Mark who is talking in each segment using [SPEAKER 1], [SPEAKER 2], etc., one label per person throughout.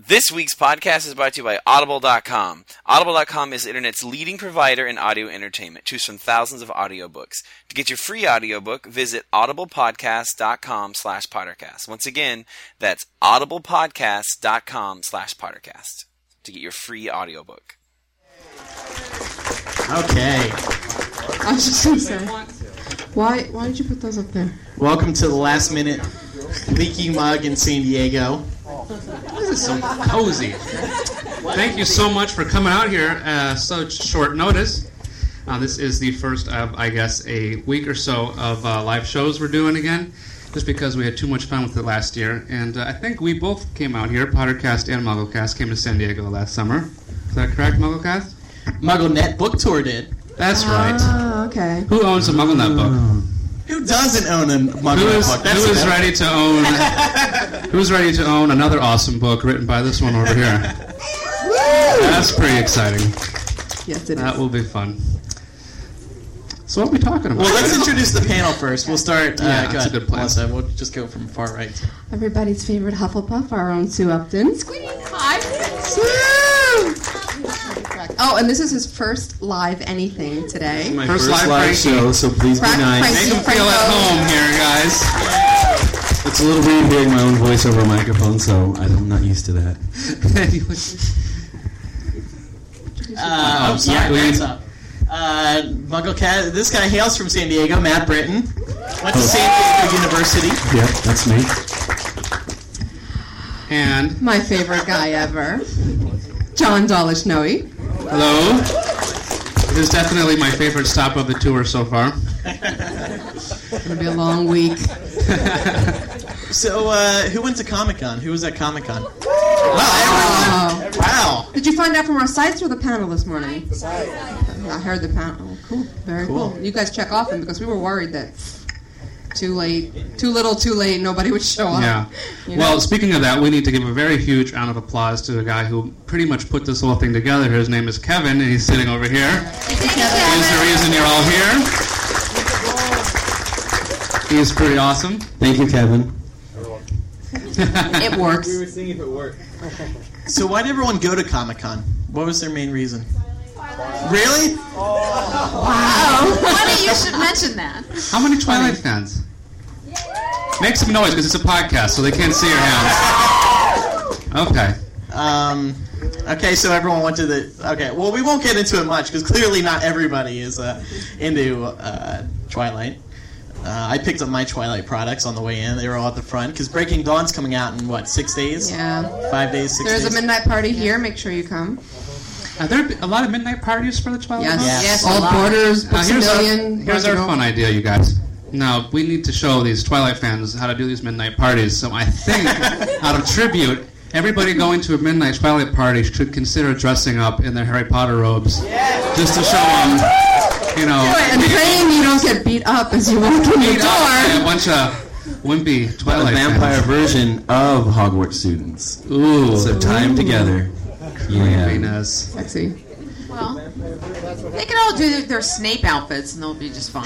[SPEAKER 1] This week's podcast is brought to you by Audible.com. Audible.com is the internet's leading provider in audio entertainment. Choose from thousands of audiobooks. To get your free audiobook, visit audiblepodcast.com slash podcast. Once again, that's audiblepodcast.com slash podcast to get your free audiobook.
[SPEAKER 2] Okay.
[SPEAKER 3] I was just gonna say. Why why did you put those up there?
[SPEAKER 2] Welcome to the last minute leaky mug in San Diego. This is so cozy.
[SPEAKER 4] Thank you so much for coming out here uh, such short notice. Uh, this is the first of, I guess, a week or so of uh, live shows we're doing again, just because we had too much fun with it last year. And uh, I think we both came out here, Pottercast and MuggleCast, came to San Diego last summer. Is that correct, MuggleCast?
[SPEAKER 2] MuggleNet book tour did.
[SPEAKER 4] That's right.
[SPEAKER 3] Oh, okay.
[SPEAKER 4] Who owns a MuggleNet book?
[SPEAKER 2] Who doesn't own a MuggleNet
[SPEAKER 4] Who is,
[SPEAKER 2] book?
[SPEAKER 4] who is
[SPEAKER 2] enough.
[SPEAKER 4] ready to own? Who's ready to own another awesome book written by this one over here? That's pretty exciting.
[SPEAKER 3] Yes, it is.
[SPEAKER 4] That will be fun. So what are we talking about?
[SPEAKER 2] Well, let's introduce the panel first. We'll start. Uh,
[SPEAKER 4] Yeah,
[SPEAKER 2] go
[SPEAKER 4] that's a
[SPEAKER 2] ahead,
[SPEAKER 4] good plan.
[SPEAKER 2] Melissa. We'll just go from far right.
[SPEAKER 3] Everybody's favorite Hufflepuff, our own Sue Upton. Squeaky hi. Sue! Oh, and this is his first live anything today.
[SPEAKER 4] My first, live, Frankie.
[SPEAKER 5] show, so please
[SPEAKER 3] Fra-
[SPEAKER 5] be nice.
[SPEAKER 4] Make them feel at home here, guys.
[SPEAKER 5] It's a little weird hearing my own voice over a microphone, so I'm not used to that.
[SPEAKER 2] Uh,
[SPEAKER 4] Oh, sorry.
[SPEAKER 2] yeah, that's up. Uh, MuggleCat. This guy hails from San Diego. Matt Britton went to San Diego University.
[SPEAKER 5] Yep, that's me.
[SPEAKER 4] And
[SPEAKER 3] My favorite guy ever. John Dolishnoi.
[SPEAKER 4] hello. It is definitely my favorite stop of the tour so far.
[SPEAKER 3] It'll be a long week.
[SPEAKER 2] So, uh, who went to Comic Con? Who was at Comic Con? Wow,
[SPEAKER 3] Oh.
[SPEAKER 2] everyone. Wow.
[SPEAKER 3] Did you find out from our sites or the panel this morning? I heard the panel. Oh, cool. Very cool. You guys check often because we were worried that too late, too little, too late, nobody would show up.
[SPEAKER 4] Yeah.
[SPEAKER 3] You know?
[SPEAKER 4] Well, speaking of that, we need to give a very huge round of applause to the guy who pretty much put this whole thing together. His name is Kevin, and he's sitting over here. He's the reason you're all here. He is pretty awesome.
[SPEAKER 5] Thank you, Kevin.
[SPEAKER 3] it works.
[SPEAKER 2] So, why did everyone go to Comic Con? What was their main reason? Really?
[SPEAKER 6] Funny you should mention that.
[SPEAKER 4] How many Twilight fans? Make some noise because it's a podcast, so they can't see your hands. Okay.
[SPEAKER 2] Um, okay, so everyone went to the. Okay, well, we won't get into it much because clearly not everybody is uh, into uh, Twilight. Uh, I picked up my Twilight products on the way in. They were all at the front because Breaking Dawn's coming out in what six days?
[SPEAKER 3] Yeah.
[SPEAKER 2] Five days, six
[SPEAKER 3] There's
[SPEAKER 2] days.
[SPEAKER 3] a midnight party here. Make sure you come.
[SPEAKER 4] Are there a lot of midnight parties for the Twilight?
[SPEAKER 3] Yes.
[SPEAKER 4] Zone?
[SPEAKER 2] Yes. Yes,
[SPEAKER 3] All borders,
[SPEAKER 4] Now,
[SPEAKER 3] books a
[SPEAKER 4] here's our,
[SPEAKER 3] million.
[SPEAKER 4] here's our fun idea, you guys. Now, we need to show these Twilight fans how to do these midnight parties, so I think, out of tribute, everybody going to a midnight Twilight party should consider dressing up in their Harry Potter robes just to show them, you know,
[SPEAKER 3] And praying you don't get beat up as you walk in
[SPEAKER 4] Oh.
[SPEAKER 3] your
[SPEAKER 4] beat up by a
[SPEAKER 3] door.
[SPEAKER 4] bunch of wimpy
[SPEAKER 5] A
[SPEAKER 4] Twilight
[SPEAKER 5] vampire
[SPEAKER 4] fans.
[SPEAKER 5] version of Hogwarts students.
[SPEAKER 4] Ooh,
[SPEAKER 5] So time together. Yeah.
[SPEAKER 4] Venus.
[SPEAKER 3] Sexy.
[SPEAKER 6] Well, they can all do their Snape outfits and they'll be just fine.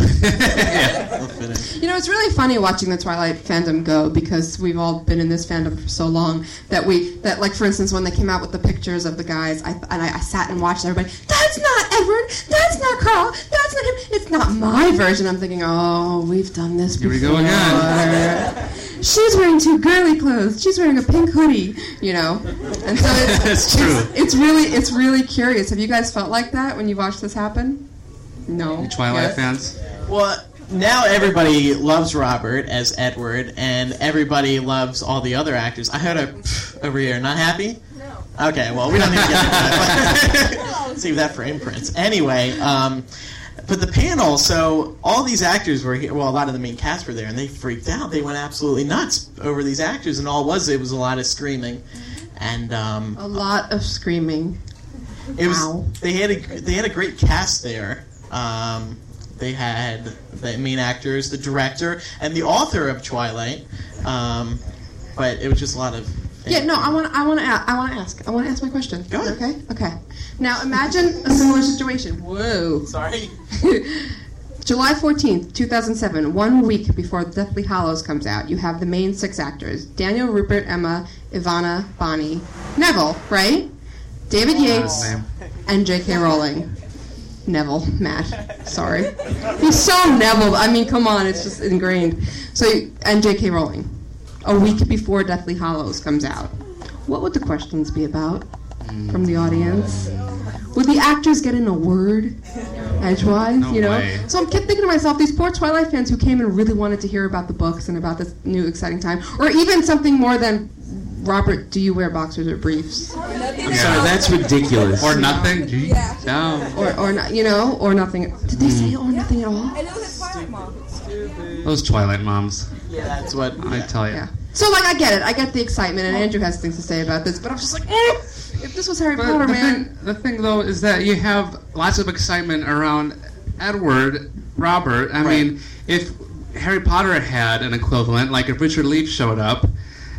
[SPEAKER 3] You know, it's really funny watching the Twilight fandom go because we've all been in this fandom for so long that we that like for instance when they came out with the pictures of the guys, I and I, I sat and watched everybody. That's not Edward. That's not Carl. That's not him. It's not my version. I'm thinking, oh, we've done this
[SPEAKER 4] we
[SPEAKER 3] before.
[SPEAKER 4] go
[SPEAKER 3] She's wearing two girly clothes. She's wearing a pink hoodie. You know, and so it's,
[SPEAKER 4] That's true.
[SPEAKER 3] It's, it's really it's really curious. Have you guys felt like that when you watched this happen? No.
[SPEAKER 4] Twilight
[SPEAKER 3] Yes?
[SPEAKER 4] fans.
[SPEAKER 2] Well, now everybody loves Robert as Edward, and everybody loves all the other actors. I heard a pff over here. Not happy? No. Okay, well, we don't need to get into that. Save that for imprints. Anyway, um, but the panel, so all these actors were here. Well, a lot of the main cast were there, and they freaked out. They went absolutely nuts over these actors, and all it was it was a lot of screaming. And um,
[SPEAKER 3] A lot of screaming.
[SPEAKER 2] it was
[SPEAKER 3] Wow.
[SPEAKER 2] they had a they had a great cast there. Um, they had the main actors, the director, and the author of Twilight. Um, but it was just a lot of
[SPEAKER 3] Yeah, no, I want I want to I want to ask. I want to ask my question.
[SPEAKER 2] Go ahead.
[SPEAKER 3] Okay. Okay. Now imagine a similar situation. Whoa.
[SPEAKER 2] Sorry.
[SPEAKER 3] July 14th, 2007, one week before Deathly Hollows comes out, you have the main six actors Daniel, Rupert, Emma, Ivana, Bonnie, Neville, right? David
[SPEAKER 2] Oh,
[SPEAKER 3] Yates
[SPEAKER 4] name.
[SPEAKER 3] and J.K. Rowling. Neville, Matt. Sorry, he's so Neville. I mean, come on, it's just ingrained. So, and J.K. Rowling. A week before Deathly Hollows comes out, what would the questions be about from the audience? Would the actors get in a word edgewise?
[SPEAKER 4] No
[SPEAKER 3] you know.
[SPEAKER 4] way.
[SPEAKER 3] So I'm kept thinking to myself, these poor Twilight fans who came and really wanted to hear about the books and about this new exciting time, or even something more than Robert, do you wear boxers or briefs?
[SPEAKER 5] I'm sorry, that's ridiculous.
[SPEAKER 4] Or nothing? Gee. No.
[SPEAKER 3] Or, or not, you know, or nothing. Did they say or nothing at all?
[SPEAKER 7] And it was a Twilight Mom.
[SPEAKER 4] Those Twilight moms.
[SPEAKER 2] That's what.
[SPEAKER 4] I
[SPEAKER 2] yeah.
[SPEAKER 4] tell you.
[SPEAKER 3] Yeah. So like, I get it. I get the excitement, and Andrew has things to say about this, but I'm just like, eh, if this was Harry
[SPEAKER 4] But
[SPEAKER 3] Potter,
[SPEAKER 4] the
[SPEAKER 3] man.
[SPEAKER 4] thing, the thing though is that you have lots of excitement around Edward, Robert. I mean, if Harry Potter had an equivalent, like if Richard Leaf showed up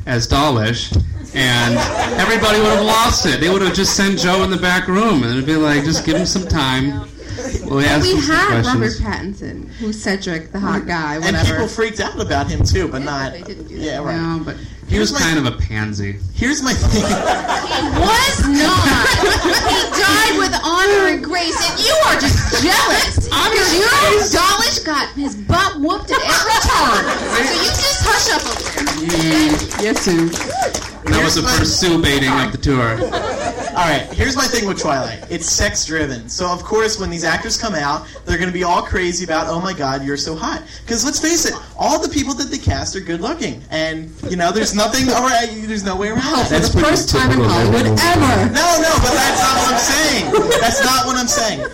[SPEAKER 4] as Dawlish, and everybody would have lost it. They would have just sent Joe in the back room and it'd be like, just give him some time. We'll ask
[SPEAKER 3] We
[SPEAKER 4] him some
[SPEAKER 3] had Robert
[SPEAKER 4] questions. Mm.
[SPEAKER 3] Pattinson, who's Cedric, the hot guy,
[SPEAKER 2] And people
[SPEAKER 3] whatever.
[SPEAKER 2] freaked out about him too, but not.
[SPEAKER 3] they didn't do that.
[SPEAKER 2] Yeah, right.
[SPEAKER 4] Yeah, but he was
[SPEAKER 2] Here's my-
[SPEAKER 4] kind of a pansy.
[SPEAKER 2] Here's my thing.
[SPEAKER 6] Was not. he died with honor and grace, and you are just jealous because your Dawlish got his butt whooped at every turn. So you just hush up a little.
[SPEAKER 3] Yes, who?
[SPEAKER 4] That was the first Sue baiting of the tour.
[SPEAKER 2] All right, here's my thing with Twilight. It's sex driven. So, of course, when these actors come out, they're going to be all crazy about, oh my god, you're so hot. Because let's face it, all the people that they cast are good looking. And, you know, there's nothing, all right, there's no way around it.
[SPEAKER 5] That's
[SPEAKER 3] the
[SPEAKER 5] pretty
[SPEAKER 3] first time in
[SPEAKER 5] typical
[SPEAKER 3] Hollywood
[SPEAKER 5] Neville.
[SPEAKER 3] ever.
[SPEAKER 2] No, no, but that's not what I'm saying. That's not what I'm saying.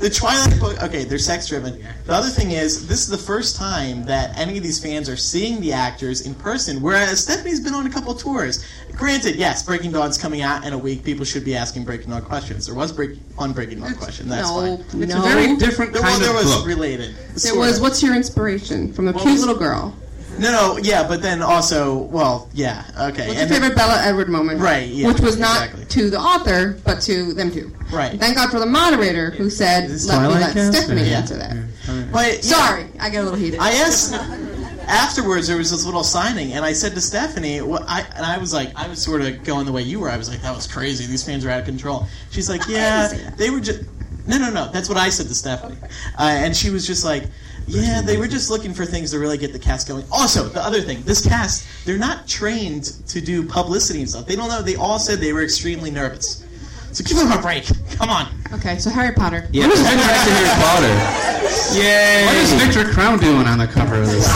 [SPEAKER 2] The Twilight book, okay, they're sex driven. The other thing is, this is the first time that any of these fans are seeing the actors in person, whereas Stephanie's been on a couple tours. Granted, yes, Breaking Dawn's coming out in a week. People should be asking Breaking Dawn questions. There was break, one Breaking Dawn question, that's
[SPEAKER 3] No,
[SPEAKER 2] fine.
[SPEAKER 4] It's
[SPEAKER 3] no.
[SPEAKER 4] a very different
[SPEAKER 2] The
[SPEAKER 4] kind
[SPEAKER 2] one there
[SPEAKER 4] of
[SPEAKER 2] was
[SPEAKER 4] book.
[SPEAKER 2] related.
[SPEAKER 3] It was what's your inspiration from a cute
[SPEAKER 2] was-
[SPEAKER 3] little girl?
[SPEAKER 2] No, no, yeah, but then also, well, yeah, okay.
[SPEAKER 3] What's
[SPEAKER 2] and
[SPEAKER 3] your favorite Bella Edward moment?
[SPEAKER 2] Right, yeah,
[SPEAKER 3] Which was not
[SPEAKER 2] exactly.
[SPEAKER 3] to the author, but to them two.
[SPEAKER 2] Right.
[SPEAKER 3] Thank God for the moderator who said,
[SPEAKER 2] Is this
[SPEAKER 3] let me
[SPEAKER 5] Twilight
[SPEAKER 3] let
[SPEAKER 5] Cast?
[SPEAKER 3] Stephanie
[SPEAKER 2] Yeah.
[SPEAKER 3] answer that.
[SPEAKER 2] But, yeah.
[SPEAKER 3] Sorry, I get a little heated.
[SPEAKER 2] I asked afterwards. There was this little signing, and I said to Stephanie, well, I, and I was like, I was sort of going the way you were. I was like, that was crazy. These fans are out of control. She's like, yeah, they were just. No, no, no. That's what I said to Stephanie, uh, and she was just like, yeah, they were just looking for things to really get the cast going. Also, the other thing, this cast, they're not trained to do publicity and stuff. They don't know. They all said they were extremely nervous. So give them a break. Come on.
[SPEAKER 3] okay, so Harry Potter.
[SPEAKER 5] Yeah, let's get back to Harry Potter.
[SPEAKER 4] Yay! What is Victor Crown doing on the cover of this?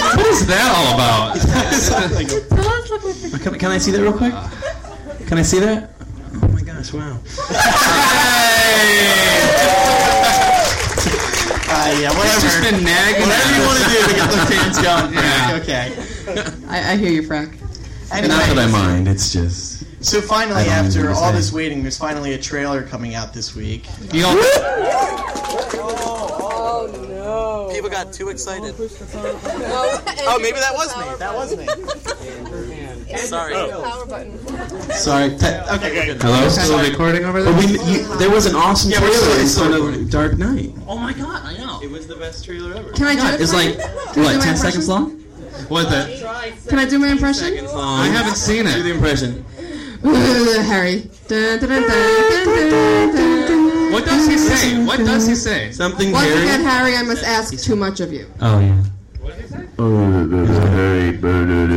[SPEAKER 4] what is that all about?
[SPEAKER 5] Can, can I see that real quick? Can I see that? Oh my gosh! Wow.
[SPEAKER 2] Uh, yeah,
[SPEAKER 4] It's just
[SPEAKER 2] whatever.
[SPEAKER 4] been nagging.
[SPEAKER 2] Whatever you want to do to get the fans going.
[SPEAKER 4] Yeah.
[SPEAKER 2] Okay.
[SPEAKER 3] I, I hear you, Frank.
[SPEAKER 5] Not
[SPEAKER 2] Anyway.
[SPEAKER 5] that I mind. It's just.
[SPEAKER 2] So
[SPEAKER 5] I
[SPEAKER 2] finally,
[SPEAKER 5] don't even
[SPEAKER 2] after
[SPEAKER 5] know what to
[SPEAKER 2] all
[SPEAKER 5] say.
[SPEAKER 2] this waiting, there's finally a trailer coming out this week.
[SPEAKER 4] You all-
[SPEAKER 5] Oh,
[SPEAKER 2] People got too excited. Oh, maybe that was me. That was me. Sorry. Sorry. Te- okay, we're good.
[SPEAKER 5] Hello.
[SPEAKER 4] still recording over
[SPEAKER 5] But
[SPEAKER 4] there?
[SPEAKER 5] we, you, there was an awesome
[SPEAKER 2] Yeah, we're
[SPEAKER 5] trailer
[SPEAKER 2] still-
[SPEAKER 5] in
[SPEAKER 2] it's still
[SPEAKER 5] front
[SPEAKER 2] recording.
[SPEAKER 5] of Dark Knight.
[SPEAKER 2] Oh my god, I know. It was the best trailer ever.
[SPEAKER 3] Can I do it?
[SPEAKER 5] It's
[SPEAKER 3] for
[SPEAKER 5] like
[SPEAKER 3] you?
[SPEAKER 5] what?
[SPEAKER 3] my
[SPEAKER 5] Ten
[SPEAKER 3] impression?
[SPEAKER 5] seconds long.
[SPEAKER 4] What the?
[SPEAKER 3] Can I do my impression?
[SPEAKER 4] I haven't seen
[SPEAKER 5] Um, Do the
[SPEAKER 4] it.
[SPEAKER 5] impression.
[SPEAKER 3] Ugh, Harry. Dun, dun, dun, dun, dun, dun, dun, dun.
[SPEAKER 4] What does he say? What does he say?
[SPEAKER 5] Something
[SPEAKER 3] Once
[SPEAKER 5] Harry.
[SPEAKER 3] again, Harry, I must ask too much of you.
[SPEAKER 5] Oh yeah.
[SPEAKER 8] Oh, the Harry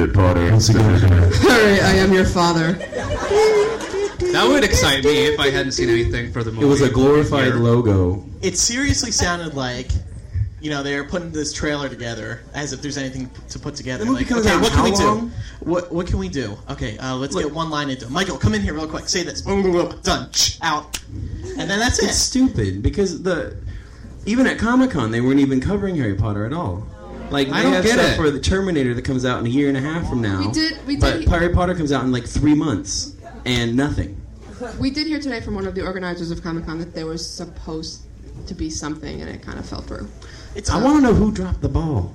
[SPEAKER 8] Potter.
[SPEAKER 5] Once again.
[SPEAKER 3] Harry, I am your father.
[SPEAKER 4] That would excite me if I hadn't seen anything for the movie.
[SPEAKER 5] It was a glorified
[SPEAKER 4] Here.
[SPEAKER 5] logo.
[SPEAKER 2] It seriously sounded like, you know, they were putting this trailer together as if there's anything to put together.
[SPEAKER 5] The movie
[SPEAKER 2] Like,
[SPEAKER 5] comes
[SPEAKER 2] okay,
[SPEAKER 5] out
[SPEAKER 2] what
[SPEAKER 5] how
[SPEAKER 2] can we
[SPEAKER 5] long?
[SPEAKER 2] do? What What can we do? Okay, uh, let's get one line into it. Michael, come in here real quick. Say this. Done. Out. And then that's
[SPEAKER 5] It's
[SPEAKER 2] it.
[SPEAKER 5] stupid because the even at Comic Con they weren't even covering Harry Potter at all. Like they
[SPEAKER 4] I don't
[SPEAKER 5] have
[SPEAKER 4] get
[SPEAKER 5] stuff
[SPEAKER 4] it.
[SPEAKER 5] for the Terminator that comes out in a year and a half from now.
[SPEAKER 3] We did- we
[SPEAKER 5] but
[SPEAKER 3] did-
[SPEAKER 5] Harry Potter comes out in like three months and nothing.
[SPEAKER 3] We did hear today from one of the organizers of Comic Con that there was supposed to be something, and it kind of fell through.
[SPEAKER 2] It's
[SPEAKER 5] I want to know who dropped the ball.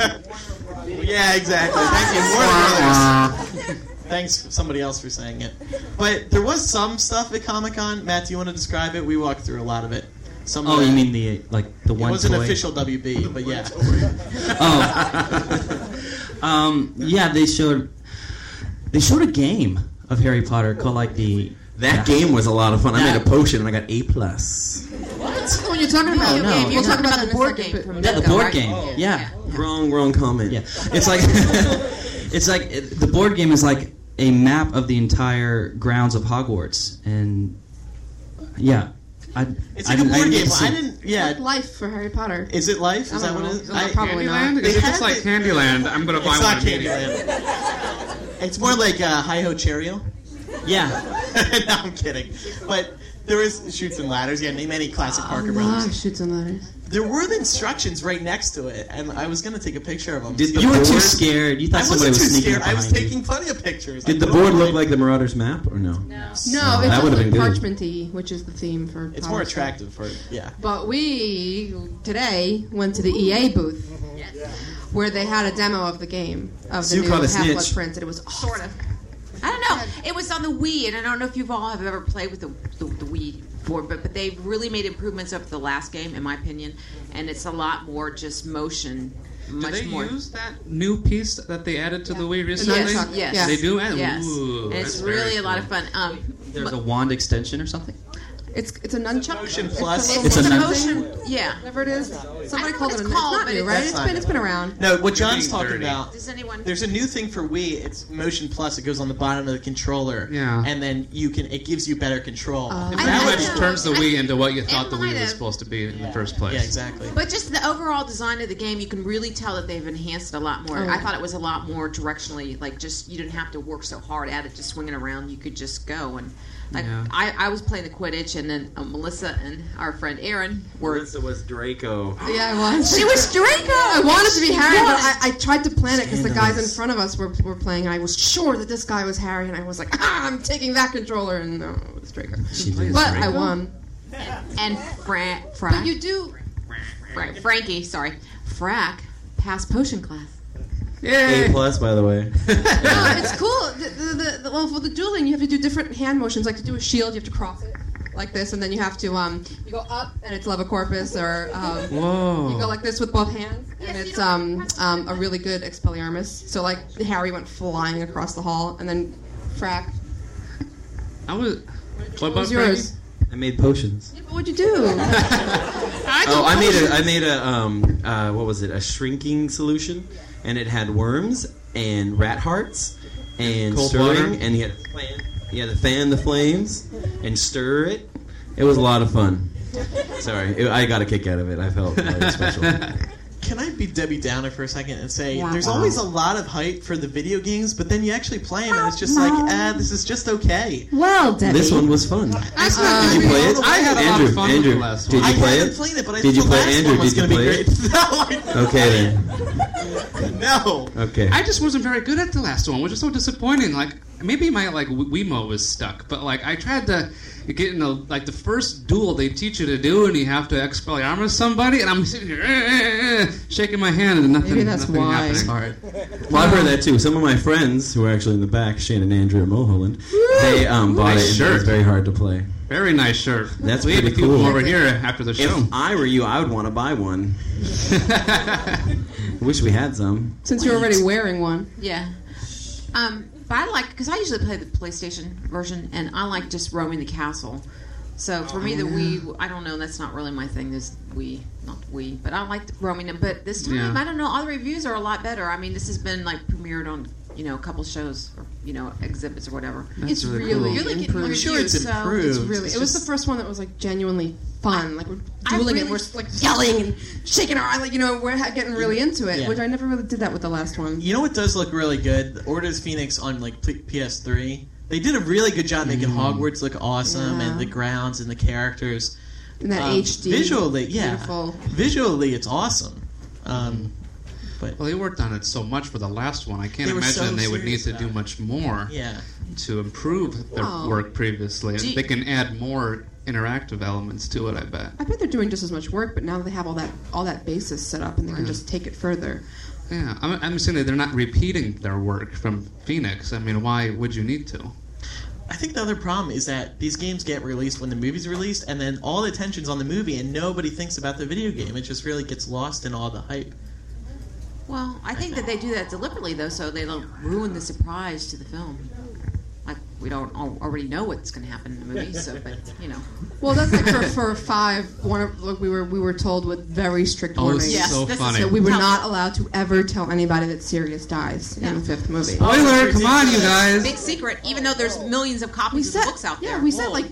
[SPEAKER 2] Yeah, exactly. Thank you. Warner Brothers. Thanks, somebody else, for saying it. But there was some stuff at Comic Con. Matt, do you want to describe it? We walked through a lot of it. Some of it-
[SPEAKER 5] Oh, the like the
[SPEAKER 2] It was an official WB, but yeah.
[SPEAKER 5] Oh. um, yeah, they showed They showed a game of Harry Potter called like the.
[SPEAKER 7] That game was a lot of fun. I made a
[SPEAKER 5] That-
[SPEAKER 7] potion and I got A plus.
[SPEAKER 3] That's the one you're talking about.
[SPEAKER 5] No, no.
[SPEAKER 3] We'll
[SPEAKER 5] You're
[SPEAKER 3] talk
[SPEAKER 5] talking
[SPEAKER 3] about the board
[SPEAKER 9] game
[SPEAKER 3] game.
[SPEAKER 5] Yeah, the board game. Yeah.
[SPEAKER 7] Wrong, wrong comment.
[SPEAKER 5] Yeah, it's like it's like it, the board game is like a map of the entire grounds of Hogwarts, and yeah, I,
[SPEAKER 2] It's
[SPEAKER 5] I
[SPEAKER 2] like a
[SPEAKER 5] didn't- I
[SPEAKER 2] board game.
[SPEAKER 5] didn't get
[SPEAKER 2] Well,
[SPEAKER 5] to see-
[SPEAKER 2] I didn't. Yeah.
[SPEAKER 3] Life for Harry Potter.
[SPEAKER 2] Is it life? Is that what it is? I-
[SPEAKER 3] Probably not.
[SPEAKER 4] Candyland? Because if
[SPEAKER 2] They
[SPEAKER 4] it's
[SPEAKER 2] had
[SPEAKER 4] like
[SPEAKER 2] the-
[SPEAKER 4] Candyland, I'm going to buy
[SPEAKER 2] It's
[SPEAKER 4] one
[SPEAKER 2] not
[SPEAKER 4] immediately.
[SPEAKER 2] Candyland. It's more like uh, Hi Ho Cheerio.
[SPEAKER 5] Yeah,
[SPEAKER 2] no, I'm kidding. But there was shoots and ladders. Yeah, name any classic
[SPEAKER 5] Oh
[SPEAKER 2] Parker
[SPEAKER 3] Love
[SPEAKER 2] Brothers.
[SPEAKER 3] shoots and ladders.
[SPEAKER 2] There were the instructions right next to it, and I was gonna take a picture of them.
[SPEAKER 7] Did the
[SPEAKER 5] you were too
[SPEAKER 7] board-
[SPEAKER 5] scared. You thought
[SPEAKER 2] I wasn't
[SPEAKER 5] somebody was
[SPEAKER 2] too
[SPEAKER 5] sneaking
[SPEAKER 2] scared.
[SPEAKER 5] up
[SPEAKER 2] I was
[SPEAKER 5] behind you.
[SPEAKER 2] taking plenty of pictures. I
[SPEAKER 7] Did the
[SPEAKER 2] don't
[SPEAKER 7] board look
[SPEAKER 2] mind.
[SPEAKER 7] like the Marauders map or no?
[SPEAKER 3] No, it's
[SPEAKER 7] that
[SPEAKER 3] just
[SPEAKER 7] would've
[SPEAKER 3] like
[SPEAKER 7] been good.
[SPEAKER 3] parchmenty, which is the theme for.
[SPEAKER 2] It's
[SPEAKER 3] Potter
[SPEAKER 2] more
[SPEAKER 3] stuff.
[SPEAKER 2] attractive for yeah.
[SPEAKER 3] But we today went to the EA booth where they had a demo of the game of the
[SPEAKER 7] You
[SPEAKER 3] new
[SPEAKER 7] caught a
[SPEAKER 3] Half Blood
[SPEAKER 7] snitch.
[SPEAKER 3] Prince, and it was awesome.
[SPEAKER 9] Sort of. I don't know. It was on the Wii, and I don't know if you've all have ever played with the, the, the Wii board, but, but they've really made improvements up to the last game, in my opinion, and it's a lot more just motion.
[SPEAKER 4] Did
[SPEAKER 9] Much
[SPEAKER 4] they
[SPEAKER 9] more.
[SPEAKER 4] use that new piece that they added to the Wii recently?
[SPEAKER 9] Yes, yes,
[SPEAKER 4] They do? And-
[SPEAKER 9] Yes.
[SPEAKER 4] Ooh,
[SPEAKER 9] and it's
[SPEAKER 4] that's very
[SPEAKER 9] really a lot
[SPEAKER 4] cool.
[SPEAKER 9] of fun. Um,
[SPEAKER 5] There's
[SPEAKER 9] but-
[SPEAKER 5] a wand extension or something.
[SPEAKER 3] It's it's a nunchuck.
[SPEAKER 2] Motion
[SPEAKER 3] It's
[SPEAKER 2] plus.
[SPEAKER 3] a
[SPEAKER 5] It's a
[SPEAKER 3] little
[SPEAKER 5] nun-
[SPEAKER 3] motion.
[SPEAKER 9] yeah.
[SPEAKER 3] Whatever it is, somebody
[SPEAKER 9] know
[SPEAKER 3] called
[SPEAKER 9] what
[SPEAKER 3] it a
[SPEAKER 9] it's
[SPEAKER 3] nun- It's
[SPEAKER 9] called,
[SPEAKER 3] not
[SPEAKER 9] but
[SPEAKER 3] new,
[SPEAKER 9] it's-
[SPEAKER 3] right?
[SPEAKER 9] that's
[SPEAKER 3] It's
[SPEAKER 2] not
[SPEAKER 3] been
[SPEAKER 2] new.
[SPEAKER 3] it's been around.
[SPEAKER 2] No, what John's
[SPEAKER 4] being
[SPEAKER 2] talking
[SPEAKER 4] dirty.
[SPEAKER 2] about.
[SPEAKER 9] Does anyone?
[SPEAKER 2] There's a new thing for Wii. It's Motion Plus. It goes on the bottom of the controller.
[SPEAKER 4] Yeah.
[SPEAKER 2] And then you can. It gives you better control.
[SPEAKER 4] It
[SPEAKER 9] Oh. I-
[SPEAKER 4] pretty
[SPEAKER 9] I
[SPEAKER 4] much
[SPEAKER 9] know.
[SPEAKER 4] turns the
[SPEAKER 9] I-
[SPEAKER 4] Wii into what you thought the
[SPEAKER 9] might
[SPEAKER 4] Wii
[SPEAKER 9] have.
[SPEAKER 4] was supposed to be in the first place.
[SPEAKER 2] yeah, exactly.
[SPEAKER 9] But just the overall design of the game, you can really tell that they've enhanced it a lot more.
[SPEAKER 3] Oh,
[SPEAKER 9] I
[SPEAKER 3] yeah.
[SPEAKER 9] thought it was a lot more directionally, like just you didn't have to work so hard at it, just swinging around. You could just go and like
[SPEAKER 4] Yeah.
[SPEAKER 9] I, I was playing the Quidditch, and then uh, Melissa and our friend Aaron were.
[SPEAKER 7] Marissa was Draco.
[SPEAKER 3] Yeah, I was.
[SPEAKER 9] She was Draco.
[SPEAKER 3] I wanted to be Harry, but
[SPEAKER 9] was.
[SPEAKER 3] I, I tried to plan it because the guys in
[SPEAKER 7] Scandalous.
[SPEAKER 3] front of us were, were playing, and I was sure that this guy was Harry, and I was like, ah, I'm taking that controller, and no, it was Draco.
[SPEAKER 5] She did.
[SPEAKER 3] But I won.
[SPEAKER 9] and Frank.
[SPEAKER 3] But you do.
[SPEAKER 9] Frankie, sorry, Frack passed potion class.
[SPEAKER 7] A plus, by the way.
[SPEAKER 3] No, it's cool. The, the, the, the, well, for the dueling, you have to do different hand motions. Like to do a shield, you have to cross it like this, and then you have to um, you go up, and it's leva corpus, or um,
[SPEAKER 4] Whoa.
[SPEAKER 3] You go like this with both hands, and it's um, um, a really good Expelliarmus. So like Harry went flying across the hall, and then Frack.
[SPEAKER 4] I was. What
[SPEAKER 3] What
[SPEAKER 4] about
[SPEAKER 3] was yours?
[SPEAKER 7] I made potions.
[SPEAKER 3] Yeah, but what'd you do?
[SPEAKER 7] Oh, I made a I made a um uh, what was it? A shrinking solution, and it had worms and rat hearts and
[SPEAKER 4] Cold
[SPEAKER 7] stirring,
[SPEAKER 4] water.
[SPEAKER 7] and he had to fan he had to fan the flames and stir it. It was a lot of fun. Sorry, it- I got a kick out of it. I felt like special.
[SPEAKER 2] Can I be Debbie Downer for a second and say there's always a lot of hype for the video games, but then you actually play them and it's just like, ah, this is just okay.
[SPEAKER 3] well, Debbie.
[SPEAKER 7] this one was fun.
[SPEAKER 4] Did
[SPEAKER 7] Did you play it?
[SPEAKER 4] I had a
[SPEAKER 7] Andrew,
[SPEAKER 4] lot of fun
[SPEAKER 7] Andrew,
[SPEAKER 4] with the last
[SPEAKER 7] did
[SPEAKER 4] one.
[SPEAKER 7] you
[SPEAKER 2] Uh, I
[SPEAKER 7] play
[SPEAKER 2] haven't
[SPEAKER 7] it?
[SPEAKER 2] played it, but I
[SPEAKER 7] Did
[SPEAKER 2] thought
[SPEAKER 7] you
[SPEAKER 2] the
[SPEAKER 7] play
[SPEAKER 2] last
[SPEAKER 7] Andrew?
[SPEAKER 2] one was
[SPEAKER 7] Did you
[SPEAKER 2] going to be
[SPEAKER 7] play it?
[SPEAKER 2] great. no,
[SPEAKER 7] Okay then.
[SPEAKER 2] I- no.
[SPEAKER 7] Okay.
[SPEAKER 4] I just wasn't very good at the last one, which is so disappointing. Like maybe my like Wii- Wiimote was stuck, but like I tried to get in the like the first duel they teach you to do, and you have to expelliarmus somebody, and I'm sitting here eh, eh, eh, shaking my hand and nothing.
[SPEAKER 3] Maybe that's
[SPEAKER 4] nothing
[SPEAKER 3] why.
[SPEAKER 4] happening.
[SPEAKER 7] Well, I've heard that too. Some of my friends who are actually in the back, Shane and Andrea Mulholland, they um, bought
[SPEAKER 4] Nice
[SPEAKER 7] it. and
[SPEAKER 4] shirt.
[SPEAKER 7] It was very hard to play.
[SPEAKER 4] Very nice shirt.
[SPEAKER 7] That's
[SPEAKER 4] we had
[SPEAKER 7] pretty
[SPEAKER 4] a few
[SPEAKER 7] cool.
[SPEAKER 4] over here after the
[SPEAKER 7] If
[SPEAKER 4] show.
[SPEAKER 7] I were you, I would want to buy one. Wish we had some.
[SPEAKER 3] Since you're already wearing one.
[SPEAKER 9] Yeah. Um, but I like because I usually play the PlayStation version, and I like just roaming the castle. So for me, the Wii, I don't know. That's not really my thing. This Wii, not Wii, but I like roaming them. But this time,
[SPEAKER 4] Yeah.
[SPEAKER 9] I don't know. All the reviews are a lot better. I mean, this has been like premiered on you know a couple shows or you know exhibits or whatever.
[SPEAKER 3] It's
[SPEAKER 4] really
[SPEAKER 3] really,
[SPEAKER 4] cool.
[SPEAKER 9] Really getting
[SPEAKER 3] improved.
[SPEAKER 9] more
[SPEAKER 2] I'm sure it's
[SPEAKER 9] Reviews, so it's
[SPEAKER 2] improved.
[SPEAKER 3] Really,
[SPEAKER 2] It's
[SPEAKER 3] it was
[SPEAKER 2] just-
[SPEAKER 3] the first one that was like genuinely fun. Like we're
[SPEAKER 9] I
[SPEAKER 3] dueling it,
[SPEAKER 9] really-
[SPEAKER 3] we're just, like yelling and shaking our like you know we're ha- getting really into it,
[SPEAKER 2] Yeah.
[SPEAKER 3] which I never really did that with the last one.
[SPEAKER 2] You know what does look really good? The Orders Phoenix on like P- PS3. They did a really good job making Hogwarts look awesome
[SPEAKER 3] Mm. Yeah.
[SPEAKER 2] and the grounds and the characters.
[SPEAKER 3] In that
[SPEAKER 2] Um,
[SPEAKER 3] HD,
[SPEAKER 2] visually, yeah.
[SPEAKER 3] beautiful.
[SPEAKER 2] Visually, it's awesome. Um,
[SPEAKER 4] Well, they worked on it so much for the last one. I can't
[SPEAKER 2] They were
[SPEAKER 4] imagine
[SPEAKER 2] so
[SPEAKER 4] they would need
[SPEAKER 2] serious
[SPEAKER 4] to
[SPEAKER 2] about
[SPEAKER 4] do
[SPEAKER 2] it.
[SPEAKER 4] much more
[SPEAKER 2] yeah.
[SPEAKER 4] to improve their
[SPEAKER 3] Wow.
[SPEAKER 4] work previously.
[SPEAKER 9] Do you-
[SPEAKER 4] they can add more interactive elements to it. I bet.
[SPEAKER 3] I bet they're doing just as much work, but now they have all that all that basis set up, and they can just take it further.
[SPEAKER 4] Yeah, I'm, I'm assuming they're not repeating their work from Phoenix. I mean, why would you need to?
[SPEAKER 2] I think the other problem is that these games get released when the movie's released, and then all the attention's on the movie, and nobody thinks about the video game. It just really gets lost in all the hype.
[SPEAKER 9] Well, I think that they do that deliberately, though, so they don't ruin the surprise to the film. Like we don't al- already know what's going to happen in the movie, so but you know.
[SPEAKER 3] Well, that's like for, for five. One of, like we were we were told with very strict
[SPEAKER 4] Oh,
[SPEAKER 3] warnings.
[SPEAKER 4] it's Yes, so this is- funny.
[SPEAKER 3] So we were
[SPEAKER 9] Tell
[SPEAKER 3] not allowed to ever tell anybody that Sirius dies in the fifth movie.
[SPEAKER 5] Spoiler! Come on, you
[SPEAKER 9] Big
[SPEAKER 5] guys.
[SPEAKER 9] secret, even though there's millions of copies of the books out
[SPEAKER 3] yeah,
[SPEAKER 9] there.
[SPEAKER 3] we said,
[SPEAKER 9] Whoa.
[SPEAKER 3] like,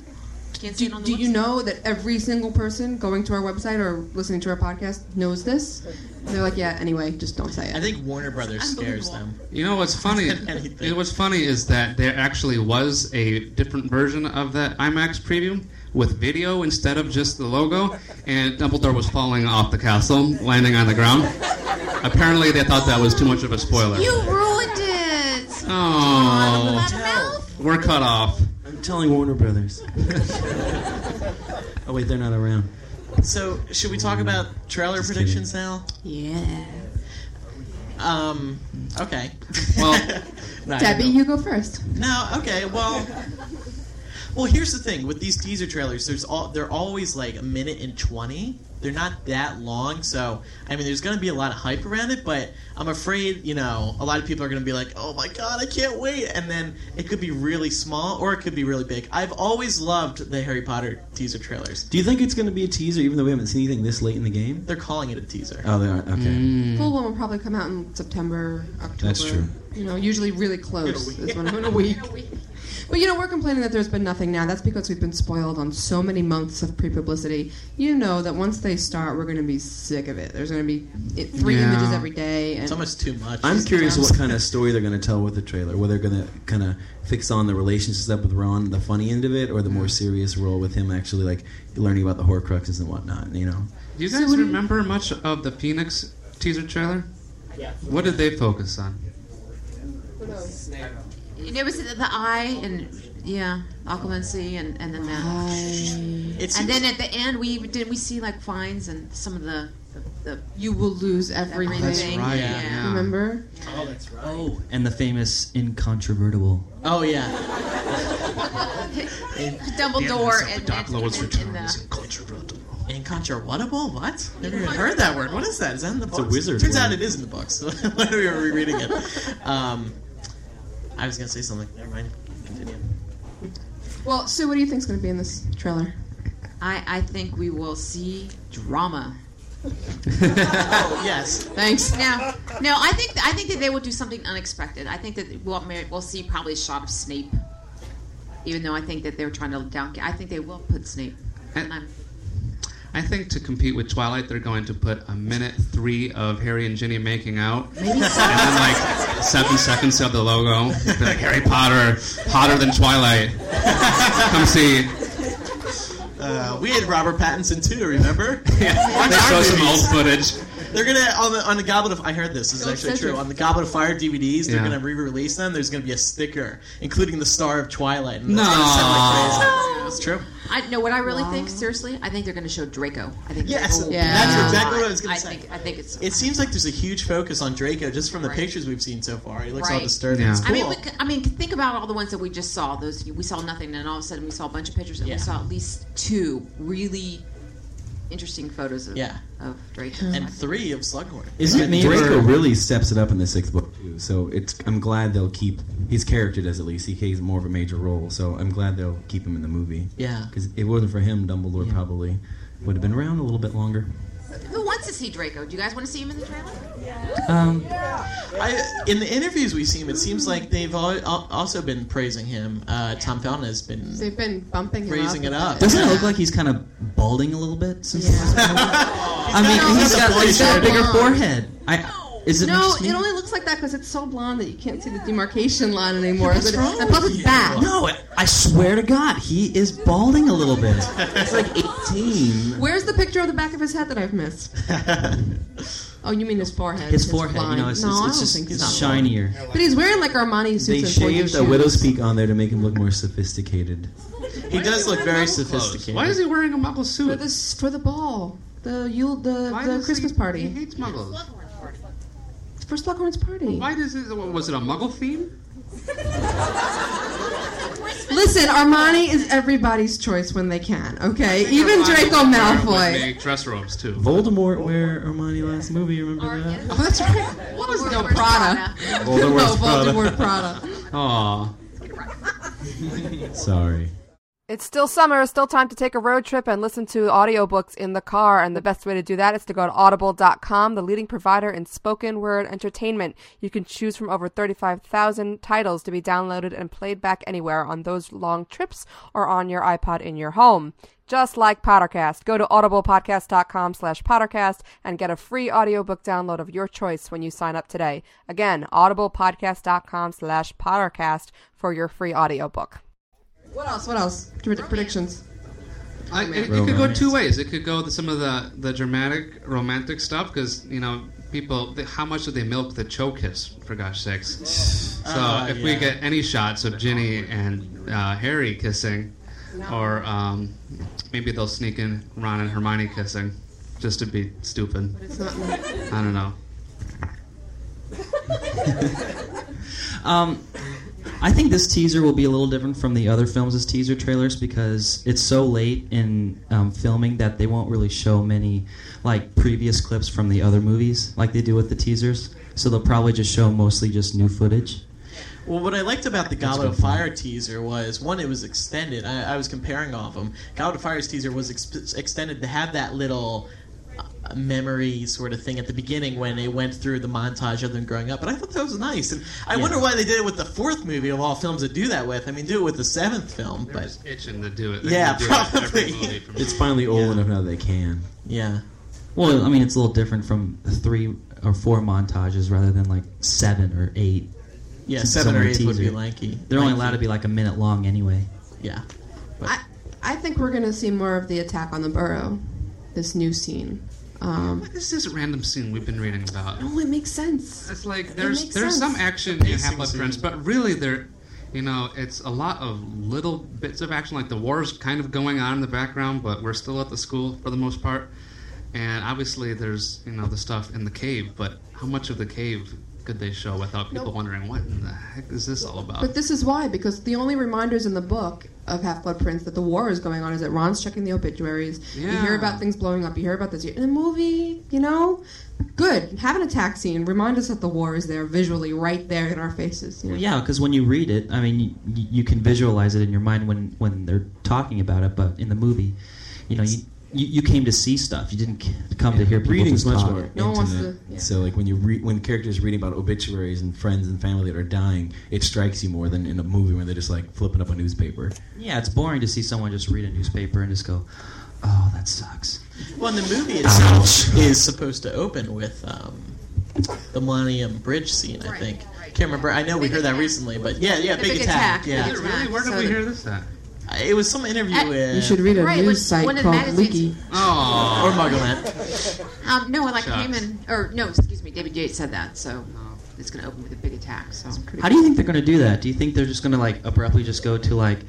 [SPEAKER 9] Can't see
[SPEAKER 3] Do,
[SPEAKER 9] it on the
[SPEAKER 3] do you
[SPEAKER 9] website.
[SPEAKER 3] know that every single person going to our website or listening to our podcast knows this? They're like, yeah. Anyway, just don't say it.
[SPEAKER 2] I think Warner Brothers scares them.
[SPEAKER 4] You know what's funny?
[SPEAKER 2] Anything.
[SPEAKER 4] it, what's funny is that there actually was a different version of that IMAX preview with video instead of just the logo, and Dumbledore was falling off the castle, landing on the ground. Apparently, they thought that was too much of a spoiler.
[SPEAKER 6] You ruined it.
[SPEAKER 4] Oh,
[SPEAKER 6] Out of mouth.
[SPEAKER 4] we're cut off.
[SPEAKER 7] I'm telling Warner Brothers. oh wait, they're not around.
[SPEAKER 2] So, should we talk about trailer predictions now?
[SPEAKER 9] Yeah.
[SPEAKER 2] Um, okay.
[SPEAKER 4] Well-
[SPEAKER 2] No, I
[SPEAKER 3] Debbie,
[SPEAKER 2] don't
[SPEAKER 3] you go first.
[SPEAKER 2] know. No, okay. Well, well, here's the thing with these teaser trailers. There's all they're always like a minute and twenty. They're not that long, so I mean, there's going to be a lot of hype around it. But I'm afraid, you know, a lot of people are going to be like, "Oh my god, I can't wait!" And then it could be really small, or it could be really big. I've always loved the Harry Potter teaser trailers.
[SPEAKER 7] Do you think it's going to be a teaser, even though we haven't seen anything this late in the game?
[SPEAKER 2] They're calling it a teaser.
[SPEAKER 7] Oh, they aren't. Okay.
[SPEAKER 3] Full One will probably come out in September, October.
[SPEAKER 7] That's true.
[SPEAKER 3] You know, usually really close is when in a week. But you know, we're complaining that there's been nothing now. That's because we've been spoiled on so many months of pre-publicity. You know that once they start, we're going to be sick of it. There's going to be it, three
[SPEAKER 4] Yeah.
[SPEAKER 3] images every day, and
[SPEAKER 2] It's almost too much.
[SPEAKER 7] I'm curious what kind of story they're going to tell with the trailer. Whether they're going to kind of fix on the relationship with Ron, the funny end of it, or the
[SPEAKER 2] Mm.
[SPEAKER 7] more serious role with him actually like learning about the Horcruxes and whatnot. You know,
[SPEAKER 4] Do you guys remember much of the Phoenix teaser trailer? Yeah. What did they focus on?
[SPEAKER 9] There was the, the eye and yeah, occupancy and and then that.
[SPEAKER 2] It's
[SPEAKER 9] And then at the end, we even- didn't we see like vines and some of the the, the
[SPEAKER 3] you will lose everything.
[SPEAKER 9] everything.
[SPEAKER 4] right,
[SPEAKER 9] Yeah.
[SPEAKER 4] yeah.
[SPEAKER 3] Remember?
[SPEAKER 5] Oh, and the famous incontrovertible.
[SPEAKER 2] oh yeah,
[SPEAKER 9] Dumbledore and
[SPEAKER 4] Dark
[SPEAKER 9] and-
[SPEAKER 4] Lord's
[SPEAKER 9] and-
[SPEAKER 4] return
[SPEAKER 9] and
[SPEAKER 4] is
[SPEAKER 9] the-
[SPEAKER 4] incontrovertible.
[SPEAKER 2] incontrovertible. What? Never even heard that word. What is that? Is that in the books?
[SPEAKER 7] a wizard
[SPEAKER 2] Turns
[SPEAKER 7] word.
[SPEAKER 2] out it is in the books. Why are we rereading it? Um, I was gonna say something. Never mind. Continue.
[SPEAKER 3] Well, Sue, what do you think's going to be in this trailer?
[SPEAKER 9] I I think we will see drama.
[SPEAKER 2] Oh yes.
[SPEAKER 3] Thanks.
[SPEAKER 9] Now, no, I think I think that they will do something unexpected. I think that we'll we'll see probably a shot of Snape, even though I think that they're trying to down. I think they will put Snape.
[SPEAKER 2] Eh,
[SPEAKER 9] And I'm,
[SPEAKER 4] I think to compete with Twilight, they're going to put a minute three of Harry and Ginny making out, and then like seven seconds of the logo. They're like Harry Potter, hotter than Twilight. Come see.
[SPEAKER 2] Uh, we had Robert Pattinson too. Remember?
[SPEAKER 4] They show some old footage.
[SPEAKER 2] They're gonna on the on the Goblet of I heard this. This is actually true. On the Goblet of Fire DVDs, they're
[SPEAKER 4] Yeah.
[SPEAKER 2] gonna re-release them. There's gonna be a sticker including the Star of Twilight. And
[SPEAKER 4] No.
[SPEAKER 2] That's true.
[SPEAKER 9] I know what I really think. Seriously, I think they're going to show Draco. I think.
[SPEAKER 2] Yes,
[SPEAKER 9] Draco will
[SPEAKER 3] Yeah.
[SPEAKER 9] be
[SPEAKER 2] that's
[SPEAKER 9] the
[SPEAKER 2] exactly what I
[SPEAKER 9] guy.
[SPEAKER 2] was gonna
[SPEAKER 9] I
[SPEAKER 2] say.
[SPEAKER 9] Think, I think it's.
[SPEAKER 2] It seems like there's a huge focus on Draco just from the
[SPEAKER 9] Right.
[SPEAKER 2] pictures we've seen so far. He looks all
[SPEAKER 9] Right.
[SPEAKER 2] disturbed.
[SPEAKER 4] Yeah.
[SPEAKER 2] It's
[SPEAKER 9] I
[SPEAKER 2] cool.
[SPEAKER 9] mean, we, c- I mean, think about all the ones that we just saw. Those we saw nothing, and all of a sudden we saw a bunch of pictures, and
[SPEAKER 2] Yeah.
[SPEAKER 9] we saw at least two really interesting photos of,
[SPEAKER 2] Yeah.
[SPEAKER 9] of Oh, Draco.
[SPEAKER 2] and three of Slughorn.
[SPEAKER 5] Isn't it me?
[SPEAKER 7] Draco
[SPEAKER 5] or-
[SPEAKER 7] really steps it up in the sixth book too. So it's I'm glad they'll keep he's character does at least he plays more of a major role. So I'm glad they'll keep him in the movie.
[SPEAKER 2] Yeah.
[SPEAKER 7] because it wasn't for him, Dumbledore probably would have been around a little bit longer.
[SPEAKER 9] Who wants to see Draco? Do you guys want to see him in the trailer?
[SPEAKER 5] Um,
[SPEAKER 2] I, in the interviews we've seen, it seems like they've al- al- also been praising him. Uh, Tom Felton has been.
[SPEAKER 3] They've been bumping him
[SPEAKER 2] Raising
[SPEAKER 3] up.
[SPEAKER 2] it up.
[SPEAKER 5] doesn't it look like he's kind of balding a little bit? Since I mean, he's got, he's got a bigger forehead. I, is it
[SPEAKER 3] No,
[SPEAKER 5] just me?
[SPEAKER 3] it only looks like that because it's so blonde that you can't see the demarcation line anymore. But it- and plus, it's bad.
[SPEAKER 5] No, I- I swear to God, he is balding a little bit.
[SPEAKER 7] It's like 18.
[SPEAKER 3] Where's the picture of the back of his head that I've missed? oh, you mean his forehead?
[SPEAKER 5] His
[SPEAKER 3] It's
[SPEAKER 5] forehead, you
[SPEAKER 3] blind.
[SPEAKER 5] know, it's,
[SPEAKER 3] no,
[SPEAKER 5] it's,
[SPEAKER 3] I don't
[SPEAKER 5] it's
[SPEAKER 3] think
[SPEAKER 5] just it's
[SPEAKER 3] so.
[SPEAKER 5] shinier.
[SPEAKER 3] But he's wearing like Armani suits
[SPEAKER 7] They
[SPEAKER 3] and
[SPEAKER 7] shaved
[SPEAKER 3] Fortune
[SPEAKER 7] a widow's
[SPEAKER 3] shoes.
[SPEAKER 7] peak on there to make him look more sophisticated.
[SPEAKER 2] He does look very sophisticated.
[SPEAKER 4] Why is he wearing a muggle
[SPEAKER 3] for
[SPEAKER 4] suit?
[SPEAKER 3] this for the ball, the Yule, the,
[SPEAKER 4] Why
[SPEAKER 3] the
[SPEAKER 4] does
[SPEAKER 3] Christmas
[SPEAKER 4] he, He
[SPEAKER 3] party,
[SPEAKER 4] hates muggles.
[SPEAKER 3] It's for Slughorn's party.
[SPEAKER 4] Why does it? Was it a muggle theme?
[SPEAKER 3] Listen, Armani is everybody's choice when they can. Okay, even
[SPEAKER 4] Armani
[SPEAKER 3] Draco
[SPEAKER 4] would wear- would
[SPEAKER 3] Malfoy.
[SPEAKER 4] make dress robes too.
[SPEAKER 7] Voldemort wore Armani last movie. Remember that?
[SPEAKER 3] Oh, that's right. What was no Prada?
[SPEAKER 7] Voldemort's
[SPEAKER 3] no,
[SPEAKER 7] Prada.
[SPEAKER 3] Voldemort Prada.
[SPEAKER 4] Aw.
[SPEAKER 7] Sorry.
[SPEAKER 10] It's still summer, still time to take a road trip and listen to audiobooks in the car. And the best way to do that is to go to audible.com, the leading provider in spoken word entertainment. You can choose from over 35,000 titles to be downloaded and played back anywhere on those long trips or on your iPod in your home. Just like Pottercast, go to audiblepodcast.com slash Pottercast and get a free audiobook download of your choice when you sign up today. Again, audiblepodcast.com slash Pottercast for your free audiobook.
[SPEAKER 3] What else? What else? Pred- Predictions.
[SPEAKER 4] I, it, it could go two ways. It could go the, some of the, the dramatic, romantic stuff because you know people. They, how much do they milk the cho kiss? For gosh sakes! So
[SPEAKER 2] Ah,
[SPEAKER 4] if we
[SPEAKER 2] yeah.
[SPEAKER 4] get any shots of Ginny and uh, Harry kissing, or um, maybe they'll sneak in Ron and Hermione kissing, just to be stupid. I don't know.
[SPEAKER 5] Um, I think this teaser will be a little different from the other films' teaser trailers because it's so late in um, filming that they won't really show many like previous clips from the other movies like they do with the teasers. So they'll probably just show mostly just new footage.
[SPEAKER 2] Well, what I liked about the Goblet of Fire teaser was one, it was extended. I, I was comparing all of them. Goblet of Fire's teaser was ex- extended to have that little uh, memory sort of thing at the beginning when they went through the montage of them growing up. But I thought that was nice, and I
[SPEAKER 5] Yeah.
[SPEAKER 2] wonder why they did it with the fourth movie of all films to do that with. I mean, do it with the seventh film,
[SPEAKER 4] They're
[SPEAKER 2] but
[SPEAKER 4] just itching to do it. They
[SPEAKER 2] yeah,
[SPEAKER 4] can do it every
[SPEAKER 2] probably.
[SPEAKER 4] movie from-
[SPEAKER 7] It's finally old enough now they can.
[SPEAKER 2] yeah.
[SPEAKER 5] Well, I mean, it's a little different from three or four montages rather than like seven or eight.
[SPEAKER 2] Yeah,
[SPEAKER 5] It's
[SPEAKER 2] seven or
[SPEAKER 5] only
[SPEAKER 2] eight would be
[SPEAKER 5] teaser.
[SPEAKER 2] lanky.
[SPEAKER 5] They're only
[SPEAKER 2] Lanky.
[SPEAKER 5] allowed to be like a minute long anyway.
[SPEAKER 2] Yeah.
[SPEAKER 3] I, I think we're gonna see more of the attack on the burrow. This new scene. Um,
[SPEAKER 4] This is a random scene we've been reading about.
[SPEAKER 3] oh, it makes sense.
[SPEAKER 4] It's like there's
[SPEAKER 3] makes
[SPEAKER 4] there's
[SPEAKER 3] sense.
[SPEAKER 4] some action in Half Blood
[SPEAKER 2] scene.
[SPEAKER 4] Prince, but really there, you know, it's a lot of little bits of action. Like the war's kind of going on in the background, but we're still at the school for the most part. And obviously there's you know the stuff in the cave, but how much of the cave could they show without people wondering what in the heck is this all about?
[SPEAKER 3] But this is why, because the only reminders in the book of Half Blood Prince that the war is going on is that Ron's checking the obituaries. You hear
[SPEAKER 4] Yeah.
[SPEAKER 3] about things blowing up. You hear about this. In a movie, you know, good. Have an attack scene. Remind us that the war is there visually, right there in our faces. You know?
[SPEAKER 5] Well, yeah, because when you read it, I mean, you, you can visualize it in your mind when, when they're talking about it, but in the movie, you know, you, you, you came to see stuff. You didn't c- come to hear people
[SPEAKER 7] Reading's
[SPEAKER 5] just
[SPEAKER 7] much
[SPEAKER 5] talk.
[SPEAKER 7] more
[SPEAKER 3] No one wants
[SPEAKER 7] intimate.
[SPEAKER 3] to- yeah.
[SPEAKER 7] So like when you re- when characters reading about obituaries and friends and family that are dying, it strikes you more than in a movie where they're just like flipping up a newspaper.
[SPEAKER 5] Yeah, it's boring to see someone just read a newspaper and just go, oh, that sucks.
[SPEAKER 2] Well, and the movie itself is supposed to open with um, the Millennium Bridge scene, I think. Can't remember. I know we heard that recently, but yeah, yeah,
[SPEAKER 9] The
[SPEAKER 2] big,
[SPEAKER 9] big
[SPEAKER 2] attack.
[SPEAKER 9] attack.
[SPEAKER 2] Yeah,
[SPEAKER 4] Is it really? Where did
[SPEAKER 9] So
[SPEAKER 4] we
[SPEAKER 9] the-
[SPEAKER 4] hear this at?
[SPEAKER 2] it was some interview
[SPEAKER 9] At-
[SPEAKER 2] with
[SPEAKER 3] You should read a
[SPEAKER 9] Right,
[SPEAKER 3] news
[SPEAKER 9] when-
[SPEAKER 3] site
[SPEAKER 9] when the
[SPEAKER 3] called
[SPEAKER 9] magazines-
[SPEAKER 3] Leaky.
[SPEAKER 4] Oh,
[SPEAKER 2] or Muggleman.
[SPEAKER 9] Um, no, like
[SPEAKER 4] Shucks.
[SPEAKER 9] Heyman, or no, excuse me, David Yates said that, so it's going to open with a big attack. So
[SPEAKER 5] How do you think they're going to do that? Do you think they're just going to, like, abruptly just go to, like,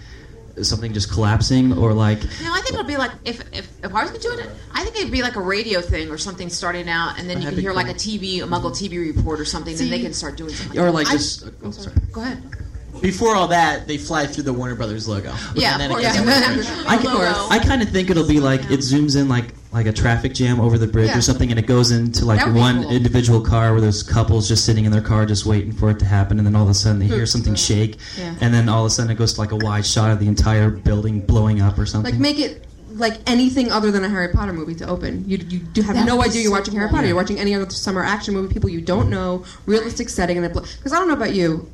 [SPEAKER 5] something just collapsing or, like,
[SPEAKER 9] no, I think it'll be like if if, if I was going to do it, I think it'd be like a radio thing or something starting out, and then you
[SPEAKER 2] That'd
[SPEAKER 9] can
[SPEAKER 2] be
[SPEAKER 9] hear like
[SPEAKER 2] cool.
[SPEAKER 9] a TV, a Muggle TV report or something, then they can start doing something.
[SPEAKER 5] or, like,
[SPEAKER 9] that.
[SPEAKER 5] just. oh, sorry.
[SPEAKER 9] go ahead.
[SPEAKER 2] Before all that, they fly through the Warner Brothers logo.
[SPEAKER 9] Yeah,
[SPEAKER 2] And then
[SPEAKER 9] of
[SPEAKER 2] it goes
[SPEAKER 9] course.
[SPEAKER 2] on the bridge.
[SPEAKER 5] I, kind of think it'll be like it zooms in like like a traffic jam over the bridge
[SPEAKER 9] Yeah.
[SPEAKER 5] or something, and it goes into like
[SPEAKER 9] That would be
[SPEAKER 5] one
[SPEAKER 9] cool.
[SPEAKER 5] individual car where there's couples just sitting in their car just waiting for it to happen, and then all of a sudden they hear something shake,
[SPEAKER 3] Yeah.
[SPEAKER 5] and then all of a sudden it goes to like a wide shot of the entire building blowing up or something.
[SPEAKER 3] Like make it like anything other than a Harry Potter movie to open. You you do have
[SPEAKER 9] That
[SPEAKER 3] no
[SPEAKER 9] would be
[SPEAKER 3] idea you're
[SPEAKER 9] so
[SPEAKER 3] watching Harry
[SPEAKER 9] cool.
[SPEAKER 3] Potter. You're watching any other summer action movie. People you don't know, realistic setting, and because I don't know about you,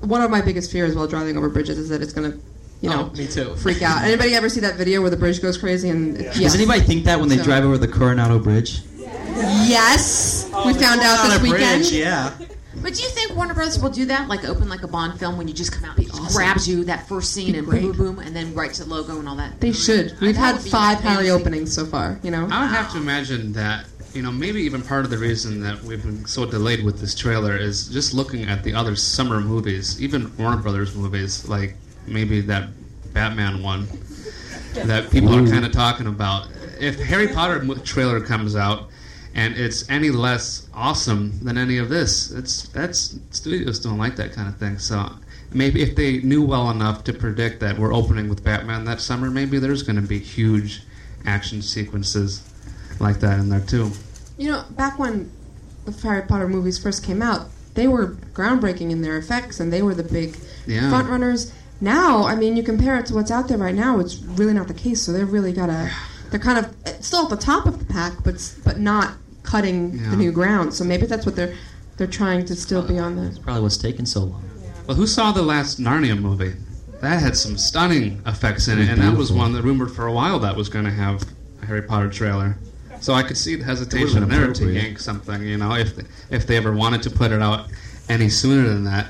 [SPEAKER 3] one of my biggest fears while driving over bridges is that it's gonna, you know,
[SPEAKER 2] Oh, me too.
[SPEAKER 3] freak out. Anybody ever see that video where the bridge goes crazy and yeah.
[SPEAKER 5] Does anybody think that when they
[SPEAKER 3] So-
[SPEAKER 5] drive over the Coronado Bridge?
[SPEAKER 3] Yes,
[SPEAKER 9] Oh,
[SPEAKER 3] we found out
[SPEAKER 2] on
[SPEAKER 3] this
[SPEAKER 2] a
[SPEAKER 3] weekend.
[SPEAKER 2] bridge, yeah.
[SPEAKER 9] But do you think Warner Brothers will do that? Like open like a Bond film when you just come out, and it just grabs you that first scene and boom, boom, boom, and then right to the logo and all that.
[SPEAKER 3] They should. We've
[SPEAKER 9] That
[SPEAKER 3] had
[SPEAKER 9] would be
[SPEAKER 3] five Harry
[SPEAKER 9] amazing.
[SPEAKER 3] openings so far. You know,
[SPEAKER 4] I would have to imagine that, you know, maybe even part of the reason that we've been so delayed with this trailer is just looking at the other summer movies, even Warner Brothers movies, like maybe that Batman one that people are kind of talking about. If Harry Potter mo- trailer comes out and it's any less awesome than any of this, it's that's studios don't like that kind of thing. So maybe if they knew well enough to predict that we're opening with Batman that summer, maybe there's going to be huge action sequences like that in there too.
[SPEAKER 3] You know, back when the Harry Potter movies first came out, they were groundbreaking in their effects, and they were the big
[SPEAKER 4] Yeah.
[SPEAKER 3] front runners. Now, I mean, you compare it to what's out there right now, it's really not the case. So they've really got to. They're kind of it's still at the top of the pack, but s- but not cutting
[SPEAKER 4] Yeah.
[SPEAKER 3] the new ground. So maybe that's what they're they're trying to still be on the.
[SPEAKER 4] Probably what's taking so long. Well, who saw the last Narnia movie? That had some stunning effects in it, and that was one that rumored for a while that was going to have a Harry Potter trailer. So I could see the hesitation
[SPEAKER 7] been
[SPEAKER 4] there to
[SPEAKER 7] appropriate.
[SPEAKER 4] yank something, you know, if they, if they ever wanted to put it out any sooner than that.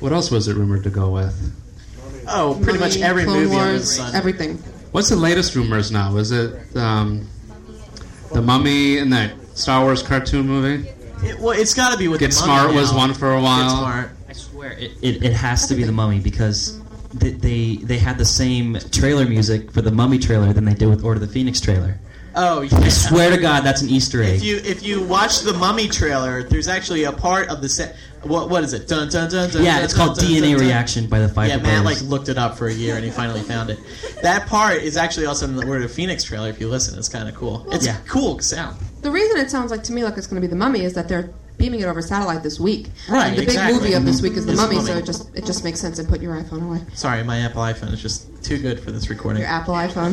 [SPEAKER 4] What else was it rumored to go with?
[SPEAKER 2] Oh, pretty much
[SPEAKER 3] Mummy,
[SPEAKER 2] every
[SPEAKER 3] Clone
[SPEAKER 2] movie under the
[SPEAKER 3] Wars,
[SPEAKER 2] sun.
[SPEAKER 3] everything.
[SPEAKER 4] What's the latest rumors now? Is it um, the Mummy and that Star Wars cartoon movie?
[SPEAKER 2] It, well, it's got to be with
[SPEAKER 4] Get
[SPEAKER 2] the
[SPEAKER 4] Smart
[SPEAKER 2] mummy
[SPEAKER 4] was
[SPEAKER 2] now.
[SPEAKER 4] one for a while.
[SPEAKER 2] Get Smart.
[SPEAKER 5] I swear, it, it, it has to be the mummy because they, they they had the same trailer music for the mummy trailer than they did with Order of the Phoenix trailer.
[SPEAKER 2] Oh,
[SPEAKER 5] I
[SPEAKER 2] yeah.
[SPEAKER 5] swear to God, that's an Easter egg.
[SPEAKER 2] If you if you watch the Mummy trailer, there's actually a part of the set. What what is it? Dun dun dun dun.
[SPEAKER 5] yeah,
[SPEAKER 2] dun,
[SPEAKER 5] it's
[SPEAKER 2] dun,
[SPEAKER 5] called
[SPEAKER 2] dun,
[SPEAKER 5] DNA
[SPEAKER 2] dun, dun.
[SPEAKER 5] reaction by the Five
[SPEAKER 2] Yeah, Matt like looked it up for a year and he finally found it. That part is actually also in the Word of Phoenix trailer. If you listen, it's kind of cool. It's
[SPEAKER 5] Yeah.
[SPEAKER 2] cool sound.
[SPEAKER 3] The reason it sounds like to me like it's going to be the mummy is that they're beaming it over satellite this week.
[SPEAKER 2] Right,
[SPEAKER 3] And the
[SPEAKER 2] exactly.
[SPEAKER 3] big movie of this week is the
[SPEAKER 2] It's
[SPEAKER 3] mummy,
[SPEAKER 2] Mummy.
[SPEAKER 3] so it just it just makes sense. And put your iPhone away.
[SPEAKER 2] Sorry, my Apple iPhone is just too good for this recording.
[SPEAKER 3] Your Apple iPhone.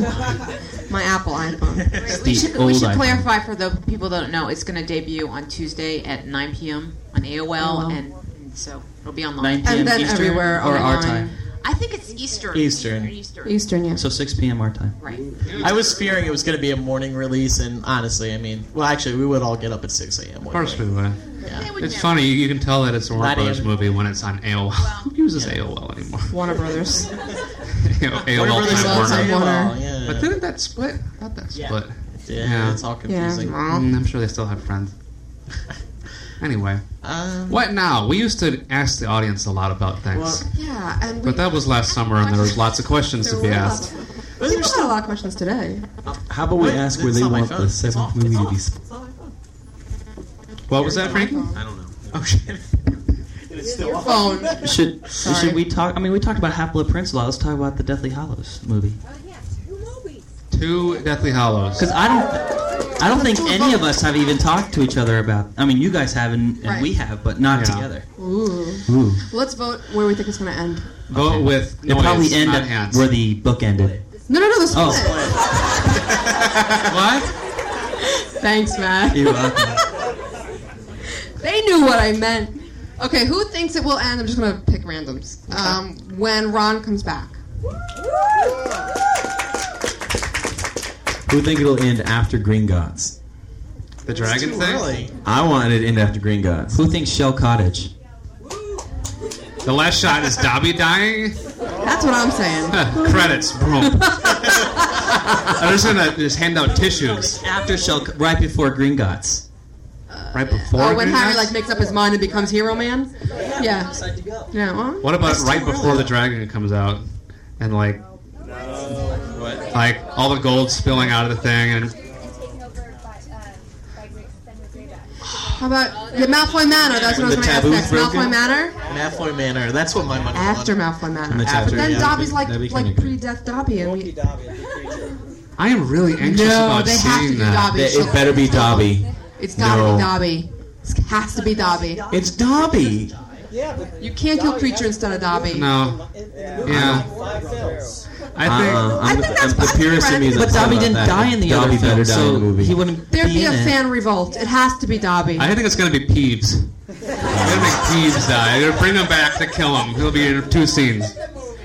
[SPEAKER 3] My Apple iPhone.
[SPEAKER 9] We
[SPEAKER 5] The
[SPEAKER 9] should, we
[SPEAKER 5] old
[SPEAKER 9] should
[SPEAKER 5] iPhone.
[SPEAKER 9] clarify for the people that don't know, it's going to debut on Tuesday at 9 p.m. on AOL,
[SPEAKER 3] AOL.
[SPEAKER 9] And, and so it'll be online.
[SPEAKER 5] 9 p.m.
[SPEAKER 3] And then
[SPEAKER 5] Eastern
[SPEAKER 3] everywhere
[SPEAKER 5] or our
[SPEAKER 3] online.
[SPEAKER 5] time.
[SPEAKER 9] I think it's Eastern.
[SPEAKER 2] Eastern.
[SPEAKER 9] Eastern.
[SPEAKER 3] Eastern, yeah.
[SPEAKER 5] So 6 p.m. our time.
[SPEAKER 9] Right.
[SPEAKER 2] I was fearing it was going to be a morning release, and honestly, I mean, well, actually, we would all get up at six a.m.
[SPEAKER 4] Of course we would.
[SPEAKER 9] They would
[SPEAKER 4] uh, It's
[SPEAKER 9] never-
[SPEAKER 4] funny. You can tell that it's a Warner
[SPEAKER 2] Not
[SPEAKER 4] Brothers
[SPEAKER 2] even-
[SPEAKER 4] movie when it's on AOL. Who uses AOL anymore?
[SPEAKER 3] Warner Brothers.
[SPEAKER 4] You know, AOL
[SPEAKER 2] Warner
[SPEAKER 4] Time
[SPEAKER 2] Brothers
[SPEAKER 4] Warner.
[SPEAKER 2] owns
[SPEAKER 3] Warner.
[SPEAKER 2] AOL, Yeah,
[SPEAKER 4] But didn't that split? Not that
[SPEAKER 7] Yeah.
[SPEAKER 4] split.
[SPEAKER 2] yeah,
[SPEAKER 4] Yeah.
[SPEAKER 2] it's all
[SPEAKER 3] Yeah.
[SPEAKER 2] confusing.
[SPEAKER 4] Mm, I'm sure they still have friends. Anyway,
[SPEAKER 2] Um,
[SPEAKER 4] what now? We used to ask the audience a lot about things,
[SPEAKER 2] Well,
[SPEAKER 3] Yeah, and we,
[SPEAKER 4] Mm, but that was last summer, and there was lots of questions to be asked.
[SPEAKER 2] But
[SPEAKER 3] People
[SPEAKER 2] there's
[SPEAKER 3] had a
[SPEAKER 2] still
[SPEAKER 3] lot of questions today.
[SPEAKER 7] How about we
[SPEAKER 2] What?
[SPEAKER 7] ask where they
[SPEAKER 2] It's on my
[SPEAKER 7] want
[SPEAKER 2] phone.
[SPEAKER 7] the
[SPEAKER 2] It's
[SPEAKER 7] seventh
[SPEAKER 2] off.
[SPEAKER 7] movie
[SPEAKER 2] It's
[SPEAKER 7] to
[SPEAKER 2] off.
[SPEAKER 7] be?
[SPEAKER 2] It's on my phone.
[SPEAKER 4] What was that, Frankie?
[SPEAKER 7] I don't know.
[SPEAKER 4] Oh shit!
[SPEAKER 2] It's still off.
[SPEAKER 3] Phone.
[SPEAKER 5] Should
[SPEAKER 3] Sorry.
[SPEAKER 5] should we talk? I mean, we talked about Half Blood Prince a lot. Let's talk about the Deathly Hollows movie
[SPEAKER 3] Uh,
[SPEAKER 4] Two Deathly Hollows.
[SPEAKER 5] because I don't I don't think any of us have even talked to each other about. I mean, you guys have and, and
[SPEAKER 3] Right.
[SPEAKER 5] we have, but not
[SPEAKER 4] Yeah.
[SPEAKER 5] together.
[SPEAKER 3] Ooh.
[SPEAKER 7] Ooh.
[SPEAKER 3] Let's vote where we think it's going to end.
[SPEAKER 4] Vote with
[SPEAKER 5] It'll
[SPEAKER 4] noise,
[SPEAKER 5] probably end
[SPEAKER 4] not
[SPEAKER 5] up
[SPEAKER 4] hands.
[SPEAKER 5] where the book ended.
[SPEAKER 3] No, no, no, the split.
[SPEAKER 5] Oh.
[SPEAKER 4] what?
[SPEAKER 3] Thanks, Matt.
[SPEAKER 5] You're welcome.
[SPEAKER 3] They knew what I meant. Okay, who thinks it will end? I'm just going to pick randoms. Um, when Ron comes back.
[SPEAKER 7] Who think it'll end after Green Gods?
[SPEAKER 4] The dragon
[SPEAKER 2] Too
[SPEAKER 4] thing.
[SPEAKER 2] early.
[SPEAKER 7] I want it to end after Green Gods.
[SPEAKER 5] Who thinks Shell Cottage?
[SPEAKER 4] The last shot is Dobby dying.
[SPEAKER 3] That's what I'm saying.
[SPEAKER 4] Credits. Boom. I'm just gonna just hand out tissues
[SPEAKER 5] After Shell, Co- right before Green Gods.
[SPEAKER 4] right before.
[SPEAKER 3] Oh, when
[SPEAKER 4] Green
[SPEAKER 3] Harry
[SPEAKER 4] Knights?
[SPEAKER 3] like makes up his mind and becomes Hero Man. Yeah. Yeah. well,
[SPEAKER 4] What about
[SPEAKER 2] That's
[SPEAKER 4] right
[SPEAKER 2] too
[SPEAKER 4] before
[SPEAKER 2] early.
[SPEAKER 4] the dragon comes out, and like, like all the gold spilling out of the thing, and
[SPEAKER 3] How about the Malfoy Manor? That's what
[SPEAKER 7] When
[SPEAKER 3] I was going to
[SPEAKER 7] the
[SPEAKER 3] ask
[SPEAKER 7] taboo's
[SPEAKER 3] next.
[SPEAKER 7] broken?
[SPEAKER 3] Malfoy Manor.
[SPEAKER 2] Malfoy Manor. That's what my money.
[SPEAKER 3] After
[SPEAKER 2] on.
[SPEAKER 3] Malfoy Manor.
[SPEAKER 7] the
[SPEAKER 3] but
[SPEAKER 7] chapter,
[SPEAKER 3] then
[SPEAKER 7] yeah.
[SPEAKER 3] Dobby's like
[SPEAKER 7] That'd be kinda
[SPEAKER 3] like
[SPEAKER 7] good.
[SPEAKER 3] pre-death Dobby, and we,
[SPEAKER 4] I am really anxious
[SPEAKER 3] No,
[SPEAKER 4] about
[SPEAKER 3] they have to
[SPEAKER 4] seeing
[SPEAKER 3] do
[SPEAKER 4] that.
[SPEAKER 3] Dobby.
[SPEAKER 7] That- It better be Dobby.
[SPEAKER 3] it's got to
[SPEAKER 7] No.
[SPEAKER 3] be Dobby. It has to be Dobby.
[SPEAKER 7] It's Dobby.
[SPEAKER 3] You can't kill creature instead of Dobby.
[SPEAKER 4] No, yeah, I think.
[SPEAKER 7] Uh-uh. I'm
[SPEAKER 3] I think
[SPEAKER 7] the,
[SPEAKER 3] that's
[SPEAKER 7] I'm the
[SPEAKER 3] what-
[SPEAKER 7] purest of me is
[SPEAKER 5] But
[SPEAKER 7] upset
[SPEAKER 5] Dobby
[SPEAKER 7] about
[SPEAKER 5] didn't
[SPEAKER 7] that.
[SPEAKER 5] die in the
[SPEAKER 7] Dobby
[SPEAKER 5] other film,
[SPEAKER 7] better die in
[SPEAKER 5] so
[SPEAKER 7] the movie.
[SPEAKER 5] he wouldn't
[SPEAKER 3] There'd
[SPEAKER 5] be
[SPEAKER 3] be a
[SPEAKER 5] in it.
[SPEAKER 3] fan revolt. It has to be Dobby.
[SPEAKER 4] I think it's gonna be Peeves. They're gonna make Peeves die. They're gonna bring him back to kill him. He'll be in two scenes,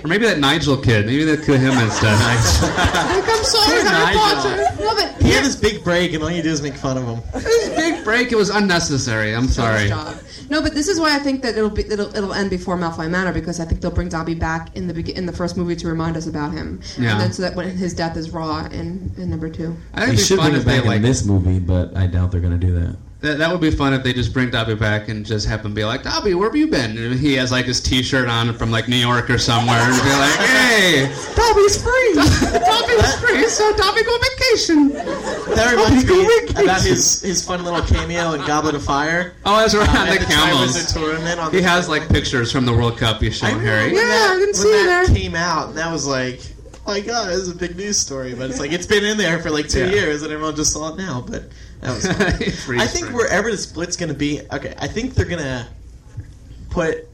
[SPEAKER 4] or maybe that Nigel kid. Maybe they'll kill him instead.
[SPEAKER 3] Here comes Sawyer, Harry Potter. No, but
[SPEAKER 2] He had his big break, and all you do is make fun of him.
[SPEAKER 4] this big break. It was unnecessary. I'm sorry.
[SPEAKER 3] job. No, but this is why I think that it'll be it'll, it'll end before Malfoy Manor because I think they'll bring Dobby back in the begi- in the first movie to remind us about him,
[SPEAKER 4] Yeah.
[SPEAKER 3] and then so that when his death is raw in, in number two.
[SPEAKER 4] I think
[SPEAKER 7] They
[SPEAKER 4] it'd be
[SPEAKER 7] should
[SPEAKER 4] fun
[SPEAKER 7] bring
[SPEAKER 4] if
[SPEAKER 7] it
[SPEAKER 4] they
[SPEAKER 7] back in
[SPEAKER 4] like
[SPEAKER 7] this movie, but I doubt they're going to do that.
[SPEAKER 4] That, that would be fun if they just bring Dobby back and just have him be like, Dobby, where have you been? And he has like his T-shirt on from like New York or somewhere, and be like, Hey,
[SPEAKER 2] Dobby's free.
[SPEAKER 4] Dobby's free, so Dobby go vacation.
[SPEAKER 2] That reminds me about his, his fun little cameo in Goblet of Fire.
[SPEAKER 4] Oh, that's right, on the
[SPEAKER 2] at time of
[SPEAKER 4] camels.
[SPEAKER 2] the tournament on
[SPEAKER 4] he
[SPEAKER 2] the-
[SPEAKER 4] has like pictures from the World Cup. He's showing Harry.
[SPEAKER 2] when that,
[SPEAKER 10] I didn't
[SPEAKER 2] when
[SPEAKER 10] see you
[SPEAKER 2] that
[SPEAKER 10] there.
[SPEAKER 2] came out, that was like, oh my god, this is a big news story. But it's like it's been in there for like two
[SPEAKER 4] Yeah.
[SPEAKER 2] years, and everyone just saw it now. But that was. fun. I think wherever the split's going to be, okay, I think they're going to put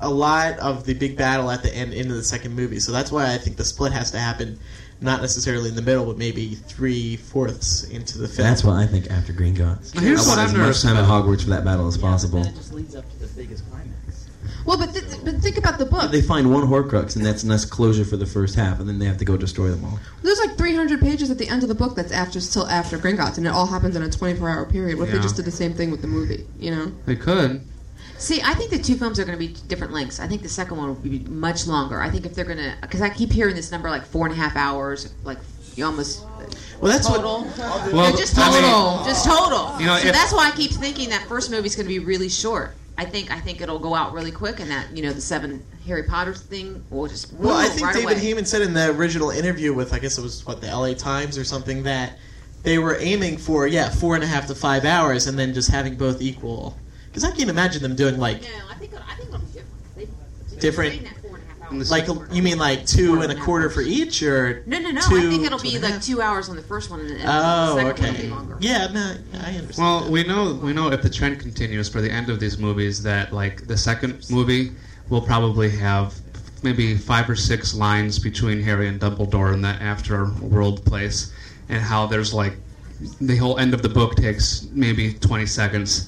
[SPEAKER 2] a lot of the big battle at the end into the second movie. So that's why I think the split has to happen, not necessarily in the middle, but maybe three fourths into the film.
[SPEAKER 7] That's why I think after Green Gods.
[SPEAKER 4] Now, here's
[SPEAKER 7] I
[SPEAKER 4] what
[SPEAKER 7] want
[SPEAKER 4] I'm
[SPEAKER 7] as
[SPEAKER 4] nervous
[SPEAKER 7] much time at
[SPEAKER 4] about.
[SPEAKER 7] Hogwarts for that battle as possible.
[SPEAKER 5] just leads up to the biggest climax.
[SPEAKER 6] Well, but, th- but think about the book.
[SPEAKER 7] They find one Horcrux, and that's enough closure for the first half, and then they have to go destroy them all.
[SPEAKER 3] There's like 300 pages at the end of the book that's after still after Gringotts, and it all happens in a 24-hour period. What if
[SPEAKER 4] Yeah.
[SPEAKER 3] they just did the same thing with the movie? You know,
[SPEAKER 4] They could.
[SPEAKER 9] See, I think the two films are going to be different lengths. I think the second one will be much longer. I think if they're going to, because I keep hearing this number like four and a half hours, like you almost
[SPEAKER 2] well, that's
[SPEAKER 9] total.
[SPEAKER 4] Well,
[SPEAKER 9] No, just
[SPEAKER 4] I
[SPEAKER 9] total,
[SPEAKER 4] mean-
[SPEAKER 9] just total.
[SPEAKER 4] You know,
[SPEAKER 9] so
[SPEAKER 4] if-
[SPEAKER 9] that's why I keep thinking that first movie's going to be really short. I think I think it'll go out really quick, and that you know the seven Harry Potter thing will just
[SPEAKER 2] Well, I
[SPEAKER 9] boom,
[SPEAKER 2] think
[SPEAKER 9] right
[SPEAKER 2] David
[SPEAKER 9] away.
[SPEAKER 2] Heyman said in the original interview with, I guess it was what the LA Times or something, that they were aiming for yeah four and a half to five hours, and then just having both equal. Because I can't imagine them doing like
[SPEAKER 9] No, I think I think it'll be different. They- they're
[SPEAKER 2] Different-
[SPEAKER 9] saying that four and a half hours.
[SPEAKER 2] like you mean like two and a quarter for each or
[SPEAKER 9] No, no, no. I
[SPEAKER 2] two-
[SPEAKER 9] think it'll
[SPEAKER 2] two
[SPEAKER 9] be
[SPEAKER 2] and a
[SPEAKER 9] like
[SPEAKER 2] half?
[SPEAKER 9] two hours on the first one, and then
[SPEAKER 2] Oh,
[SPEAKER 9] the second one will be
[SPEAKER 2] okay.
[SPEAKER 9] longer.
[SPEAKER 2] Yeah, no, I understand.
[SPEAKER 4] Well, we know we know if the trend continues for the end of these movies that like the second movie will probably have maybe five or six lines between Harry and Dumbledore in that afterworld place, and how there's like the whole end of the book takes maybe 20 seconds,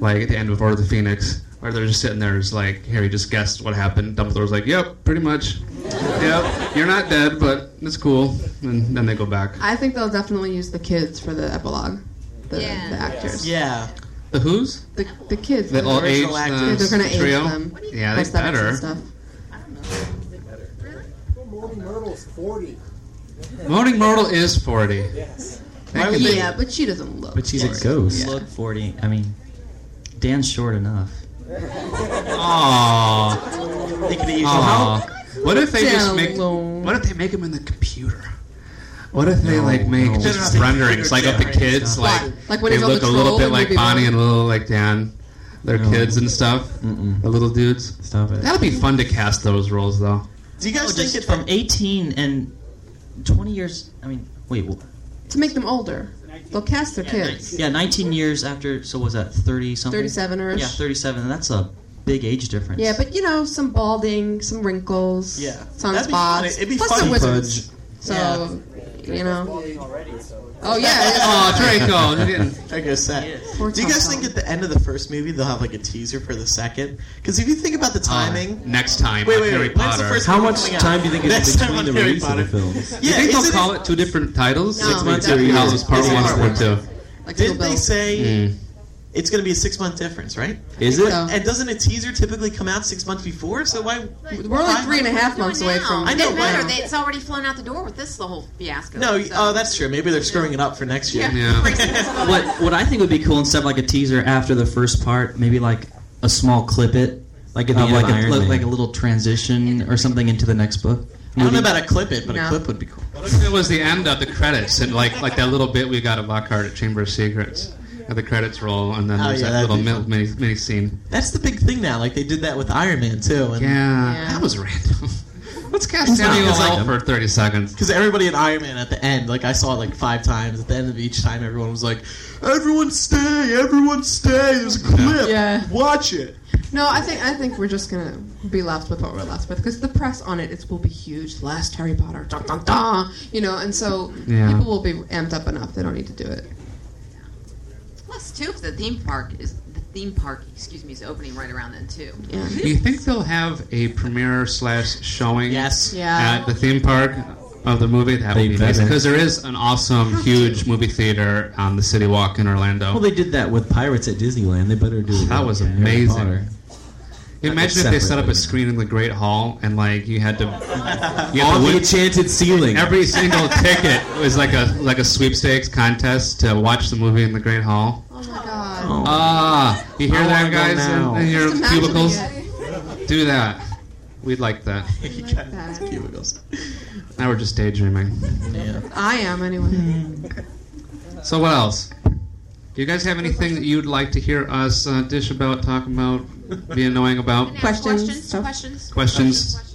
[SPEAKER 4] like at the end of Order of the Phoenix, where they're just sitting there, it's like Harry just guessed what happened. Dumbledore's like, "Yep, pretty much. Yep, you're not dead, but it's cool." And then they go back.
[SPEAKER 3] I think they'll definitely use the kids for the epilogue, the,
[SPEAKER 9] Yeah.
[SPEAKER 3] the actors,
[SPEAKER 2] yeah,
[SPEAKER 4] The Who's?
[SPEAKER 3] the, the kids.
[SPEAKER 4] The all age
[SPEAKER 2] original actors.
[SPEAKER 3] Yeah,
[SPEAKER 4] the
[SPEAKER 3] they're gonna age
[SPEAKER 4] trio.
[SPEAKER 3] them.
[SPEAKER 4] Yeah, they
[SPEAKER 3] Prosthetics and
[SPEAKER 4] better.
[SPEAKER 3] stuff.
[SPEAKER 11] Morning Myrtle's 40.
[SPEAKER 4] Moaning Myrtle is 40. Thank you, babe.
[SPEAKER 3] Yeah, but she doesn't look.
[SPEAKER 7] But she's a ghost.
[SPEAKER 5] Look, forty. I mean, Dan's short enough.
[SPEAKER 4] Aww.
[SPEAKER 2] they could easily.
[SPEAKER 4] Aww. What if they just make?
[SPEAKER 3] Download.
[SPEAKER 4] What if they make them in the computer? What if they like make
[SPEAKER 7] no.
[SPEAKER 4] just renderings like of the kids, like
[SPEAKER 3] Like when
[SPEAKER 4] they
[SPEAKER 3] he's on
[SPEAKER 4] look
[SPEAKER 3] the
[SPEAKER 4] a little
[SPEAKER 3] troll
[SPEAKER 4] bit
[SPEAKER 3] in
[SPEAKER 4] like
[SPEAKER 3] movie
[SPEAKER 4] Bonnie
[SPEAKER 3] one.
[SPEAKER 4] and a little like Dan, their
[SPEAKER 7] No.
[SPEAKER 4] kids and stuff, the little dudes.
[SPEAKER 7] Stop it.
[SPEAKER 4] That'd be fun to cast those roles though.
[SPEAKER 2] Do you guys think it
[SPEAKER 5] Oh, Just from eighteen and twenty years. I mean, wait. Well,
[SPEAKER 3] To make them older, they'll cast their kids.
[SPEAKER 5] yeah, nineteen years after. So was that thirty something?
[SPEAKER 3] 37 or
[SPEAKER 5] Yeah, thirty-seven. That's a big age difference.
[SPEAKER 3] Yeah, but you know, some balding, some wrinkles,
[SPEAKER 2] Yeah.
[SPEAKER 3] some
[SPEAKER 2] That'd be funny.
[SPEAKER 3] spots.
[SPEAKER 2] It'd be
[SPEAKER 3] Plus
[SPEAKER 2] funny.
[SPEAKER 3] the wizards. So, you know. Oh yeah.
[SPEAKER 4] Oh, Draco! you didn't-
[SPEAKER 2] I guess that.
[SPEAKER 3] Poor
[SPEAKER 2] Do you guys
[SPEAKER 3] Tom
[SPEAKER 2] think
[SPEAKER 3] Tom.
[SPEAKER 2] at the end of the first movie they'll have like a teaser for the second? Because if you think about the timing,
[SPEAKER 4] Uh, Next time,
[SPEAKER 2] Wait,
[SPEAKER 4] on
[SPEAKER 2] wait,
[SPEAKER 4] Harry
[SPEAKER 2] wait, when's the
[SPEAKER 4] Potter.
[SPEAKER 2] first-
[SPEAKER 7] How much
[SPEAKER 2] Coming out.
[SPEAKER 7] time do you think
[SPEAKER 2] Next
[SPEAKER 7] is
[SPEAKER 2] time
[SPEAKER 7] between
[SPEAKER 2] on
[SPEAKER 7] the
[SPEAKER 2] Harry
[SPEAKER 7] release of the
[SPEAKER 2] Potter.
[SPEAKER 7] films?
[SPEAKER 2] yeah,
[SPEAKER 4] I think they'll
[SPEAKER 2] isn't
[SPEAKER 4] call
[SPEAKER 2] it,
[SPEAKER 4] it two different titles.
[SPEAKER 3] No,
[SPEAKER 4] Like,
[SPEAKER 3] months
[SPEAKER 4] two
[SPEAKER 3] after
[SPEAKER 4] titles,
[SPEAKER 2] the-
[SPEAKER 4] part
[SPEAKER 2] it's
[SPEAKER 4] one,
[SPEAKER 2] part
[SPEAKER 4] part
[SPEAKER 2] one.
[SPEAKER 4] two.
[SPEAKER 3] Like
[SPEAKER 2] Didn't
[SPEAKER 3] little
[SPEAKER 2] they
[SPEAKER 3] bills.
[SPEAKER 2] say
[SPEAKER 4] Mm.
[SPEAKER 2] it's going to be a six month difference, right?
[SPEAKER 7] Is
[SPEAKER 3] think
[SPEAKER 7] it?
[SPEAKER 3] so.
[SPEAKER 2] And doesn't a teaser typically come out six months before? So why?
[SPEAKER 3] We're like three and a half
[SPEAKER 9] Doing
[SPEAKER 3] months away
[SPEAKER 9] now.
[SPEAKER 3] from.
[SPEAKER 2] I
[SPEAKER 9] It
[SPEAKER 2] know,
[SPEAKER 9] doesn't matter.
[SPEAKER 2] but-
[SPEAKER 9] They, it's already flown out the door with this the whole fiasco.
[SPEAKER 2] No,
[SPEAKER 9] so.
[SPEAKER 2] oh, that's true. Maybe they're screwing it up for next year.
[SPEAKER 4] Yeah.
[SPEAKER 5] what what I think would be cool instead of like a teaser after the first part, maybe like a small clip it, like
[SPEAKER 7] At the
[SPEAKER 5] of
[SPEAKER 7] end
[SPEAKER 5] like
[SPEAKER 7] of
[SPEAKER 5] a,
[SPEAKER 7] Iron
[SPEAKER 5] li-
[SPEAKER 7] Man.
[SPEAKER 5] like a little transition or something into the next book.
[SPEAKER 2] I don't know about a clip it, but a
[SPEAKER 3] No.
[SPEAKER 2] clip would be cool.
[SPEAKER 4] What if it was the end of the credits and like like that little bit we got of Lockhart at Chamber of Secrets, at the credits roll, and then
[SPEAKER 2] Oh,
[SPEAKER 4] there's
[SPEAKER 2] yeah,
[SPEAKER 4] that
[SPEAKER 2] that'd
[SPEAKER 4] little
[SPEAKER 2] be
[SPEAKER 4] mil-
[SPEAKER 2] fun.
[SPEAKER 4] mini, mini scene.
[SPEAKER 2] That's the big thing now. Like they did that with Iron Man too. And
[SPEAKER 4] Yeah,
[SPEAKER 3] Yeah.
[SPEAKER 4] that was random. Let's cast Samuel
[SPEAKER 2] It's like-
[SPEAKER 4] L. for 30 seconds.
[SPEAKER 2] Because everybody in Iron Man at the end, like I saw it like five times. At the end of each time, everyone was like, "Everyone stay, everyone stay." There's a clip.
[SPEAKER 3] Yeah.
[SPEAKER 2] Watch it.
[SPEAKER 3] No, I think I think we're just gonna be left with what we're left with because the press on it it will be huge. Last Harry Potter, dun, dun, dun, you know, and so
[SPEAKER 4] Yeah.
[SPEAKER 3] people will be amped up enough. They don't need to do it.
[SPEAKER 9] Plus, too, if the theme park is the theme park, excuse me, is opening right around then too.
[SPEAKER 3] Yeah.
[SPEAKER 4] Do you think they'll have a premiere slash showing
[SPEAKER 2] Yes.
[SPEAKER 3] Yeah.
[SPEAKER 4] at the theme park of the movie? That
[SPEAKER 7] They
[SPEAKER 4] would be nice
[SPEAKER 7] better.
[SPEAKER 4] because there is an awesome, huge movie theater on the City Walk in Orlando.
[SPEAKER 7] Well, they did that with Pirates at Disneyland. They better do it.
[SPEAKER 4] Oh. That was
[SPEAKER 7] with Harry
[SPEAKER 4] amazing.
[SPEAKER 7] Potter.
[SPEAKER 4] Imagine if
[SPEAKER 7] separate
[SPEAKER 4] they set up a
[SPEAKER 7] movie.
[SPEAKER 4] screen in the Great Hall and like you had to, you had to
[SPEAKER 7] On the
[SPEAKER 4] win-
[SPEAKER 7] enchanted ceiling.
[SPEAKER 4] Every single ticket was like a like a sweepstakes contest to watch the movie in the Great Hall.
[SPEAKER 3] Oh my God.
[SPEAKER 4] Ah, you hear
[SPEAKER 7] I
[SPEAKER 4] that,
[SPEAKER 7] wanna go
[SPEAKER 4] guys?
[SPEAKER 7] now.
[SPEAKER 4] In, in your
[SPEAKER 7] Just imagine
[SPEAKER 4] cubicles,
[SPEAKER 7] it.
[SPEAKER 4] do that. We'd like that.
[SPEAKER 2] Cubicles.
[SPEAKER 4] Now we're just daydreaming.
[SPEAKER 3] I am anyway.
[SPEAKER 2] Mm-hmm.
[SPEAKER 4] So what else? Do you guys have anything that you'd like to hear us uh, dish about, talk about, be annoying about?
[SPEAKER 3] Questions.
[SPEAKER 9] Questions?
[SPEAKER 3] stuff.
[SPEAKER 9] Questions?
[SPEAKER 4] Questions?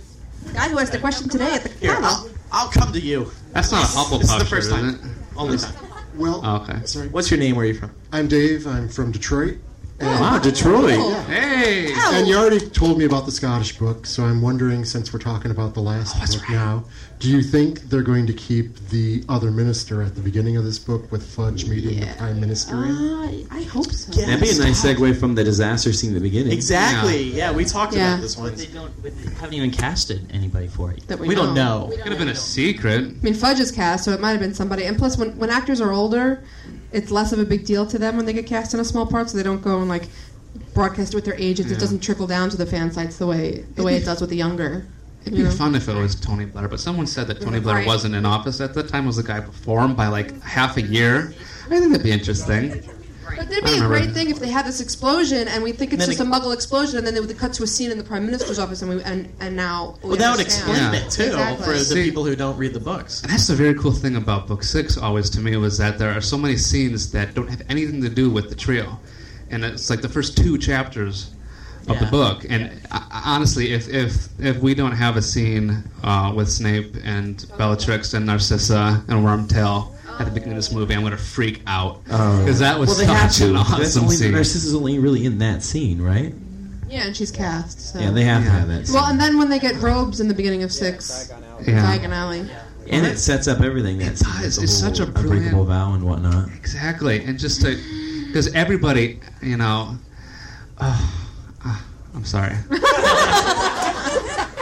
[SPEAKER 3] Guy who asked a question today at the
[SPEAKER 2] Here, I'll, I'll come to you.
[SPEAKER 4] That's not a Hufflepuff
[SPEAKER 2] This is the
[SPEAKER 4] shirt,
[SPEAKER 2] first time.
[SPEAKER 4] is it? Oh,
[SPEAKER 2] Only time.
[SPEAKER 11] Well,
[SPEAKER 4] okay.
[SPEAKER 11] Sorry.
[SPEAKER 7] What's your name? Where are you from?
[SPEAKER 11] I'm Dave. I'm from Detroit. And-
[SPEAKER 7] Wow, Detroit.
[SPEAKER 11] Yeah.
[SPEAKER 4] Hey.
[SPEAKER 11] And you already told me about the Scottish book, so I'm wondering, since we're talking about the last
[SPEAKER 7] Oh,
[SPEAKER 11] book now, do you think they're going to keep the other minister at the beginning of this book with Fudge meeting the prime minister?
[SPEAKER 3] Uh, I hope so.
[SPEAKER 7] That'd be a nice segue from the disaster scene at the beginning.
[SPEAKER 2] Exactly. Yeah, we talked
[SPEAKER 3] Yeah.
[SPEAKER 2] about this one.
[SPEAKER 5] They don't. They haven't even casted anybody for it.
[SPEAKER 3] That we
[SPEAKER 2] We don't
[SPEAKER 3] know.
[SPEAKER 2] know.
[SPEAKER 4] Could have been a secret.
[SPEAKER 3] I mean, Fudge is cast, so it might have been somebody. And plus, when, when actors are older, it's less of a big deal to them when they get cast in a small part, so they don't go and like broadcast it with their agents. It
[SPEAKER 4] Yeah.
[SPEAKER 3] doesn't trickle down to the fan sites the way the way it does with the younger.
[SPEAKER 4] It'd
[SPEAKER 3] you
[SPEAKER 4] be
[SPEAKER 3] know?
[SPEAKER 4] fun if it was Tony Blair, but someone said that Tony Blair
[SPEAKER 3] Right.
[SPEAKER 4] wasn't in office at the time. It Was the guy before him by like half a year? I think that'd be interesting.
[SPEAKER 3] But it'd
[SPEAKER 4] I
[SPEAKER 3] be a
[SPEAKER 4] remember.
[SPEAKER 3] great thing if they had this explosion and we think it's
[SPEAKER 2] Then
[SPEAKER 3] just a muggle explosion, and then they would cut to a scene in the prime minister's office, and we and, and now we
[SPEAKER 2] Well, that would explain
[SPEAKER 3] understand.
[SPEAKER 4] Yeah.
[SPEAKER 2] it too
[SPEAKER 3] Exactly.
[SPEAKER 2] for the
[SPEAKER 4] See-
[SPEAKER 2] people who don't read the books.
[SPEAKER 4] That's the very cool thing about book six, always to me, was that there are so many scenes that don't have anything to do with the trio. And it's like the first two chapters of the
[SPEAKER 2] Yeah.
[SPEAKER 4] book. And I, I- honestly, if, if, if we don't have a scene uh, with Snape and Bellatrix and Narcissa and Wormtail at the beginning of this movie, I'm going to freak out.
[SPEAKER 7] Oh.
[SPEAKER 4] Because that was
[SPEAKER 7] well, they have
[SPEAKER 4] such
[SPEAKER 7] to.
[SPEAKER 4] an
[SPEAKER 7] That's
[SPEAKER 4] awesome
[SPEAKER 7] only,
[SPEAKER 4] scene.
[SPEAKER 7] Narcissus is only really in that scene, right?
[SPEAKER 3] Yeah, and she's cast. So.
[SPEAKER 7] Yeah, they have to
[SPEAKER 4] Yeah.
[SPEAKER 7] have that. Scene.
[SPEAKER 3] Well, and then when they get robes in the beginning of six,
[SPEAKER 4] Yeah.
[SPEAKER 3] Diagon Alley.
[SPEAKER 7] and it sets up everything. That
[SPEAKER 4] It
[SPEAKER 7] scene,
[SPEAKER 4] does.
[SPEAKER 7] the
[SPEAKER 4] It's
[SPEAKER 7] whole
[SPEAKER 4] such a brilliant-
[SPEAKER 7] unbreakable vow and whatnot.
[SPEAKER 4] Exactly, and just to, because everybody, you know, uh, I'm sorry.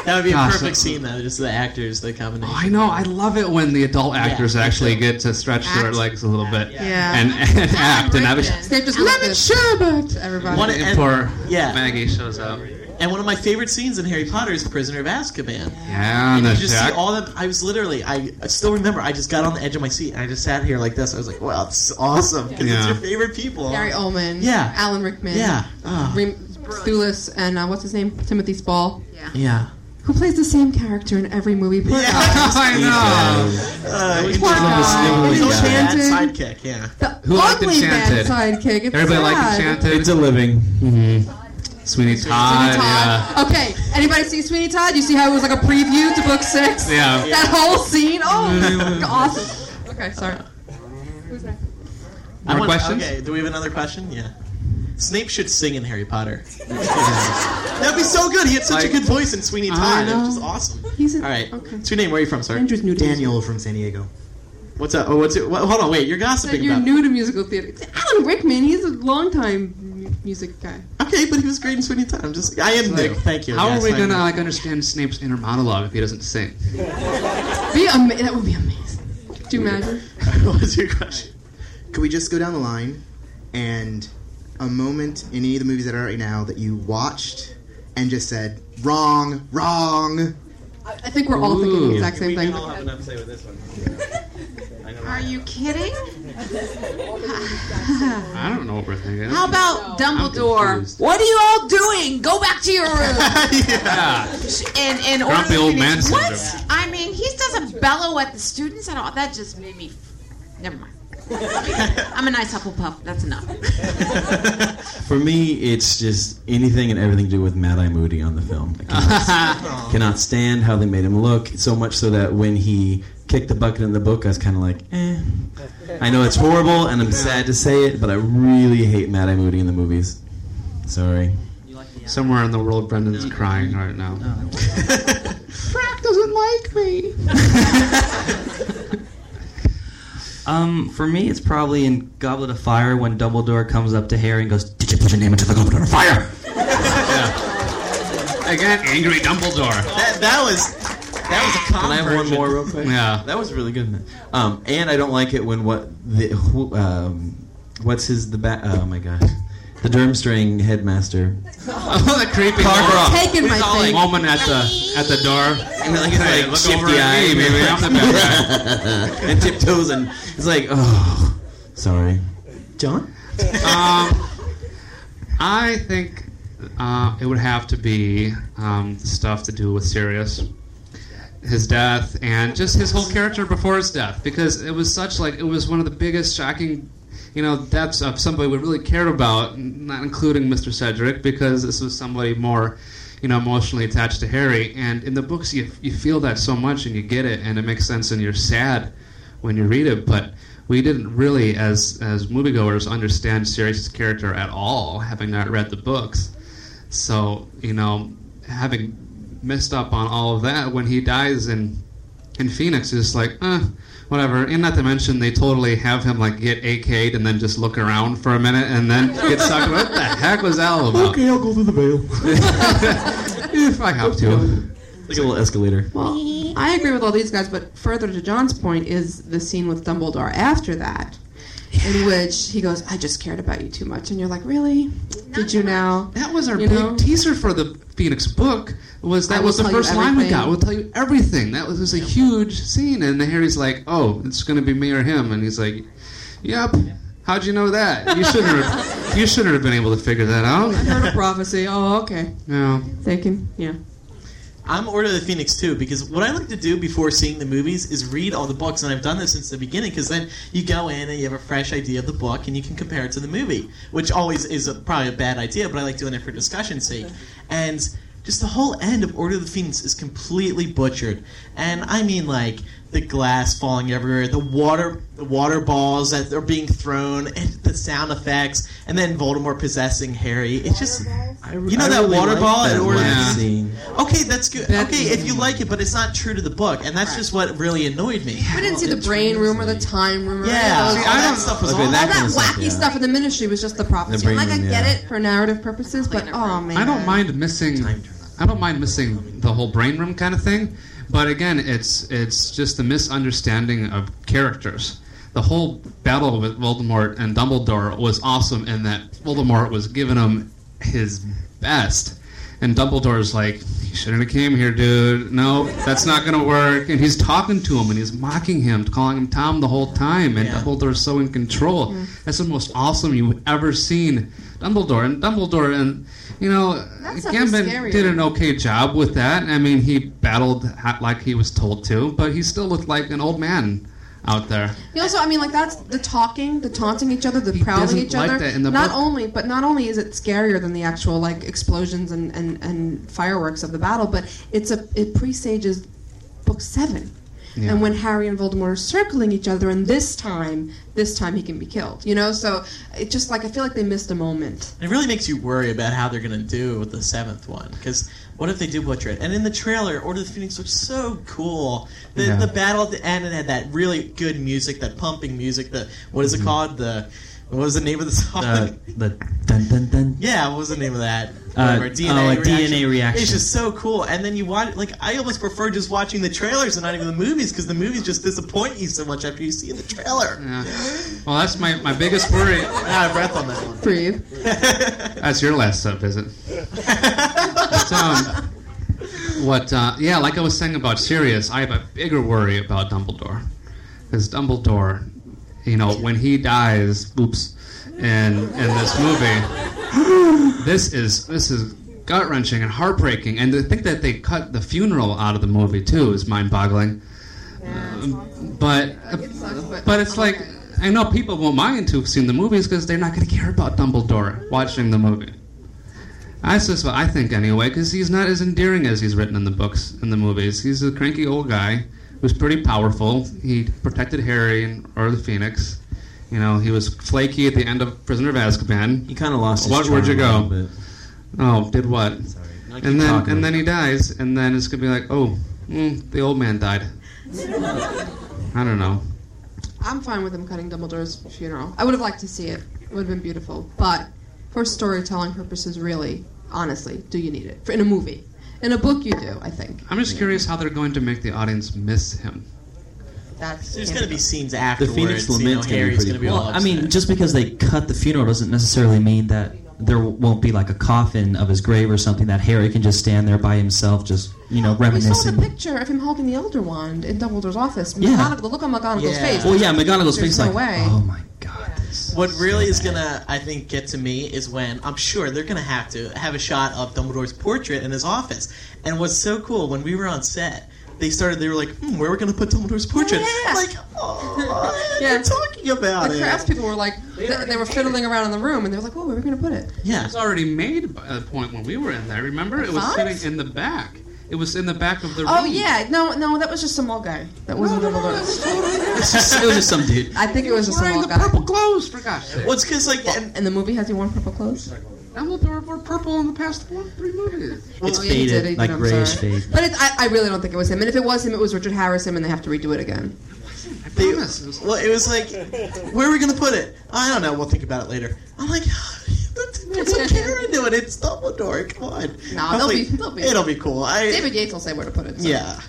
[SPEAKER 2] That would be a
[SPEAKER 4] Gosh,
[SPEAKER 2] perfect
[SPEAKER 4] that-
[SPEAKER 2] scene though, just the actors, the combination.
[SPEAKER 4] I know, I love it when the adult actors
[SPEAKER 2] me
[SPEAKER 4] actually
[SPEAKER 2] too.
[SPEAKER 4] get to stretch their
[SPEAKER 3] Act.
[SPEAKER 4] legs a little bit
[SPEAKER 3] Yeah.
[SPEAKER 4] and, and act, and I was
[SPEAKER 3] Snape just lemon sherbet. Everybody.
[SPEAKER 2] One-
[SPEAKER 4] and poor
[SPEAKER 2] yeah.
[SPEAKER 4] Maggie shows up.
[SPEAKER 2] And one of my favorite scenes in Harry Potter is Prisoner of Azkaban.
[SPEAKER 4] Yeah, and
[SPEAKER 2] You
[SPEAKER 4] the
[SPEAKER 2] just
[SPEAKER 4] Jack.
[SPEAKER 2] see all them. I was literally, I, I still remember. I just got on the edge of my seat and I just sat here like this. I was like, "Wow, it's awesome!" Because
[SPEAKER 4] Yeah.
[SPEAKER 2] it's your favorite people.
[SPEAKER 3] Gary Oldman.
[SPEAKER 2] Yeah.
[SPEAKER 3] Alan Rickman.
[SPEAKER 2] Yeah. Ah.
[SPEAKER 3] Reem Thulis and uh, what's his name? Timothy Spall,
[SPEAKER 2] yeah.
[SPEAKER 3] who plays the same character in every movie. Poor
[SPEAKER 2] Yeah.
[SPEAKER 3] guy.
[SPEAKER 4] I know.
[SPEAKER 2] Uh, he's
[SPEAKER 3] Poor guy.
[SPEAKER 2] he's a
[SPEAKER 3] Enchanted.
[SPEAKER 2] bad sidekick. Yeah.
[SPEAKER 3] The
[SPEAKER 4] Who liked
[SPEAKER 3] ugly bad
[SPEAKER 4] Enchanted?
[SPEAKER 3] sidekick. It's
[SPEAKER 4] Everybody likes
[SPEAKER 3] sad.
[SPEAKER 4] Enchanted. Mm-hmm.
[SPEAKER 7] It's a living.
[SPEAKER 4] Sweeney Todd.
[SPEAKER 3] Sweeney
[SPEAKER 4] Yeah.
[SPEAKER 3] Todd. Okay. Anybody see Sweeney Todd? You see how it was like a preview to book six?
[SPEAKER 4] Yeah.
[SPEAKER 3] That whole scene. Oh, awesome. Okay, sorry. Who's next?
[SPEAKER 2] I
[SPEAKER 4] More
[SPEAKER 2] want-
[SPEAKER 4] questions?
[SPEAKER 2] Okay, do we have another question? Yeah. Snape should sing in Harry Potter. That'd be so good. He had such a
[SPEAKER 4] Like-
[SPEAKER 2] good voice in Sweeney
[SPEAKER 4] I
[SPEAKER 2] Todd. It
[SPEAKER 4] know.
[SPEAKER 2] was just awesome.
[SPEAKER 3] He's a,
[SPEAKER 2] All right.
[SPEAKER 3] Okay.
[SPEAKER 2] What's your name? Where are you from, sir?
[SPEAKER 3] Andrew's new to
[SPEAKER 7] Daniel from San Diego.
[SPEAKER 2] What's up? Oh, what's it? What, hold on, wait. You're
[SPEAKER 3] Said
[SPEAKER 2] gossiping
[SPEAKER 3] you're
[SPEAKER 2] about.
[SPEAKER 3] new to musical theater. It's Alan Rickman, he's a longtime mu- music guy.
[SPEAKER 2] okay, but he was great in Sweeney Todd. I'm just. I am new. Thank you.
[SPEAKER 4] How
[SPEAKER 2] Yes,
[SPEAKER 4] are we
[SPEAKER 2] I'm
[SPEAKER 4] gonna
[SPEAKER 2] new.
[SPEAKER 4] like understand Snape's inner monologue if he doesn't sing?
[SPEAKER 3] Be ama- that would be amazing. Do you imagine?
[SPEAKER 2] what was your question?
[SPEAKER 12] Could we just go down the line and a moment in any of the movies that are out right now that you watched and just said, wrong, wrong?
[SPEAKER 3] I think we're all thinking the
[SPEAKER 4] Ooh.
[SPEAKER 3] exact same thing.
[SPEAKER 7] have enough say with this one.
[SPEAKER 9] Are you kidding?
[SPEAKER 4] I don't know what we're thinking.
[SPEAKER 9] How about Dumbledore?
[SPEAKER 4] confused.
[SPEAKER 9] What are you all doing? Go back to your room.
[SPEAKER 4] Yeah.
[SPEAKER 9] and and
[SPEAKER 4] Grumpy
[SPEAKER 9] order
[SPEAKER 4] old
[SPEAKER 9] the
[SPEAKER 4] man
[SPEAKER 9] candies. What?
[SPEAKER 4] syndrome.
[SPEAKER 9] I mean, he doesn't bellow at the students at all. That just made me. Never mind. I'm a nice Hufflepuff. That's enough.
[SPEAKER 7] For me, it's just anything and everything to do with Mad Eye Moody on the film. I cannot, cannot stand how they made him look. So much so that when he kicked the bucket in the book, I was kind of like, eh. I know it's horrible, and I'm sad to say it, but I really hate Mad Eye Moody in the movies. Sorry.
[SPEAKER 4] Somewhere in the world, Brendan's crying right now.
[SPEAKER 5] Um, for me, it's probably in Goblet of Fire when Dumbledore comes up to Harry and goes, "Did you put your name into the Goblet of Fire?"
[SPEAKER 4] Again, angry Dumbledore.
[SPEAKER 2] That, that was. That was a con
[SPEAKER 7] Can I have one
[SPEAKER 2] version.
[SPEAKER 7] more real quick?
[SPEAKER 4] Yeah.
[SPEAKER 7] That was really good. man. Um, and I don't like it when what the who, um, what's his the ba- oh my gosh the Durmstrang headmaster
[SPEAKER 4] Oh, the creepy
[SPEAKER 7] Karkaroff.
[SPEAKER 3] Taking my
[SPEAKER 4] Like,
[SPEAKER 3] thing.
[SPEAKER 4] moment at the at the door.
[SPEAKER 7] and like, it's
[SPEAKER 4] Hey,
[SPEAKER 7] like
[SPEAKER 4] look
[SPEAKER 7] shifty
[SPEAKER 4] over at me,
[SPEAKER 7] eyes,
[SPEAKER 4] baby, I'm the bad
[SPEAKER 7] and tiptoes and it's like oh sorry John
[SPEAKER 4] Um, I think uh, it would have to be um, stuff to do with Sirius, his death, and just his whole character before his death, because it was such like it was one of the biggest shocking, you know, deaths of somebody we really cared about, n- not including Mr. Cedric, because this was somebody more. You know, emotionally attached to Harry, and in the books you, you feel that so much, and you get it, and it makes sense, and you're sad when you read it. But we didn't really, as as moviegoers, understand Sirius's character at all, having not read the books. So you know, having missed up on all of that, when he dies in in Phoenix, it's just like, eh, whatever. And not to mention, they totally have him like get AK'd and then just look around for a minute and then get sucked. What the heck was that all about?
[SPEAKER 13] Okay, I'll go through the veil.
[SPEAKER 4] if I have to.
[SPEAKER 7] Like a little escalator.
[SPEAKER 3] Well, I agree with all these guys, but further to John's point is the scene with Dumbledore after that, in which he goes, "I just cared about you too much," and you're like, "Really? Did you now?"
[SPEAKER 4] That was our big teaser for the Phoenix book. Was
[SPEAKER 3] I
[SPEAKER 4] that
[SPEAKER 3] will
[SPEAKER 4] was the
[SPEAKER 3] tell you
[SPEAKER 4] first line we got?
[SPEAKER 3] everything.
[SPEAKER 4] We'll tell you everything. That was, was a huge scene, and Harry's like, "Oh, it's going to be me or him," and he's like, "Yep." How'd you know that? You shouldn't. Have, you shouldn't have been able to figure that
[SPEAKER 3] I
[SPEAKER 4] out.
[SPEAKER 3] heard a prophecy. Oh, okay.
[SPEAKER 4] No.
[SPEAKER 3] They can, yeah.
[SPEAKER 2] I'm Order of the Phoenix too because what I like to do before seeing the movies is read all the books, and I've done this since the beginning because then you go in and you have a fresh idea of the book and you can compare it to the movie, which always is a, probably a bad idea, but I like doing it for discussion's sake. And just the whole end of Order of the Phoenix is completely butchered, and I mean like the glass falling everywhere, the water, the water balls that are being thrown, and the sound effects, and then Voldemort possessing Harry. It's just you know
[SPEAKER 7] I
[SPEAKER 2] that
[SPEAKER 7] really
[SPEAKER 2] water
[SPEAKER 7] liked
[SPEAKER 2] ball
[SPEAKER 7] that
[SPEAKER 2] in Order of the
[SPEAKER 7] last
[SPEAKER 2] Phoenix?
[SPEAKER 7] scene.
[SPEAKER 2] Okay, that's good. okay, if you like it, but it's not true to the book, and that's just what really annoyed me.
[SPEAKER 3] We didn't see the brain room or the time room. Or
[SPEAKER 2] Yeah.
[SPEAKER 3] all those-
[SPEAKER 2] See,
[SPEAKER 3] all
[SPEAKER 2] I
[SPEAKER 3] that
[SPEAKER 2] don't-
[SPEAKER 3] stuff was
[SPEAKER 2] Okay,
[SPEAKER 3] all,
[SPEAKER 2] that
[SPEAKER 3] all that
[SPEAKER 2] kinda stuff,
[SPEAKER 3] wacky
[SPEAKER 2] yeah.
[SPEAKER 3] stuff in the ministry was just the prophecy.
[SPEAKER 4] The brain
[SPEAKER 3] like I
[SPEAKER 4] room,
[SPEAKER 3] get
[SPEAKER 4] yeah.
[SPEAKER 3] it for narrative purposes, but oh man,
[SPEAKER 4] I don't mind missing. I don't mind missing the whole brain room kind of thing, but again, it's it's just the misunderstanding of characters. The whole battle with Voldemort and Dumbledore was awesome in that Voldemort was giving him his best, and Dumbledore's like, "You shouldn't have came here, dude. No, that's not gonna work." And he's talking to him and he's mocking him, calling him Tom the whole time, and Dumbledore's so in control.
[SPEAKER 14] Yeah.
[SPEAKER 4] That's the most awesome you've ever seen, Dumbledore and Dumbledore and you know
[SPEAKER 14] That stuff was
[SPEAKER 4] Gambit
[SPEAKER 14] scarier.
[SPEAKER 4] did an okay job with that. I mean, he battled ha- like he was told to, but he still looked like an old man out there.
[SPEAKER 3] You also, I mean, like that's the talking, the taunting each other, the prowling
[SPEAKER 4] doesn't
[SPEAKER 3] each
[SPEAKER 4] like
[SPEAKER 3] other.
[SPEAKER 4] that in the
[SPEAKER 3] not
[SPEAKER 4] book.
[SPEAKER 3] only, but not only is it scarier than the actual like explosions and, and, and fireworks of the battle, but it's a it presages book seven,
[SPEAKER 8] Yeah.
[SPEAKER 3] and when Harry and Voldemort are circling each other, and this time, this time he can be killed. You know, so it just like I feel like they missed a moment.
[SPEAKER 2] It really makes you worry about how they're going to do with the seventh one because what if they do butcher it? And in the trailer, Order of the Phoenix looks so cool. The,
[SPEAKER 14] Yeah.
[SPEAKER 2] the battle at the end it had that really good music, that pumping music. The what is it called? The what was the name of the song?
[SPEAKER 7] The, the dun dun dun.
[SPEAKER 2] Yeah, what was the name of that?
[SPEAKER 7] Uh,
[SPEAKER 2] Whatever,
[SPEAKER 7] oh, a DNA reaction.
[SPEAKER 2] It's just so cool. And then you watch, like, I almost prefer just watching the trailers and not even the movies because the movies just disappoint you so much after you see the trailer.
[SPEAKER 4] Mm. Well, that's my, my biggest worry.
[SPEAKER 2] Ah, breath on that one.
[SPEAKER 3] Breathe.
[SPEAKER 4] That's your last sub visit. But, um, what? Uh, yeah, like I was saying about Sirius, I have a bigger worry about Dumbledore, because Dumbledore, you know, when he dies, oops, in in this movie, this is this is gut wrenching and heartbreaking, and to think that they cut the funeral out of the movie too is mind boggling. but but it's like I know people won't mind to have seen the movies because they're not going to care about Dumbledore watching the movie. That's just what I think anyway, because he's not as endearing as he's written in the books and the movies. He's a cranky old guy who's pretty powerful. He protected Harry and or the Phoenix. You know, he was flaky at the end of Prisoner of Azkaban. He
[SPEAKER 7] kind of lost his
[SPEAKER 4] What where'd you
[SPEAKER 7] charm a
[SPEAKER 4] go? Oh, did what? Sorry.
[SPEAKER 7] No, keep
[SPEAKER 4] And then
[SPEAKER 7] talking.
[SPEAKER 4] and then he dies, and then it's gonna be like, oh, mm, the old man died. I don't know.
[SPEAKER 3] I'm fine with him cutting Dumbledore's funeral. I would have liked to see it. It would have been beautiful. But for storytelling purposes, really, honestly, do you need it? For, in a movie. In a book, you do, I think.
[SPEAKER 4] I'm just curious how they're going to make the audience miss him.
[SPEAKER 3] That's
[SPEAKER 2] There's going to be scenes
[SPEAKER 7] The
[SPEAKER 2] afterwards.
[SPEAKER 7] Phoenix
[SPEAKER 2] you
[SPEAKER 7] Lament's
[SPEAKER 2] know,
[SPEAKER 7] gonna be
[SPEAKER 2] Harry's
[SPEAKER 7] pretty
[SPEAKER 2] going to be
[SPEAKER 7] cool.
[SPEAKER 2] all
[SPEAKER 7] Well, I
[SPEAKER 2] upset.
[SPEAKER 5] mean, just because they cut the funeral doesn't necessarily mean that there won't be like a coffin of his grave or something that Harry can just stand there by himself, just you know,
[SPEAKER 3] We saw the
[SPEAKER 5] reminiscing.
[SPEAKER 3] picture of him holding the Elder Wand in Dumbledore's office.
[SPEAKER 5] Yeah.
[SPEAKER 3] McGonagall, the look on McGonagall's face.
[SPEAKER 5] Well, yeah, McGonagall's
[SPEAKER 3] There's
[SPEAKER 5] face,
[SPEAKER 3] no
[SPEAKER 5] like,
[SPEAKER 3] way.
[SPEAKER 5] oh my
[SPEAKER 15] What really is gonna, I think, get to me is when I'm sure they're gonna have to have a shot of Dumbledore's portrait in his office. And what's so cool when we were on set, they started. They were like, hmm, "Where are we gonna put Dumbledore's portrait?" I'm Like, oh,
[SPEAKER 3] yeah.
[SPEAKER 15] talking about
[SPEAKER 3] the
[SPEAKER 15] it.
[SPEAKER 3] craftspeople were like, they, they were fiddling around in the room, and they were like, "Oh, where are we going to put it?"
[SPEAKER 15] Yeah.
[SPEAKER 4] It was already made by the point when we were in there. Remember, it was
[SPEAKER 3] What?
[SPEAKER 4] sitting in the back. It was in the back of the room.
[SPEAKER 3] Oh yeah, no, no, that was just some old guy. That wasn't no,
[SPEAKER 4] it was just some dude.
[SPEAKER 3] I think it was just some old guy.
[SPEAKER 4] Purple clothes, for gosh sake.
[SPEAKER 15] Well, it's because like,
[SPEAKER 3] and, the movie has he worn purple clothes.
[SPEAKER 4] Dumbledore wore purple in the past one, three movies.
[SPEAKER 3] It's Oh, yeah, he faded, did, he did, like I'm grayish sorry.
[SPEAKER 5] fade.
[SPEAKER 3] But it's, I, I really don't think it was him. And if it was him, it was Richard Harrison, and they have to redo it again.
[SPEAKER 15] They, well, it was like, where are we going to put it? I don't know. We'll think about it later. I'm like, put some care into it. It's Dumbledore. Come on.
[SPEAKER 3] Nah,
[SPEAKER 15] I'm
[SPEAKER 3] they'll
[SPEAKER 15] like,
[SPEAKER 3] be- they'll be-
[SPEAKER 15] It'll be cool. I,
[SPEAKER 3] David Yates will say where to put it. so.
[SPEAKER 15] Yeah.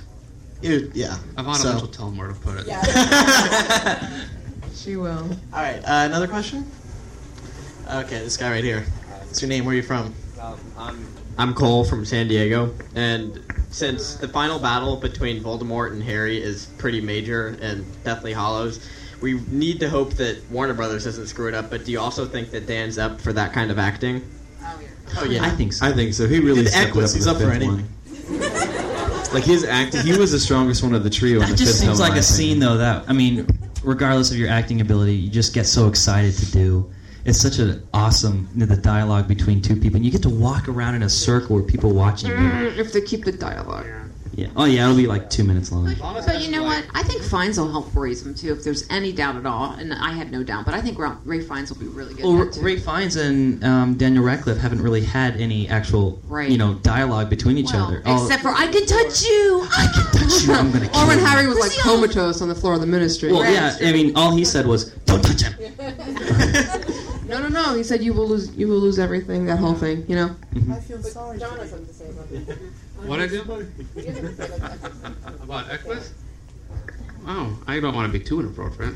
[SPEAKER 15] It, yeah.
[SPEAKER 4] Ivana
[SPEAKER 15] So-
[SPEAKER 4] Lynch will tell him where to put it.
[SPEAKER 3] She will.
[SPEAKER 15] All right. Uh, another question? Okay, this guy right here. What's your name? Where are you from?
[SPEAKER 16] I'm Cole from San Diego, and since the final battle between Voldemort and Harry is pretty major and Deathly Hollows, we need to hope that Warner Brothers doesn't screw it up. But do you also think that Dan's up for that kind of acting?
[SPEAKER 15] Oh yeah,
[SPEAKER 7] I think so. I think so. He really
[SPEAKER 16] did
[SPEAKER 7] stepped it
[SPEAKER 16] Equus.
[SPEAKER 7] up
[SPEAKER 16] He's
[SPEAKER 7] in
[SPEAKER 16] up
[SPEAKER 7] the
[SPEAKER 16] for
[SPEAKER 7] fifth
[SPEAKER 16] any.
[SPEAKER 7] one. Like his acting, he was the strongest one of the trio. in
[SPEAKER 5] That
[SPEAKER 7] the
[SPEAKER 5] just
[SPEAKER 7] fifth
[SPEAKER 5] seems
[SPEAKER 7] film, in
[SPEAKER 5] like
[SPEAKER 7] my
[SPEAKER 5] a
[SPEAKER 7] opinion.
[SPEAKER 5] scene, though. That I mean, regardless of your acting ability, you just get so excited to do. It's such an awesome you know, the dialogue between two people, and you get to walk around in a circle with people watching you.
[SPEAKER 3] Mm, If they keep the dialogue.
[SPEAKER 5] Yeah. Oh yeah, it'll be like two minutes long.
[SPEAKER 9] But you know what? I think Fines will help raise him too, if there's any doubt at all. And I have no doubt. But I think Ra- Ray Fines will be really good.
[SPEAKER 5] Well, Ray Fiennes and um, Daniel Radcliffe haven't really had any actual,
[SPEAKER 9] Right.
[SPEAKER 5] you know, dialogue between each other. Oh,
[SPEAKER 9] Except for I can touch you. I
[SPEAKER 5] can touch you. I'm gonna
[SPEAKER 3] Or
[SPEAKER 5] kill
[SPEAKER 3] when
[SPEAKER 5] you.
[SPEAKER 3] Harry was like comatose on the floor of the ministry.
[SPEAKER 5] well, yeah. I mean, all he said was, "Don't touch him."
[SPEAKER 3] No, no, no. He said you will lose. You will lose everything. That whole thing. You know.
[SPEAKER 17] I feel sorry. John has something to say about it.
[SPEAKER 4] What I do? About Equus? Oh, I don't want to be too inappropriate.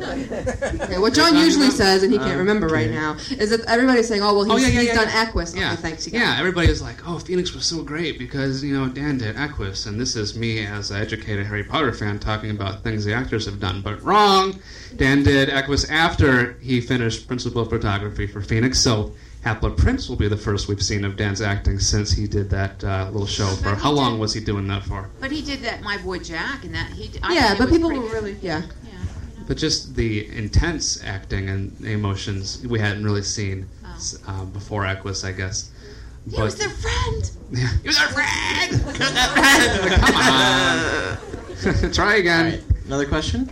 [SPEAKER 3] Okay, what John usually says, and he
[SPEAKER 4] Um,
[SPEAKER 3] can't remember right now, is that everybody's saying, "Oh, well, he's,
[SPEAKER 4] Oh, yeah, yeah,
[SPEAKER 3] he's
[SPEAKER 4] yeah,
[SPEAKER 3] done
[SPEAKER 4] yeah.
[SPEAKER 3] Equus." Okay, thanks. You
[SPEAKER 4] Yeah, everybody is like, "Oh, Phoenix was so great because you know Dan did Equus," and this is me as an educated Harry Potter fan talking about things the actors have done. But wrong, Dan did Equus after he finished Principal of Photography for Phoenix. So Hapla Prince will be the first we've seen of Dan's acting since he did that uh, little show for how long was he doing that for?
[SPEAKER 9] But he did that, my boy Jack, and that he. I
[SPEAKER 3] yeah,
[SPEAKER 9] think it
[SPEAKER 3] but
[SPEAKER 9] was
[SPEAKER 3] people
[SPEAKER 9] pretty
[SPEAKER 3] were
[SPEAKER 9] good.
[SPEAKER 3] really yeah.
[SPEAKER 4] But just the intense acting and the emotions we hadn't really seen s uh, before Equus, I guess.
[SPEAKER 9] Oh. He
[SPEAKER 4] But-
[SPEAKER 9] was their friend.
[SPEAKER 4] Yeah.
[SPEAKER 9] He was their friend.
[SPEAKER 4] Come on. Try again.
[SPEAKER 15] Another question?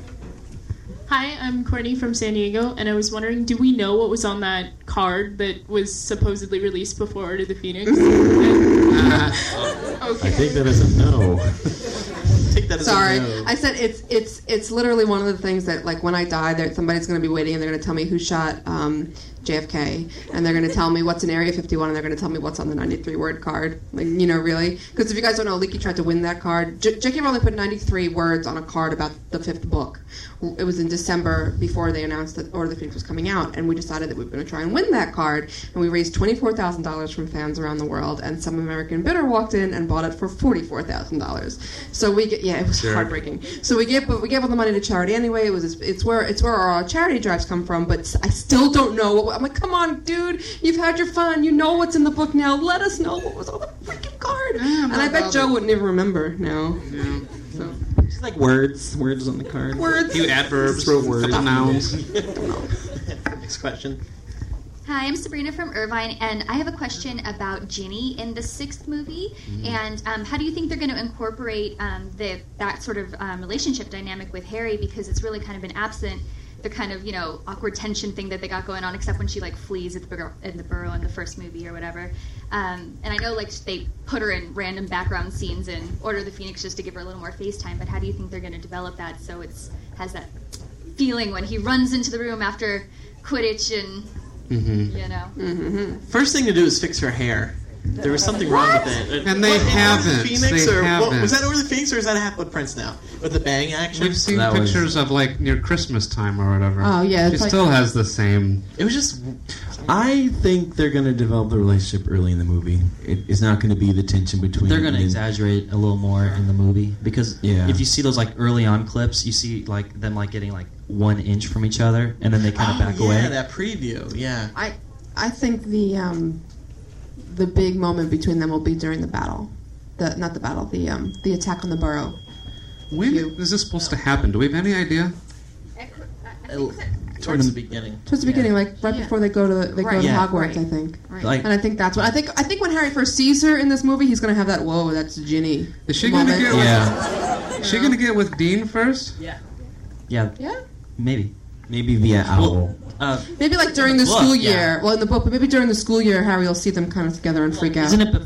[SPEAKER 14] Hi, I'm Courtney from San Diego, and I was wondering, do we know what was on that card that was supposedly released before Order of the Phoenix?
[SPEAKER 7] I think that is a no.
[SPEAKER 3] Sorry, I said it's it's it's literally one of the things that like when I die, there somebody's going to be waiting and they're going to tell me who shot um, JFK, and they're going to tell me what's in Area 51, and they're going to tell me what's on the 93 word card. Like you know, really, because if you guys don't know, Leaky tried to win that card. J- J.K. Rowling put 93 words on a card about the fifth book. It was in December before they announced that Order of the Phoenix was coming out, and we decided that we were going to try and win that card, and we raised twenty-four thousand dollars from fans around the world, and some American bidder walked in and bought it for forty-four thousand dollars. So we get yeah, it was
[SPEAKER 6] Sure.
[SPEAKER 3] heartbreaking. So we gave but we gave all the money to charity anyway. It was it's where it's where our charity drives come from. But s- I still don't know. What, I'm like, come on, dude, you've had your fun. You know what's in the book now. Let us know what was on the freaking card. and I bet Joe wouldn't even remember now.
[SPEAKER 5] It's like words, words on the card.
[SPEAKER 3] Words.
[SPEAKER 4] Few adverbs,
[SPEAKER 5] Throw words,
[SPEAKER 4] couple nouns.
[SPEAKER 15] Next question.
[SPEAKER 18] Hi, I'm Sabrina from Irvine, and I have a question about Ginny in the sixth movie. And um, how do you think they're going to incorporate um, the that sort of um, relationship dynamic with Harry? Because it's really kind of been absent. The kind of you know awkward tension thing that they got going on, except when she like flees at the bur- in the burrow in the first movie or whatever. Um, and I know like they put her in random background scenes in Order of the Phoenix just to give her a little more face time. But how do you think they're going to develop that so it's has that feeling when he runs into the room after Quidditch and
[SPEAKER 15] Mm-hmm.
[SPEAKER 18] you know.
[SPEAKER 3] Mm-hmm.
[SPEAKER 15] First thing to do is fix her hair.
[SPEAKER 2] There was something wrong with
[SPEAKER 4] What?
[SPEAKER 2] that.
[SPEAKER 4] And they
[SPEAKER 2] What, in Order of
[SPEAKER 4] haven't.
[SPEAKER 2] Phoenix
[SPEAKER 4] They
[SPEAKER 2] or What,
[SPEAKER 4] haven't.
[SPEAKER 2] was that Order of the Phoenix or is that Half Blood Prince now with the bang action?
[SPEAKER 4] We've seen pictures of like near Christmas time or whatever.
[SPEAKER 2] Oh, yeah,
[SPEAKER 4] she
[SPEAKER 2] it's like-
[SPEAKER 4] still has the same.
[SPEAKER 2] It was just.
[SPEAKER 7] I think they're going to develop the relationship early in the movie. It, it's not going to be the tension between.
[SPEAKER 5] They're going to
[SPEAKER 7] them.
[SPEAKER 5] exaggerate a little more in the movie because
[SPEAKER 7] Yeah.
[SPEAKER 5] if you see those like early on clips, you see like them like getting like one inch from each other, and then they kind of
[SPEAKER 2] Oh,
[SPEAKER 5] back
[SPEAKER 2] yeah,
[SPEAKER 5] away.
[SPEAKER 2] that preview. Yeah.
[SPEAKER 3] I I think the um, the big moment between them will be during the battle, the not the battle, the um, the attack on the burrow.
[SPEAKER 4] When is this supposed to happen? Do we have any idea?
[SPEAKER 2] Towards the beginning.
[SPEAKER 3] Towards the beginning, like right before they go to the, they go
[SPEAKER 2] Right.
[SPEAKER 3] to
[SPEAKER 2] Yeah.
[SPEAKER 3] Hogwarts, I think.
[SPEAKER 2] Right. Like-
[SPEAKER 3] and I think that's what I think. I think when Harry first sees her in this movie, he's gonna have that whoa, that's Ginny.
[SPEAKER 4] Is she gonna
[SPEAKER 3] moment.
[SPEAKER 4] get with, Is she gonna get with Dean first?
[SPEAKER 2] Yeah.
[SPEAKER 5] Yeah.
[SPEAKER 3] Yeah.
[SPEAKER 5] Maybe.
[SPEAKER 7] Maybe via owl.
[SPEAKER 5] Uh,
[SPEAKER 3] Maybe like during the
[SPEAKER 5] Look,
[SPEAKER 3] school
[SPEAKER 5] yeah.
[SPEAKER 3] year. Well, in the book, but maybe during the school year, Harry will see them kind of together and freak out.
[SPEAKER 5] Isn't it?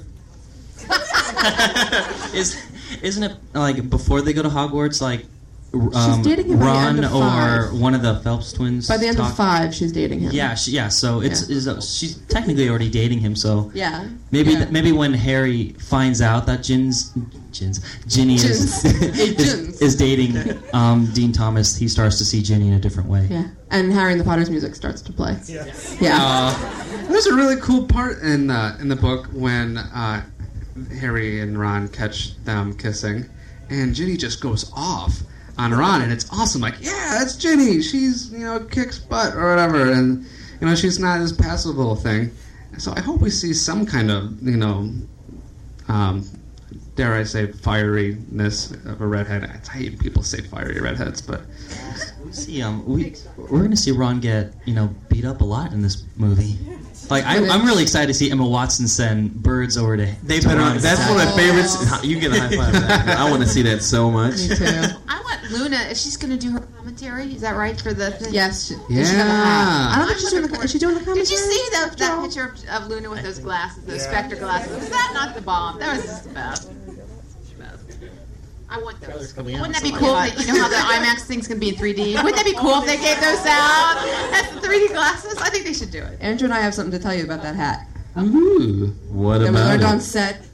[SPEAKER 5] Is isn't it like before they go to Hogwarts like r-
[SPEAKER 3] She's
[SPEAKER 5] um,
[SPEAKER 3] dating him by the
[SPEAKER 5] Ron
[SPEAKER 3] end of five.
[SPEAKER 5] or one of the Phelps twins?
[SPEAKER 3] By the end
[SPEAKER 5] talk-
[SPEAKER 3] of five, she's dating him.
[SPEAKER 5] Yeah, she, yeah. So it's is uh, she's technically already dating him. So
[SPEAKER 3] Yeah.
[SPEAKER 5] Maybe th- maybe when Harry finds out that Jin's Jin's Ginny is, is is dating um, Dean Thomas, he starts to see Ginny in a different way.
[SPEAKER 3] Yeah. And Harry and the Potters music starts to play. Yeah.
[SPEAKER 4] Uh, there's a really cool part in the in the book when uh, Harry and Ron catch them kissing, and Ginny just goes off on Ron, and it's awesome. Like, yeah, that's Ginny. She's you know kicks butt or whatever, and you know she's not this passive little thing. So I hope we see some kind of you know, um, dare I say, fieriness of a redhead. I hate when people say fiery redheads, but
[SPEAKER 5] We see um we we're gonna see Ron get you know beat up a lot in this movie. Like I, I'm really excited to see Emma Watson send birds over to.
[SPEAKER 7] They
[SPEAKER 5] to
[SPEAKER 7] put on.
[SPEAKER 5] Ron's
[SPEAKER 7] That's
[SPEAKER 5] side.
[SPEAKER 7] one of my favorites. You get a high five. for that. I want to see that so much.
[SPEAKER 9] I want Luna. If she's going to do her commentary, is that right for the? Thing?
[SPEAKER 3] Yes.
[SPEAKER 7] Yeah. she's gonna have-
[SPEAKER 3] I don't think she's doing the. Is she doing the commentary?
[SPEAKER 9] Did you see that, that picture of, of Luna with those glasses, those specter glasses? Was that not the bomb? That was just the best. I want those.
[SPEAKER 2] coming
[SPEAKER 9] Wouldn't that be cool? If they, you know how the IMAX thing's gonna be in 3D. Wouldn't that be cool if they gave those out as the 3D glasses? I think they should do it.
[SPEAKER 3] Andrew and I have something to tell you about that hat.
[SPEAKER 4] Ooh,
[SPEAKER 7] what
[SPEAKER 3] that we
[SPEAKER 7] about
[SPEAKER 3] learned
[SPEAKER 7] it?
[SPEAKER 3] on set.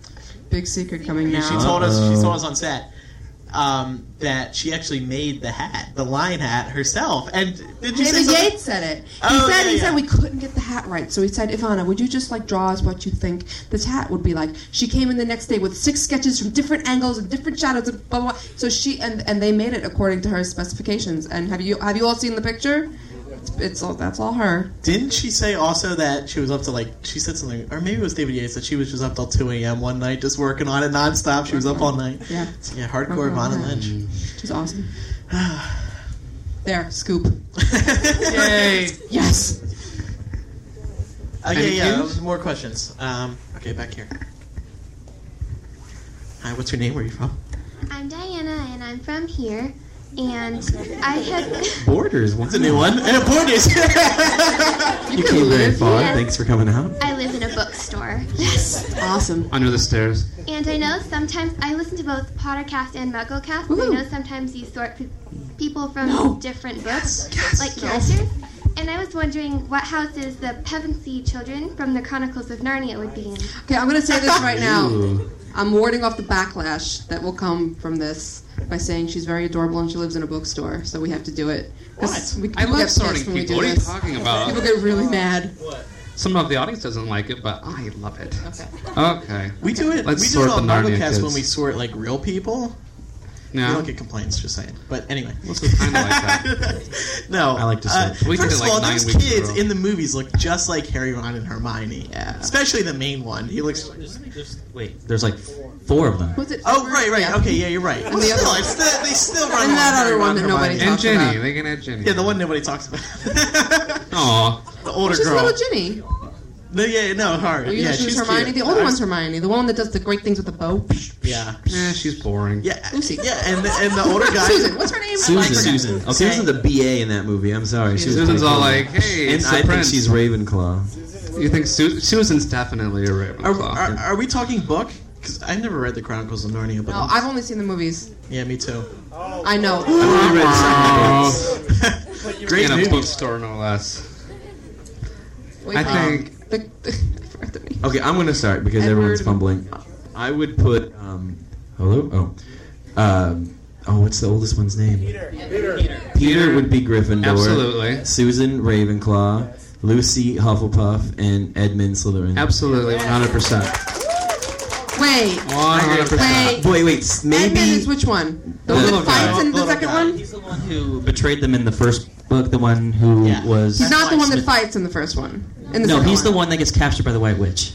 [SPEAKER 3] Big secret coming now.
[SPEAKER 2] She told us. She told us on set um, that she actually made the hat, the lion hat herself. And did you say
[SPEAKER 3] David
[SPEAKER 2] something?
[SPEAKER 3] Yates said it. He
[SPEAKER 2] Oh,
[SPEAKER 3] said
[SPEAKER 2] yeah,
[SPEAKER 3] he
[SPEAKER 2] yeah.
[SPEAKER 3] said we couldn't get the hat right, so he said, Ivana, would you just like draw us what you think this hat would be like? She came in the next day with six sketches from different angles and different shadows and blah blah. blah. So she and and they made it according to her specifications. And have you have you all seen the picture? It's, it's all that's all her.
[SPEAKER 2] Didn't she say also that she was up to like she said something, or maybe it was David Yates that she was just up till two a.m. one night just working on it nonstop. She was up all night.
[SPEAKER 3] Yeah.
[SPEAKER 2] So, yeah, hardcore Ivana Lynch.
[SPEAKER 3] She's awesome. there, scoop.
[SPEAKER 2] Yay!
[SPEAKER 3] Yes.
[SPEAKER 2] Okay,
[SPEAKER 3] Any
[SPEAKER 2] yeah,
[SPEAKER 3] news?
[SPEAKER 2] more questions. Um, okay, back here. Hi, what's your name? Where are you from?
[SPEAKER 19] I'm Diana, and I'm from here. And I have.
[SPEAKER 7] Borders. What's
[SPEAKER 2] a new one? And Borders.
[SPEAKER 7] you came very far.
[SPEAKER 19] Yes.
[SPEAKER 7] Thanks for coming out.
[SPEAKER 19] I live in a bookstore. Yes.
[SPEAKER 3] Awesome.
[SPEAKER 4] Under the stairs.
[SPEAKER 19] And I know sometimes I listen to both Pottercast and Mugglecast. And I know sometimes you sort pe- people from different books, like characters. And I was wondering what houses the Pevensey children from the Chronicles of Narnia would be in.
[SPEAKER 3] Okay, I'm gonna say this right now. I'm warding off the backlash that will come from this by saying she's very adorable and she lives in a bookstore, so we have to do it. 'Cause We,
[SPEAKER 4] I
[SPEAKER 3] people
[SPEAKER 4] love
[SPEAKER 3] get pissed
[SPEAKER 4] sorting
[SPEAKER 3] when we
[SPEAKER 4] people.
[SPEAKER 3] do
[SPEAKER 4] What are you
[SPEAKER 3] this.
[SPEAKER 4] talking about?
[SPEAKER 3] People get really mad.
[SPEAKER 4] Some of the audience doesn't like it, but I love it. Okay.
[SPEAKER 2] We do it.
[SPEAKER 4] Let's
[SPEAKER 2] we do
[SPEAKER 4] sort
[SPEAKER 2] it on
[SPEAKER 4] the Narnia
[SPEAKER 2] Mugglecast
[SPEAKER 4] kids.
[SPEAKER 2] when we sort like real people.
[SPEAKER 4] No.
[SPEAKER 2] We don't get complaints. Just saying. But anyway, no,
[SPEAKER 4] I like to
[SPEAKER 2] uh,
[SPEAKER 4] sort. We did
[SPEAKER 2] first
[SPEAKER 4] it
[SPEAKER 2] of
[SPEAKER 4] like
[SPEAKER 2] all,
[SPEAKER 4] nine
[SPEAKER 2] those
[SPEAKER 4] weeks in a
[SPEAKER 2] kids
[SPEAKER 4] row.
[SPEAKER 2] in the movies look just like Harry, Ron, and Hermione. Yeah. Especially the main one. He looks.
[SPEAKER 5] Wait, there's like four of them.
[SPEAKER 3] Was it?
[SPEAKER 2] Oh, right, right. Okay, yeah, you're right.
[SPEAKER 5] And
[SPEAKER 2] Well,
[SPEAKER 5] the other
[SPEAKER 2] still,
[SPEAKER 5] one.
[SPEAKER 2] it's the, they still run.
[SPEAKER 5] And
[SPEAKER 2] along
[SPEAKER 5] that
[SPEAKER 2] Harry,
[SPEAKER 5] other one
[SPEAKER 2] Ron,
[SPEAKER 5] that nobody
[SPEAKER 2] Hermione.
[SPEAKER 4] And Jenny. They can add Jenny.
[SPEAKER 2] Yeah, the one nobody talks about.
[SPEAKER 4] Aw.
[SPEAKER 2] The older
[SPEAKER 3] she's
[SPEAKER 2] girl.
[SPEAKER 3] little Ginny.
[SPEAKER 2] No, yeah, no, her.
[SPEAKER 3] Well, you
[SPEAKER 2] yeah,
[SPEAKER 3] know she was
[SPEAKER 2] she's
[SPEAKER 3] Hermione.
[SPEAKER 2] cute.
[SPEAKER 3] The older
[SPEAKER 2] I-
[SPEAKER 3] one's Hermione. The one that does the great things with the bow.
[SPEAKER 2] Yeah.
[SPEAKER 4] Eh, she's boring.
[SPEAKER 2] Yeah.
[SPEAKER 3] Lucy.
[SPEAKER 2] Yeah, and the, and the older guy.
[SPEAKER 3] Susan. What's her name?
[SPEAKER 7] Susan.
[SPEAKER 2] Susan.
[SPEAKER 7] Susan.
[SPEAKER 2] Okay.
[SPEAKER 7] Susan's a BA in that movie. I'm sorry. She was
[SPEAKER 4] Susan's
[SPEAKER 7] pretty
[SPEAKER 4] all
[SPEAKER 7] cool.
[SPEAKER 4] like, "Hey,
[SPEAKER 7] and
[SPEAKER 4] it's the
[SPEAKER 7] I think
[SPEAKER 4] prince."
[SPEAKER 7] she's Ravenclaw.
[SPEAKER 4] You think Su- Susan's definitely a
[SPEAKER 2] Are,
[SPEAKER 4] Ravenclaw?
[SPEAKER 2] are, are we talking book? Because I've never read the Chronicles of Narnia, but
[SPEAKER 3] No, I've only seen the movies.
[SPEAKER 2] yeah, me too.
[SPEAKER 3] I know.
[SPEAKER 4] Great
[SPEAKER 2] Great
[SPEAKER 4] in a
[SPEAKER 2] movie.
[SPEAKER 4] bookstore, no less.
[SPEAKER 3] Wait,
[SPEAKER 4] I
[SPEAKER 3] um,
[SPEAKER 4] think
[SPEAKER 3] the, I forgot the
[SPEAKER 7] Okay, I'm gonna start because
[SPEAKER 14] I've
[SPEAKER 7] everyone's
[SPEAKER 14] heard of-
[SPEAKER 7] fumbling. I would put um, hello. Oh, Um oh, what's the oldest one's name? Peter.
[SPEAKER 20] Peter.
[SPEAKER 7] Peter would be Gryffindor.
[SPEAKER 4] Absolutely.
[SPEAKER 7] Susan Ravenclaw, Lucy Hufflepuff, and Edmund Slytherin.
[SPEAKER 4] Absolutely, 100. percent
[SPEAKER 3] Wait.
[SPEAKER 4] 100%.
[SPEAKER 3] Wait.
[SPEAKER 7] Wait, wait, s- maybe
[SPEAKER 3] Edmund is which one?
[SPEAKER 5] The
[SPEAKER 3] The, one
[SPEAKER 5] little
[SPEAKER 3] that fights
[SPEAKER 5] guy.
[SPEAKER 3] in the second one?
[SPEAKER 5] who betrayed them in the first book? The one who was
[SPEAKER 3] He's not the one that fights in the first one. In the
[SPEAKER 5] no,
[SPEAKER 3] second
[SPEAKER 5] he's the one that gets captured by the White Witch.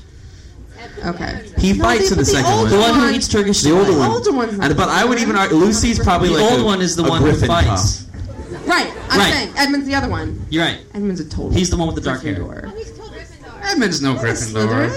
[SPEAKER 3] one. Okay.
[SPEAKER 7] He
[SPEAKER 3] No,
[SPEAKER 7] fights in
[SPEAKER 3] they
[SPEAKER 7] the
[SPEAKER 3] put
[SPEAKER 7] second
[SPEAKER 3] old
[SPEAKER 7] one.
[SPEAKER 5] The one who eats Turkish
[SPEAKER 7] The older
[SPEAKER 5] delight.
[SPEAKER 7] one.
[SPEAKER 5] The older one's
[SPEAKER 7] And, but I would even argue Lucy's probably
[SPEAKER 5] The
[SPEAKER 7] like
[SPEAKER 5] old
[SPEAKER 7] a-
[SPEAKER 5] one is the
[SPEAKER 7] a
[SPEAKER 5] one who
[SPEAKER 7] Griffin
[SPEAKER 5] fights.
[SPEAKER 7] puff.
[SPEAKER 3] Right. I'm
[SPEAKER 5] Right.
[SPEAKER 3] saying Edmund's the other one.
[SPEAKER 5] You're right.
[SPEAKER 3] Edmund's a total.
[SPEAKER 5] He's the one with the dark hair.
[SPEAKER 3] Oh,
[SPEAKER 4] Edmund's no
[SPEAKER 5] Gryffindor.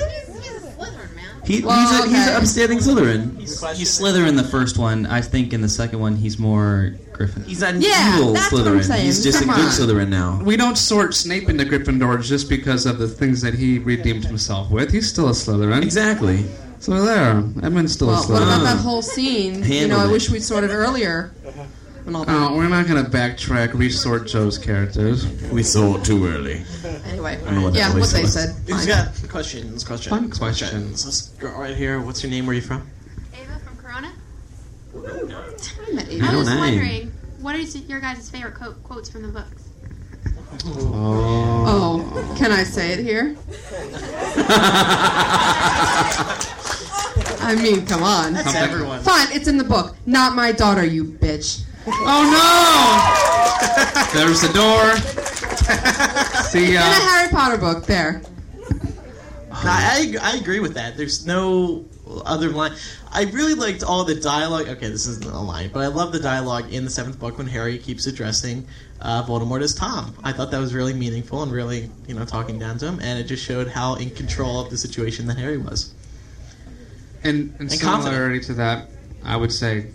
[SPEAKER 7] He,
[SPEAKER 5] Well,
[SPEAKER 7] he's, a, he's an
[SPEAKER 5] okay.
[SPEAKER 7] upstanding Slytherin.
[SPEAKER 5] He's Slytherin in the first one. I think in the second one he's more Griffin. He's an evil Slytherin. He's just a good Slytherin now.
[SPEAKER 4] We don't sort Snape into Gryffindor just because of the things that he redeemed himself with. He's still a Slytherin.
[SPEAKER 7] Exactly.
[SPEAKER 4] So there, Edmund's still
[SPEAKER 3] Well,
[SPEAKER 4] a Slytherin.
[SPEAKER 3] what about that whole scene? You know,
[SPEAKER 4] Handled
[SPEAKER 3] I
[SPEAKER 4] it.
[SPEAKER 3] wish we'd sorted earlier.
[SPEAKER 6] Uh-huh.
[SPEAKER 3] And all that.
[SPEAKER 4] Oh, we're not going to backtrack, resort Joe's characters.
[SPEAKER 7] We saw too early.
[SPEAKER 3] Anyway,
[SPEAKER 4] I don't know what that
[SPEAKER 3] yeah,
[SPEAKER 4] really
[SPEAKER 3] what they
[SPEAKER 4] was.
[SPEAKER 3] said.
[SPEAKER 15] Who's
[SPEAKER 3] Fine.
[SPEAKER 15] got questions? Questions.
[SPEAKER 4] Fun questions.
[SPEAKER 15] Let's go right here. What's your name? Where are you from?
[SPEAKER 19] from Corona.
[SPEAKER 15] Ava.
[SPEAKER 19] I was
[SPEAKER 15] Nine.
[SPEAKER 19] wondering, what is your guys' favorite co- quotes from the books?
[SPEAKER 3] Oh, can I say it here? I mean, come on.
[SPEAKER 6] That's Something. everyone.
[SPEAKER 3] Fine, it's in the book. Not my daughter, you bitch.
[SPEAKER 4] Oh There's the door. See uh,
[SPEAKER 3] In a
[SPEAKER 4] ya.
[SPEAKER 3] Harry Potter book, there.
[SPEAKER 15] I, I, I agree with that. There's no other line. I really liked all the dialogue. Okay, this isn't a line, but I love the dialogue in the seventh book when Harry keeps addressing uh, Voldemort as Tom. I thought that was really meaningful and really, you know, talking down to him, and it just showed how in control of the situation that Harry was.
[SPEAKER 4] And, and,
[SPEAKER 15] And confident.
[SPEAKER 4] similarity to that, I would say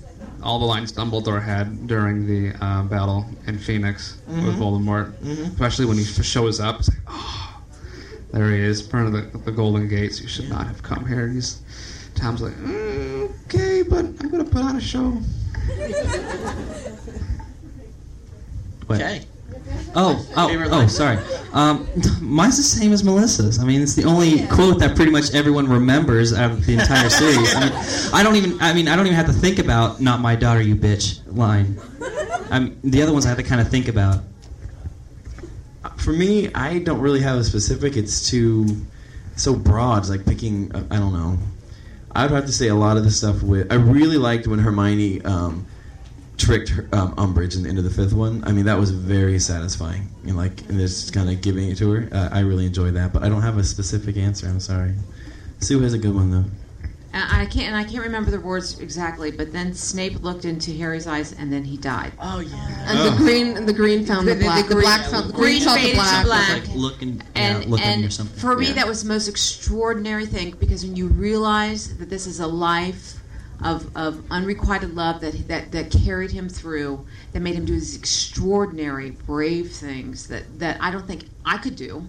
[SPEAKER 4] all the lines Dumbledore had during the uh, battle in Phoenix with
[SPEAKER 3] Mm-hmm.
[SPEAKER 15] Mhm.
[SPEAKER 4] Voldemort,
[SPEAKER 15] Mhm.
[SPEAKER 4] especially when he f- shows up, it's like, oh, there he is, in front of the, the Golden Gates. You should not have come here. And he's, Tom's like, "Mm, okay, but I'm going to put on a show.
[SPEAKER 15] Okay.
[SPEAKER 5] Oh, oh, oh, sorry. Um, mine's the same as Melissa's. I mean, it's the only quote that pretty much everyone remembers out of the entire series. I mean, I don't even. I mean, I don't even have to think about "not my daughter, you bitch" line. I'm, the other ones I have to kind of think about.
[SPEAKER 7] For me, I don't really have a specific. It's too so broad. It's like picking. uh, I don't know. I would have to say a lot of the stuff with. I really liked when Hermione um, tricked her, um, Umbridge in the end of the fifth one. I mean, that was very satisfying. And like, and just kind of giving it to her. Uh, I really enjoyed that. But I don't have a specific answer. I'm sorry. Sue has a good one though.
[SPEAKER 9] And I can't, and I can't remember the words exactly. But then Snape looked into Harry's eyes, and then he died.
[SPEAKER 15] Oh yeah.
[SPEAKER 3] And the green, and the green found the,
[SPEAKER 9] The- the-
[SPEAKER 3] black. The,
[SPEAKER 9] the green-
[SPEAKER 3] black found the green,
[SPEAKER 9] green
[SPEAKER 3] felt the
[SPEAKER 9] faded to
[SPEAKER 3] black.
[SPEAKER 9] black.
[SPEAKER 5] Like looking,
[SPEAKER 9] And,
[SPEAKER 5] yeah, looking
[SPEAKER 9] and
[SPEAKER 5] or something.
[SPEAKER 9] for me,
[SPEAKER 5] Yeah.
[SPEAKER 9] that was the most extraordinary thing because when you realize that this is a life of, of unrequited love that, that that carried him through, that made him do these extraordinary, brave things that, that I don't think I could do,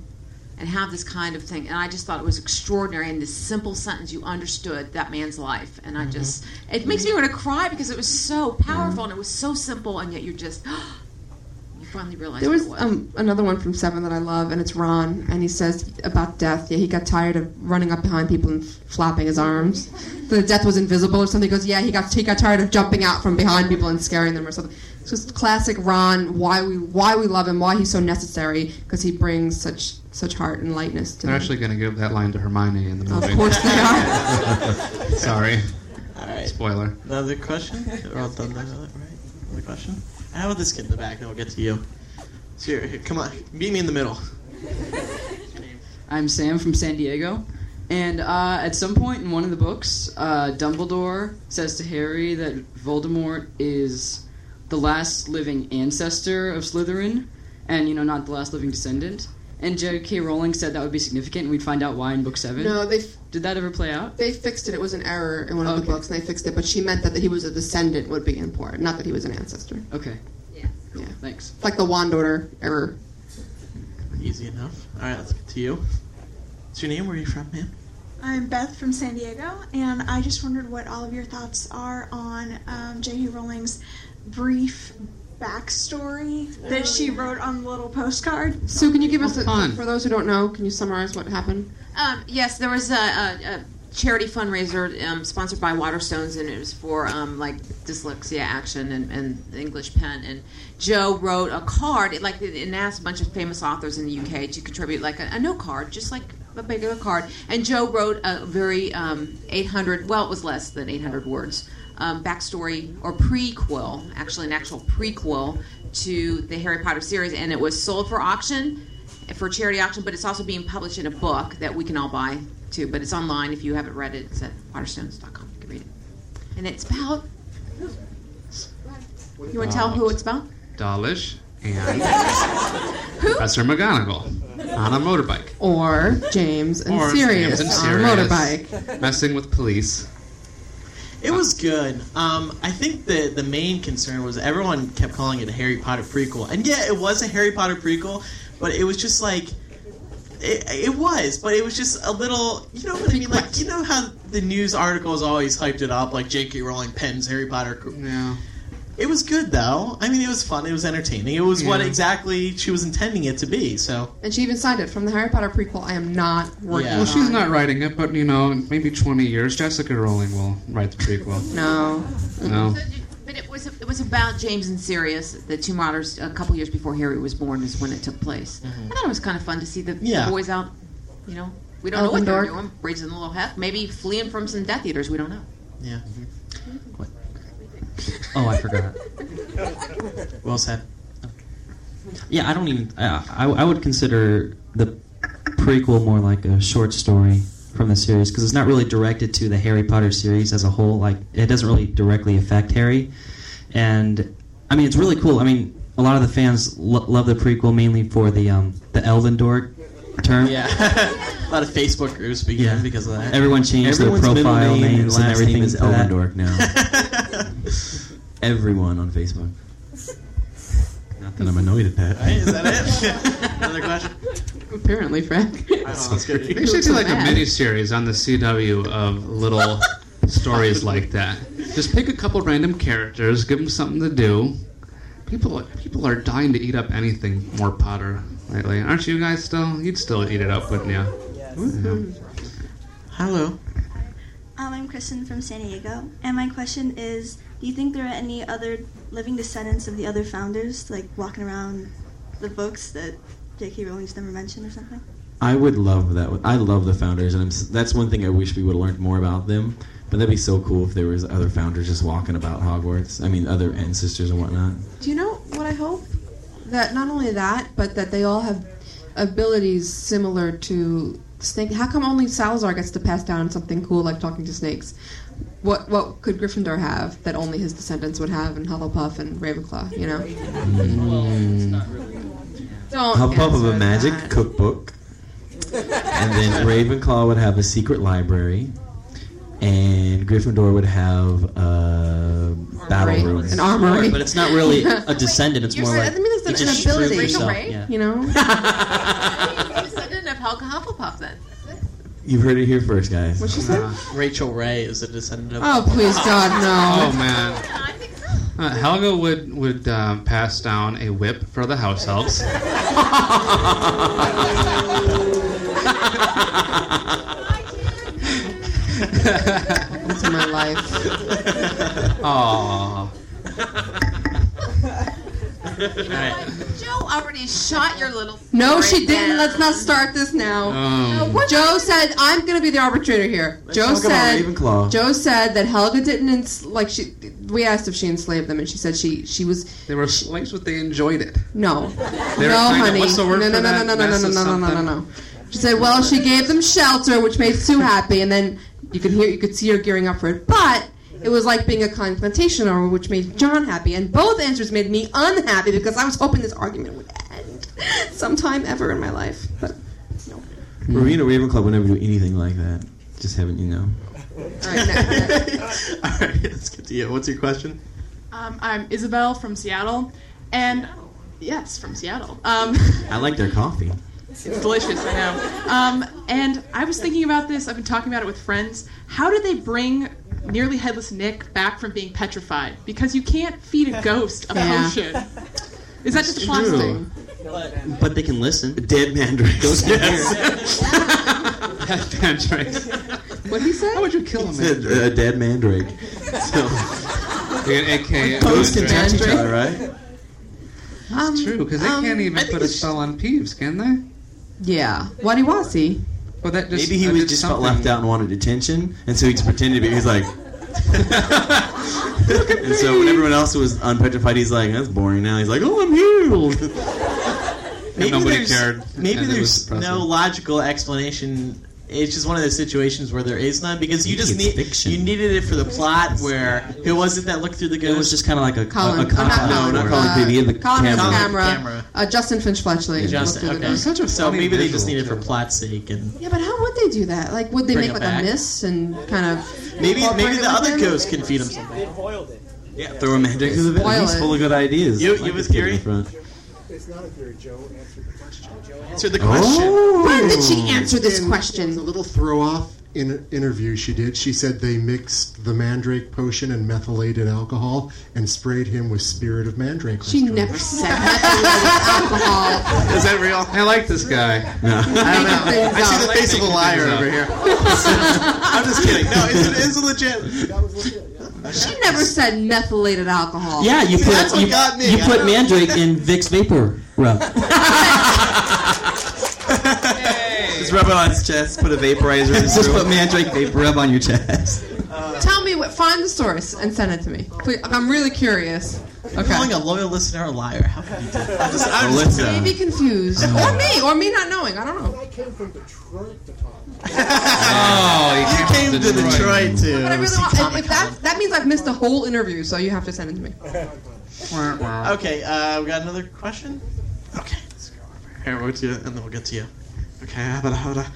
[SPEAKER 9] and have this kind of thing. And I just thought it was extraordinary. In this simple sentence, you understood that man's life, and
[SPEAKER 5] Mm-hmm.
[SPEAKER 9] I just it makes me want to cry because it was so powerful and it was so simple, and yet you're just you finally realize
[SPEAKER 3] There was
[SPEAKER 9] what it
[SPEAKER 3] um, another one from Seven that I love, and it's Ron, and he says about death. Yeah, he got tired of running up behind people and f- flapping his arms. The death was invisible or something. He goes, yeah, he got he got tired of jumping out from behind people and scaring them or something. It's just classic Ron. Why we why we love him. Why he's so necessary because he brings such such heart and lightness to.
[SPEAKER 4] They're
[SPEAKER 3] them.
[SPEAKER 4] actually going to give that line to Hermione in the
[SPEAKER 3] Mm. Of
[SPEAKER 4] movie.
[SPEAKER 3] course they
[SPEAKER 4] are. Sorry.
[SPEAKER 15] All right.
[SPEAKER 4] Spoiler.
[SPEAKER 15] Another question? We're all done with that, right? Another question? How about this kid in the back? Then we'll get to you. So here, here, come on. Meet me in the middle.
[SPEAKER 21] I'm Sam from San Diego. And uh, at some point in one of the books, uh, Dumbledore says to Harry that Voldemort is the last living ancestor of Slytherin, and you know not the last living descendant. And J.K. Rowling said that would be significant, and we'd find out why in book seven.
[SPEAKER 3] No, they
[SPEAKER 21] did that ever play out?
[SPEAKER 3] They fixed it. It was an error in one of the books, and they fixed it. But she meant that, that he was a descendant would be important, not that he was an ancestor.
[SPEAKER 21] Okay.
[SPEAKER 9] Yeah.
[SPEAKER 3] Yeah.
[SPEAKER 21] Thanks.
[SPEAKER 3] Like the wand order error.
[SPEAKER 15] Easy enough. All right, let's get to you. What's your name? Where are you from, man?
[SPEAKER 22] I'm Beth from San Diego, and I just wondered what all of your thoughts are on um, J.K. Rowling's brief backstory that she wrote on the little postcard.
[SPEAKER 3] Sue, can you give us a,
[SPEAKER 22] Fun.
[SPEAKER 3] for those who don't know? Can you summarize what happened?
[SPEAKER 9] Um, yes, there was a, a, a charity fundraiser um, sponsored by Waterstones, and it was for um, like dyslexia action and, and the English pen. And Joe wrote a card, it, like, and asked a bunch of famous authors in the UK to contribute, like a, a note card, just like a regular card. And Joe wrote a very um, 800, well, it was less than 800 words, um, backstory or prequel, actually an actual prequel to the Harry Potter series, and it was sold for auction for charity auction, but it's also being published in a book that we can all buy too. But it's online if you haven't read it. It's at waterstones.com. You can read it. And it's about. You want to tell who it's about?
[SPEAKER 4] Dawlish and Professor McGonagall on a motorbike.
[SPEAKER 3] Or James and
[SPEAKER 4] Or James
[SPEAKER 3] Sirius
[SPEAKER 4] and
[SPEAKER 3] on a
[SPEAKER 4] Sirius
[SPEAKER 3] motorbike.
[SPEAKER 4] Messing with police.
[SPEAKER 15] It was good. Um, I think the the main concern was everyone kept calling it a Harry Potter prequel, and yeah, it was a Harry Potter prequel, but it was just like. It, it was, but it was just a little, you know what I mean? Like, you know how the news articles always hyped it up, like J.K. Rowling pens Harry Potter.
[SPEAKER 4] Yeah.
[SPEAKER 15] It was good though. I mean, it was fun. It was entertaining. It was what
[SPEAKER 3] Yeah.
[SPEAKER 15] exactly she was intending it to be. So
[SPEAKER 3] And she even signed it from the Harry Potter prequel. I am not working.
[SPEAKER 4] Well, she's
[SPEAKER 3] on.
[SPEAKER 4] not writing it, but you know, in maybe 20 years, Jessica Rowling will write the prequel.
[SPEAKER 3] No.
[SPEAKER 4] No.
[SPEAKER 9] But it was it was about James and Sirius, the two martyrs, a couple years before Harry was born, is when it took place. I thought it was kind of fun to see the, the
[SPEAKER 15] Yeah.
[SPEAKER 9] boys out. You know, we don't
[SPEAKER 15] Open
[SPEAKER 9] know what
[SPEAKER 15] door.
[SPEAKER 9] they're doing, raising a little heck, maybe fleeing from some Death Eaters. We don't know.
[SPEAKER 15] yeah.
[SPEAKER 5] Oh, I forgot.
[SPEAKER 15] Well said.
[SPEAKER 5] Yeah, I don't even. I, I, I would consider the prequel more like a short story from the series because it's not really directed to the Harry Potter series as a whole. Like, it doesn't really directly affect Harry. And, I mean, it's really cool. I mean, a lot of the fans lo- love the prequel mainly for the um, the Elvendor term.
[SPEAKER 15] Yeah. a lot of Facebook groups began because of that.
[SPEAKER 5] Everyone changed their
[SPEAKER 7] Everyone's middle
[SPEAKER 5] profile
[SPEAKER 7] name and
[SPEAKER 5] names and
[SPEAKER 7] last name
[SPEAKER 5] everything
[SPEAKER 7] is
[SPEAKER 5] to that.
[SPEAKER 7] Elvendorf now. Everyone on Facebook. Not that I'm annoyed at that.
[SPEAKER 15] Hey, is that it? Another question?
[SPEAKER 21] Apparently, Frank.
[SPEAKER 4] They should do like a mini series on the CW of little stories like that. Just pick a couple random characters, give them something to do. People, people are dying to eat up anything more Potter lately, aren't you guys? Still, you'd still eat it up, wouldn't you?
[SPEAKER 15] Hello.
[SPEAKER 20] Um, I'm Kristen from San Diego, and my question is: Do you think there are any other living descendants of the other founders, like walking around the books that J.K. Rowling's never mentioned or something?
[SPEAKER 7] I would love that. I love the founders, and I'm, s- that's one thing I wish we would have learned more about them. But that'd be so cool if there was other founders just walking about Hogwarts. I mean, other ancestors and whatnot.
[SPEAKER 3] Do you know what I hope? That not only that, but that they all have abilities similar to Snake. How come only Salazar gets to pass down something cool like talking to snakes? What what could Gryffindor have that only his descendants would have, and Hufflepuff and Ravenclaw? You know. Don't
[SPEAKER 7] Hufflepuff of
[SPEAKER 3] answer
[SPEAKER 7] a magic
[SPEAKER 3] that.
[SPEAKER 7] cookbook, and then Ravenclaw would have a secret library, and Gryffindor would have a battle room,
[SPEAKER 3] An armory.
[SPEAKER 5] But it's not really a descendant. It's
[SPEAKER 3] You're
[SPEAKER 5] more
[SPEAKER 3] right.
[SPEAKER 5] like
[SPEAKER 3] I mean, it's
[SPEAKER 5] you
[SPEAKER 3] an
[SPEAKER 5] just
[SPEAKER 3] ability.
[SPEAKER 5] prove
[SPEAKER 3] Rachel
[SPEAKER 5] yourself,
[SPEAKER 3] Ray?
[SPEAKER 5] yeah.
[SPEAKER 3] You know.
[SPEAKER 9] Descendant of Helga Hufflepuff, then.
[SPEAKER 7] You've heard it here first, guys.
[SPEAKER 3] What she said?
[SPEAKER 15] Uh, Rachel Ray is a descendant of.
[SPEAKER 3] Oh please God no.
[SPEAKER 4] Oh man. Uh, Helga would would um, pass down a whip for the house elves.
[SPEAKER 3] That's my life.
[SPEAKER 4] Aww.
[SPEAKER 9] Joe already shot your little.
[SPEAKER 3] No,
[SPEAKER 9] story
[SPEAKER 3] she didn't.
[SPEAKER 9] there.
[SPEAKER 3] Let's not start this now.
[SPEAKER 4] Um. No,
[SPEAKER 9] what-
[SPEAKER 3] Joe said, "I'm going to be the arbitrator here."
[SPEAKER 7] Let's
[SPEAKER 3] Joe
[SPEAKER 7] talk about
[SPEAKER 3] said,
[SPEAKER 7] Ravenclaw.
[SPEAKER 3] "Joe said that Helga didn't ens- like she." We asked if she enslaved them, and she said she she was.
[SPEAKER 4] They were slaves, but they enjoyed it.
[SPEAKER 3] No,
[SPEAKER 4] They were
[SPEAKER 3] no,
[SPEAKER 4] kind of-
[SPEAKER 3] honey,
[SPEAKER 4] what's the word
[SPEAKER 3] no, no,
[SPEAKER 4] for
[SPEAKER 3] no,
[SPEAKER 4] that?
[SPEAKER 3] no, no, no, no,
[SPEAKER 4] Mess
[SPEAKER 3] no,
[SPEAKER 4] of
[SPEAKER 3] no, no, no,
[SPEAKER 4] something?
[SPEAKER 3] no. She said, "Well, she gave them shelter, which made Sue happy, and then you could hear you could see her gearing up for it, but." It was like being a confrontation over which made John happy, and both answers made me unhappy because I was hoping this argument would end sometime ever in my life. But
[SPEAKER 7] Marina Ravenclaw would never do anything like that. Just haven't you know?
[SPEAKER 15] All right, let's get to you. What's your question?
[SPEAKER 23] Um, I'm Isabel from Seattle, and yes, from Seattle. Um,
[SPEAKER 7] I like their coffee.
[SPEAKER 23] it's delicious, I know. Um, and I was thinking about this. I've been talking about it with friends. How do they bring nearly headless Nick back from being petrified? Because you can't feed a ghost a
[SPEAKER 5] Yeah.
[SPEAKER 23] potion. Is that just a plot
[SPEAKER 5] true.
[SPEAKER 23] thing?
[SPEAKER 5] but they can listen.
[SPEAKER 7] Dead mandarins.
[SPEAKER 5] Ghost can hear.
[SPEAKER 24] What'd he say? How would you kill
[SPEAKER 7] It's a, a uh, dead mandrake. So.
[SPEAKER 4] AKA
[SPEAKER 7] Those can touch each
[SPEAKER 4] mandrake.
[SPEAKER 7] other, right?
[SPEAKER 4] That's true, because they
[SPEAKER 3] um,
[SPEAKER 4] can't even put a spell on Peeves, can they?
[SPEAKER 3] Yeah. Why do you want to see?
[SPEAKER 4] Well, that just,
[SPEAKER 7] Maybe he
[SPEAKER 4] that
[SPEAKER 7] was
[SPEAKER 4] did
[SPEAKER 7] just felt
[SPEAKER 4] something.
[SPEAKER 7] left out and wanted attention, and so he just pretended to be. He's like. and so when everyone else was unpetrified, he's like, "That's boring." Now he's like, "Oh, I'm healed."
[SPEAKER 2] nobody
[SPEAKER 7] there's-
[SPEAKER 2] cared,
[SPEAKER 7] and
[SPEAKER 2] Maybe
[SPEAKER 7] it was
[SPEAKER 2] there's
[SPEAKER 7] depressing.
[SPEAKER 2] no logical explanation. It's just one of those situations where there is none because you just need you needed it for the plot. Where who was it that looked through the ghost? It was
[SPEAKER 7] just kind of like a
[SPEAKER 3] Colin.
[SPEAKER 2] a,
[SPEAKER 3] I'm not Colin.
[SPEAKER 2] no, not
[SPEAKER 3] Uh,
[SPEAKER 2] Colin Peavy, the
[SPEAKER 3] Colin has a
[SPEAKER 2] camera.
[SPEAKER 3] camera. Uh, Justin Finch Fletchley.
[SPEAKER 2] Justin,
[SPEAKER 3] Looked at it.
[SPEAKER 2] okay. so maybe they just need it for plot's sake, and
[SPEAKER 3] Yeah, but how would they do that? Like, would they
[SPEAKER 2] Bring
[SPEAKER 3] make
[SPEAKER 2] it
[SPEAKER 3] like
[SPEAKER 2] back.
[SPEAKER 3] a mist and kind of
[SPEAKER 2] maybe
[SPEAKER 3] incorporate
[SPEAKER 2] maybe
[SPEAKER 3] it
[SPEAKER 2] the
[SPEAKER 3] with
[SPEAKER 2] other
[SPEAKER 3] them?
[SPEAKER 2] ghost can feed him something.
[SPEAKER 12] They boiled it.
[SPEAKER 7] Yeah, throw a mandrake to the
[SPEAKER 3] Spoil
[SPEAKER 7] bed. He's
[SPEAKER 3] it.
[SPEAKER 7] full of good ideas.
[SPEAKER 2] You-
[SPEAKER 7] Like
[SPEAKER 2] you was
[SPEAKER 7] the kid in
[SPEAKER 2] Gary?
[SPEAKER 7] the front.
[SPEAKER 12] It's not a theory. Joe answered the question. Joe
[SPEAKER 2] answered the
[SPEAKER 7] question.
[SPEAKER 3] Oh. Why did she
[SPEAKER 11] answer
[SPEAKER 3] this question?
[SPEAKER 11] The little throw off in interview she did, she said they mixed the mandrake potion and methylated alcohol and sprayed him with spirit of mandrake.
[SPEAKER 3] She never said that. alcohol.
[SPEAKER 4] Is that real? I like this guy.
[SPEAKER 2] I don't know. I see the face of a liar over here. I'm just kidding. No, it's, it's legit.
[SPEAKER 3] She never said methylated alcohol.
[SPEAKER 5] Yeah, you put
[SPEAKER 3] Oh, That's what
[SPEAKER 5] you,
[SPEAKER 3] got me.
[SPEAKER 5] you
[SPEAKER 3] I
[SPEAKER 5] put
[SPEAKER 3] know.
[SPEAKER 5] mandrake in Vicks vapor rub.
[SPEAKER 7] Just rub it on his chest. Put a vaporizer. just put mandrake vapor rub on your chest.
[SPEAKER 3] Tell me what. Find the source and send it to me. Please, I'm really curious. Okay.
[SPEAKER 2] Calling a loyal listener a liar. How can you do that? I'm just, I'm
[SPEAKER 7] Well,
[SPEAKER 2] just
[SPEAKER 7] let's, uh,
[SPEAKER 3] Maybe confused, or me, or me not knowing. I don't know. I
[SPEAKER 12] came from Detroit to talk.
[SPEAKER 2] Oh, you came, to Detroit, too.
[SPEAKER 3] But I really want. and If that that means I've missed a whole interview, so you have to send it to me.
[SPEAKER 2] okay, uh, we got another question. Okay, let's go over here. We'll get to you, and then we'll get to you. Okay, how about how about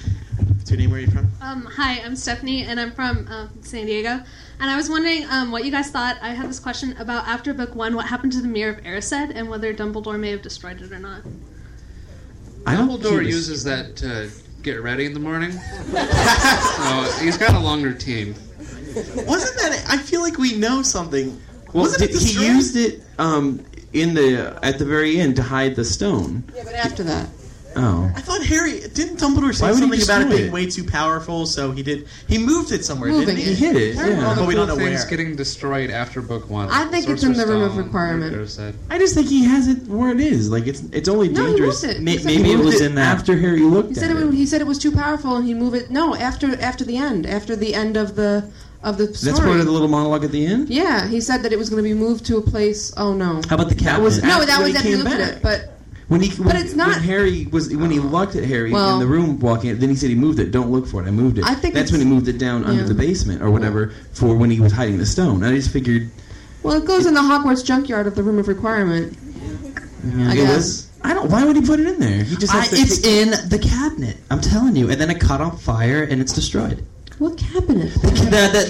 [SPEAKER 2] what's your name? Where are you from?
[SPEAKER 8] Um, hi, I'm Stephanie, and I'm from um, San Diego. And I was wondering um, what you guys thought. I had this question about after book one, what happened to the Mirror of Erised, and whether Dumbledore may have destroyed it or not.
[SPEAKER 7] I don't
[SPEAKER 4] Dumbledore
[SPEAKER 7] think he was-
[SPEAKER 4] uses that to get ready in the morning. so he's got a longer team.
[SPEAKER 2] Wasn't that? I feel like we know something.
[SPEAKER 7] Well,
[SPEAKER 2] Wasn't
[SPEAKER 7] did,
[SPEAKER 2] it
[SPEAKER 7] he
[SPEAKER 2] destroyed?
[SPEAKER 7] used it um, in the at the very end to hide the stone.
[SPEAKER 3] Yeah, but after that.
[SPEAKER 7] Oh,
[SPEAKER 2] I thought Harry didn't Dumbledore
[SPEAKER 7] Why
[SPEAKER 2] say
[SPEAKER 7] would he
[SPEAKER 2] something about it
[SPEAKER 7] destroy
[SPEAKER 2] being
[SPEAKER 7] it?
[SPEAKER 2] way too powerful, so he did he moved it somewhere,
[SPEAKER 3] Moving
[SPEAKER 2] didn't he?
[SPEAKER 3] it. He hid it,
[SPEAKER 2] Where-
[SPEAKER 3] yeah.
[SPEAKER 2] But we don't know
[SPEAKER 4] Things
[SPEAKER 2] where.
[SPEAKER 4] getting destroyed after book one.
[SPEAKER 3] I think it's in the room of requirement.
[SPEAKER 7] I just think he has it where it is. Like it's it's only
[SPEAKER 3] No, he
[SPEAKER 7] dangerous.
[SPEAKER 3] moved it.
[SPEAKER 7] May-
[SPEAKER 3] He said
[SPEAKER 7] maybe
[SPEAKER 3] he
[SPEAKER 7] it
[SPEAKER 3] moved
[SPEAKER 7] was
[SPEAKER 3] it
[SPEAKER 7] in that after Harry
[SPEAKER 3] He
[SPEAKER 7] looked
[SPEAKER 3] said
[SPEAKER 7] at
[SPEAKER 3] it,
[SPEAKER 7] it.
[SPEAKER 3] he said it was too powerful, and he moved it. No, after after the end, after the end of the of the story.
[SPEAKER 7] That's part of the little monologue at the end.
[SPEAKER 3] Yeah, he said that it was going to be moved to a place. Oh no.
[SPEAKER 7] How about the cat?
[SPEAKER 3] no, that was after he looked at it, but
[SPEAKER 7] When he, when,
[SPEAKER 3] it's not- Oh.
[SPEAKER 7] when Harry was when he looked at Harry
[SPEAKER 3] Well-
[SPEAKER 7] in the room walking. in, Then he said he moved it. Don't look for it. I moved it.
[SPEAKER 3] I think
[SPEAKER 7] that's when he moved it down under
[SPEAKER 3] yeah.
[SPEAKER 7] the basement or whatever for when he was hiding the stone. I just figured
[SPEAKER 3] well, it goes in the Hogwarts junkyard of the room of requirement.
[SPEAKER 7] you know,
[SPEAKER 3] I
[SPEAKER 7] it
[SPEAKER 3] guess.
[SPEAKER 7] was. I don't. Why would he put it in there? He just.
[SPEAKER 3] I-
[SPEAKER 7] Has to
[SPEAKER 3] it's
[SPEAKER 7] take-
[SPEAKER 3] in
[SPEAKER 5] the cabinet. I'm telling you. And then it caught on fire and it's destroyed.
[SPEAKER 3] What cabinet?
[SPEAKER 5] The the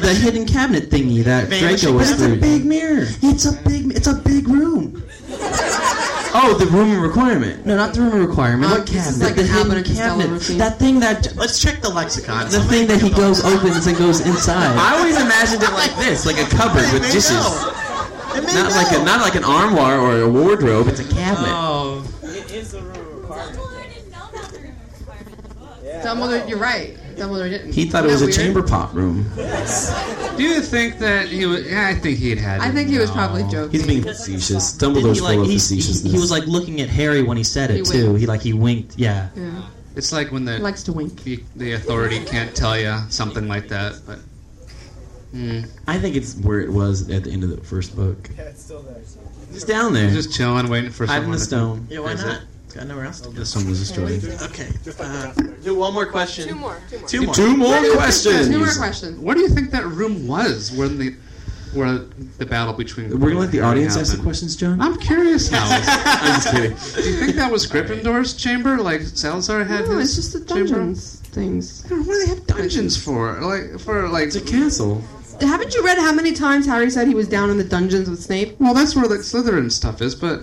[SPEAKER 5] the, the hidden cabinet thingy that Draco was
[SPEAKER 7] That's a
[SPEAKER 5] through.
[SPEAKER 7] big mirror. It's a big. It's a big room. oh, the room requirement.
[SPEAKER 5] No, not the room requirement.
[SPEAKER 7] Um,
[SPEAKER 5] What
[SPEAKER 7] this is
[SPEAKER 5] cabinet?
[SPEAKER 7] like
[SPEAKER 5] the
[SPEAKER 7] an
[SPEAKER 5] hidden
[SPEAKER 7] Abbott and Costello
[SPEAKER 5] cabinet.
[SPEAKER 7] routine.
[SPEAKER 5] That thing that
[SPEAKER 2] Let's check the lexicon.
[SPEAKER 5] the thing that he goes opens and goes inside.
[SPEAKER 7] I always imagined it like this, like a cupboard with
[SPEAKER 5] may
[SPEAKER 7] dishes.
[SPEAKER 5] know.
[SPEAKER 7] Not like a not like an armoire or a wardrobe. It's a cabinet.
[SPEAKER 4] Oh.
[SPEAKER 12] It is a room requirement.
[SPEAKER 3] Dumbledore, you're right. Dumbledore didn't.
[SPEAKER 7] He thought it was
[SPEAKER 3] Isn't
[SPEAKER 7] a
[SPEAKER 3] that
[SPEAKER 7] chamber pot room.
[SPEAKER 3] weird?
[SPEAKER 4] Do you think that he was? Yeah, I think he'd had.
[SPEAKER 3] I think he was probably joking.
[SPEAKER 7] He's being facetious.
[SPEAKER 5] Didn't
[SPEAKER 7] Dumbledore's
[SPEAKER 5] he, like,
[SPEAKER 7] full of
[SPEAKER 5] he's- he-
[SPEAKER 7] facetiousness.
[SPEAKER 5] he was like looking at Harry when he said it
[SPEAKER 3] He
[SPEAKER 5] too. He like he winked. Yeah.
[SPEAKER 3] Yeah.
[SPEAKER 4] It's like when the
[SPEAKER 3] likes to wink.
[SPEAKER 4] The, the authority can't tell you something like that, but
[SPEAKER 7] I think it's where it was at the end of the first book.
[SPEAKER 12] Yeah, it's still there. So.
[SPEAKER 7] Just down there.
[SPEAKER 4] Just chilling, waiting for
[SPEAKER 7] Hiding
[SPEAKER 4] someone
[SPEAKER 7] the
[SPEAKER 4] to-
[SPEAKER 7] stone.
[SPEAKER 2] Yeah, why
[SPEAKER 4] Is
[SPEAKER 2] not?
[SPEAKER 4] it-
[SPEAKER 2] It's got nowhere else to go.
[SPEAKER 7] This one was destroyed.
[SPEAKER 2] Okay. Uh, do one more question. Two more. Two more.
[SPEAKER 7] Two more questions.
[SPEAKER 4] Two more
[SPEAKER 3] questions.
[SPEAKER 4] What do you think that room was when the where the battle between
[SPEAKER 7] We're gonna let the audience ask the
[SPEAKER 4] happened?
[SPEAKER 7] questions, John.
[SPEAKER 4] I'm curious now.
[SPEAKER 7] I'm just kidding.
[SPEAKER 4] Do you think that was Gryffindor's chamber, like Salazar had?
[SPEAKER 3] No,
[SPEAKER 4] his
[SPEAKER 3] it's just the
[SPEAKER 4] chamber?
[SPEAKER 3] dungeons things.
[SPEAKER 4] What do they have dungeons for? Like for like it's a
[SPEAKER 7] castle.
[SPEAKER 3] Haven't you read how many times Harry said he was down in the dungeons with Snape?
[SPEAKER 4] Well, that's where the Slytherin stuff is, but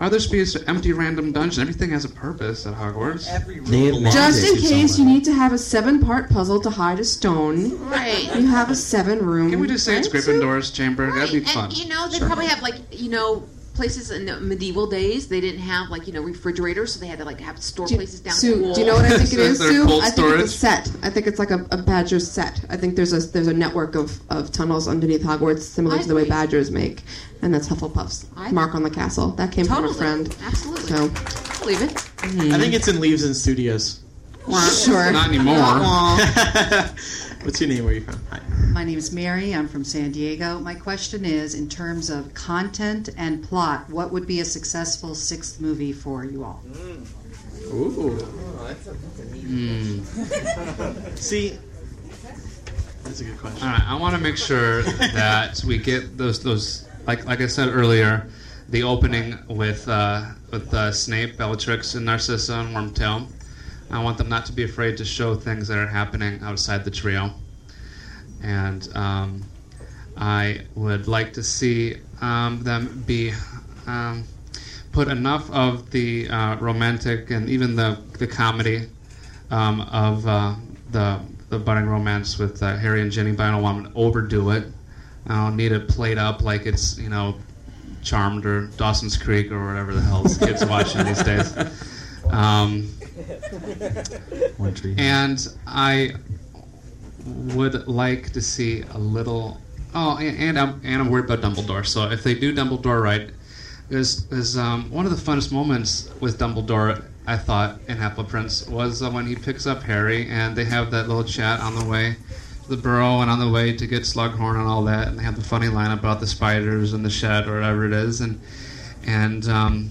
[SPEAKER 4] are there space empty random dungeon? Everything has a purpose at Hogwarts. Every
[SPEAKER 3] Just in case you need to have a seven-part puzzle to hide a stone,
[SPEAKER 9] Right.
[SPEAKER 3] you have a seven-room.
[SPEAKER 4] Can we just say it's Gryffindor's chamber? That'd be fun.
[SPEAKER 9] You know, they probably have like you know places in the medieval days they didn't have like you know refrigerators, so they had to like have store places down. the
[SPEAKER 3] Sue,
[SPEAKER 9] wall.
[SPEAKER 3] do you know what I think it is, Sue? I think it's a set. I think it's like a, a badger set. I think there's a there's a network of, of tunnels underneath Hogwarts similar
[SPEAKER 9] I
[SPEAKER 3] to the way
[SPEAKER 9] agree.
[SPEAKER 3] badgers make, and that's Hufflepuff's
[SPEAKER 9] I-
[SPEAKER 3] mark on the castle. That came
[SPEAKER 9] Totally.
[SPEAKER 3] from a friend.
[SPEAKER 9] Absolutely.
[SPEAKER 3] So
[SPEAKER 9] I believe it.
[SPEAKER 2] I think it's in Leaves and Studios.
[SPEAKER 3] Sure.
[SPEAKER 2] Not anymore.
[SPEAKER 10] Aw.
[SPEAKER 2] What's your name? Where are you from? Hi.
[SPEAKER 10] My name is Mary. I'm from San Diego. My question is in terms of content and plot, what would be a successful sixth movie for you all?
[SPEAKER 2] Ooh.
[SPEAKER 7] Hmm.
[SPEAKER 2] See, that's a good question.
[SPEAKER 4] All right, I want to make sure that we get those those like like I said earlier, the opening with uh, with uh, Snape, Bellatrix, and Narcissa and Wormtail. I want them not to be afraid to show things that are happening outside the trio, and um, I would like to see um, them be. Um, Put enough of the uh, romantic and even the, the comedy um, of uh, the the budding romance with uh, Harry and Jenny, but I don't want to overdo it. I don't need it played up like it's you know Charmed or Dawson's Creek or whatever the hell this kids watching these days. Um,
[SPEAKER 7] One tree.
[SPEAKER 4] and I would like to see a little. Oh, and, and I'm and I'm worried about Dumbledore. So if they do Dumbledore right, is is um, one of the funnest moments with Dumbledore. I thought in Apple Prince was uh, when he picks up Harry and they have that little chat on the way to the burrow and on the way to get Slughorn and all that, and they have the funny line about the spiders and the shed or whatever it is, and and um,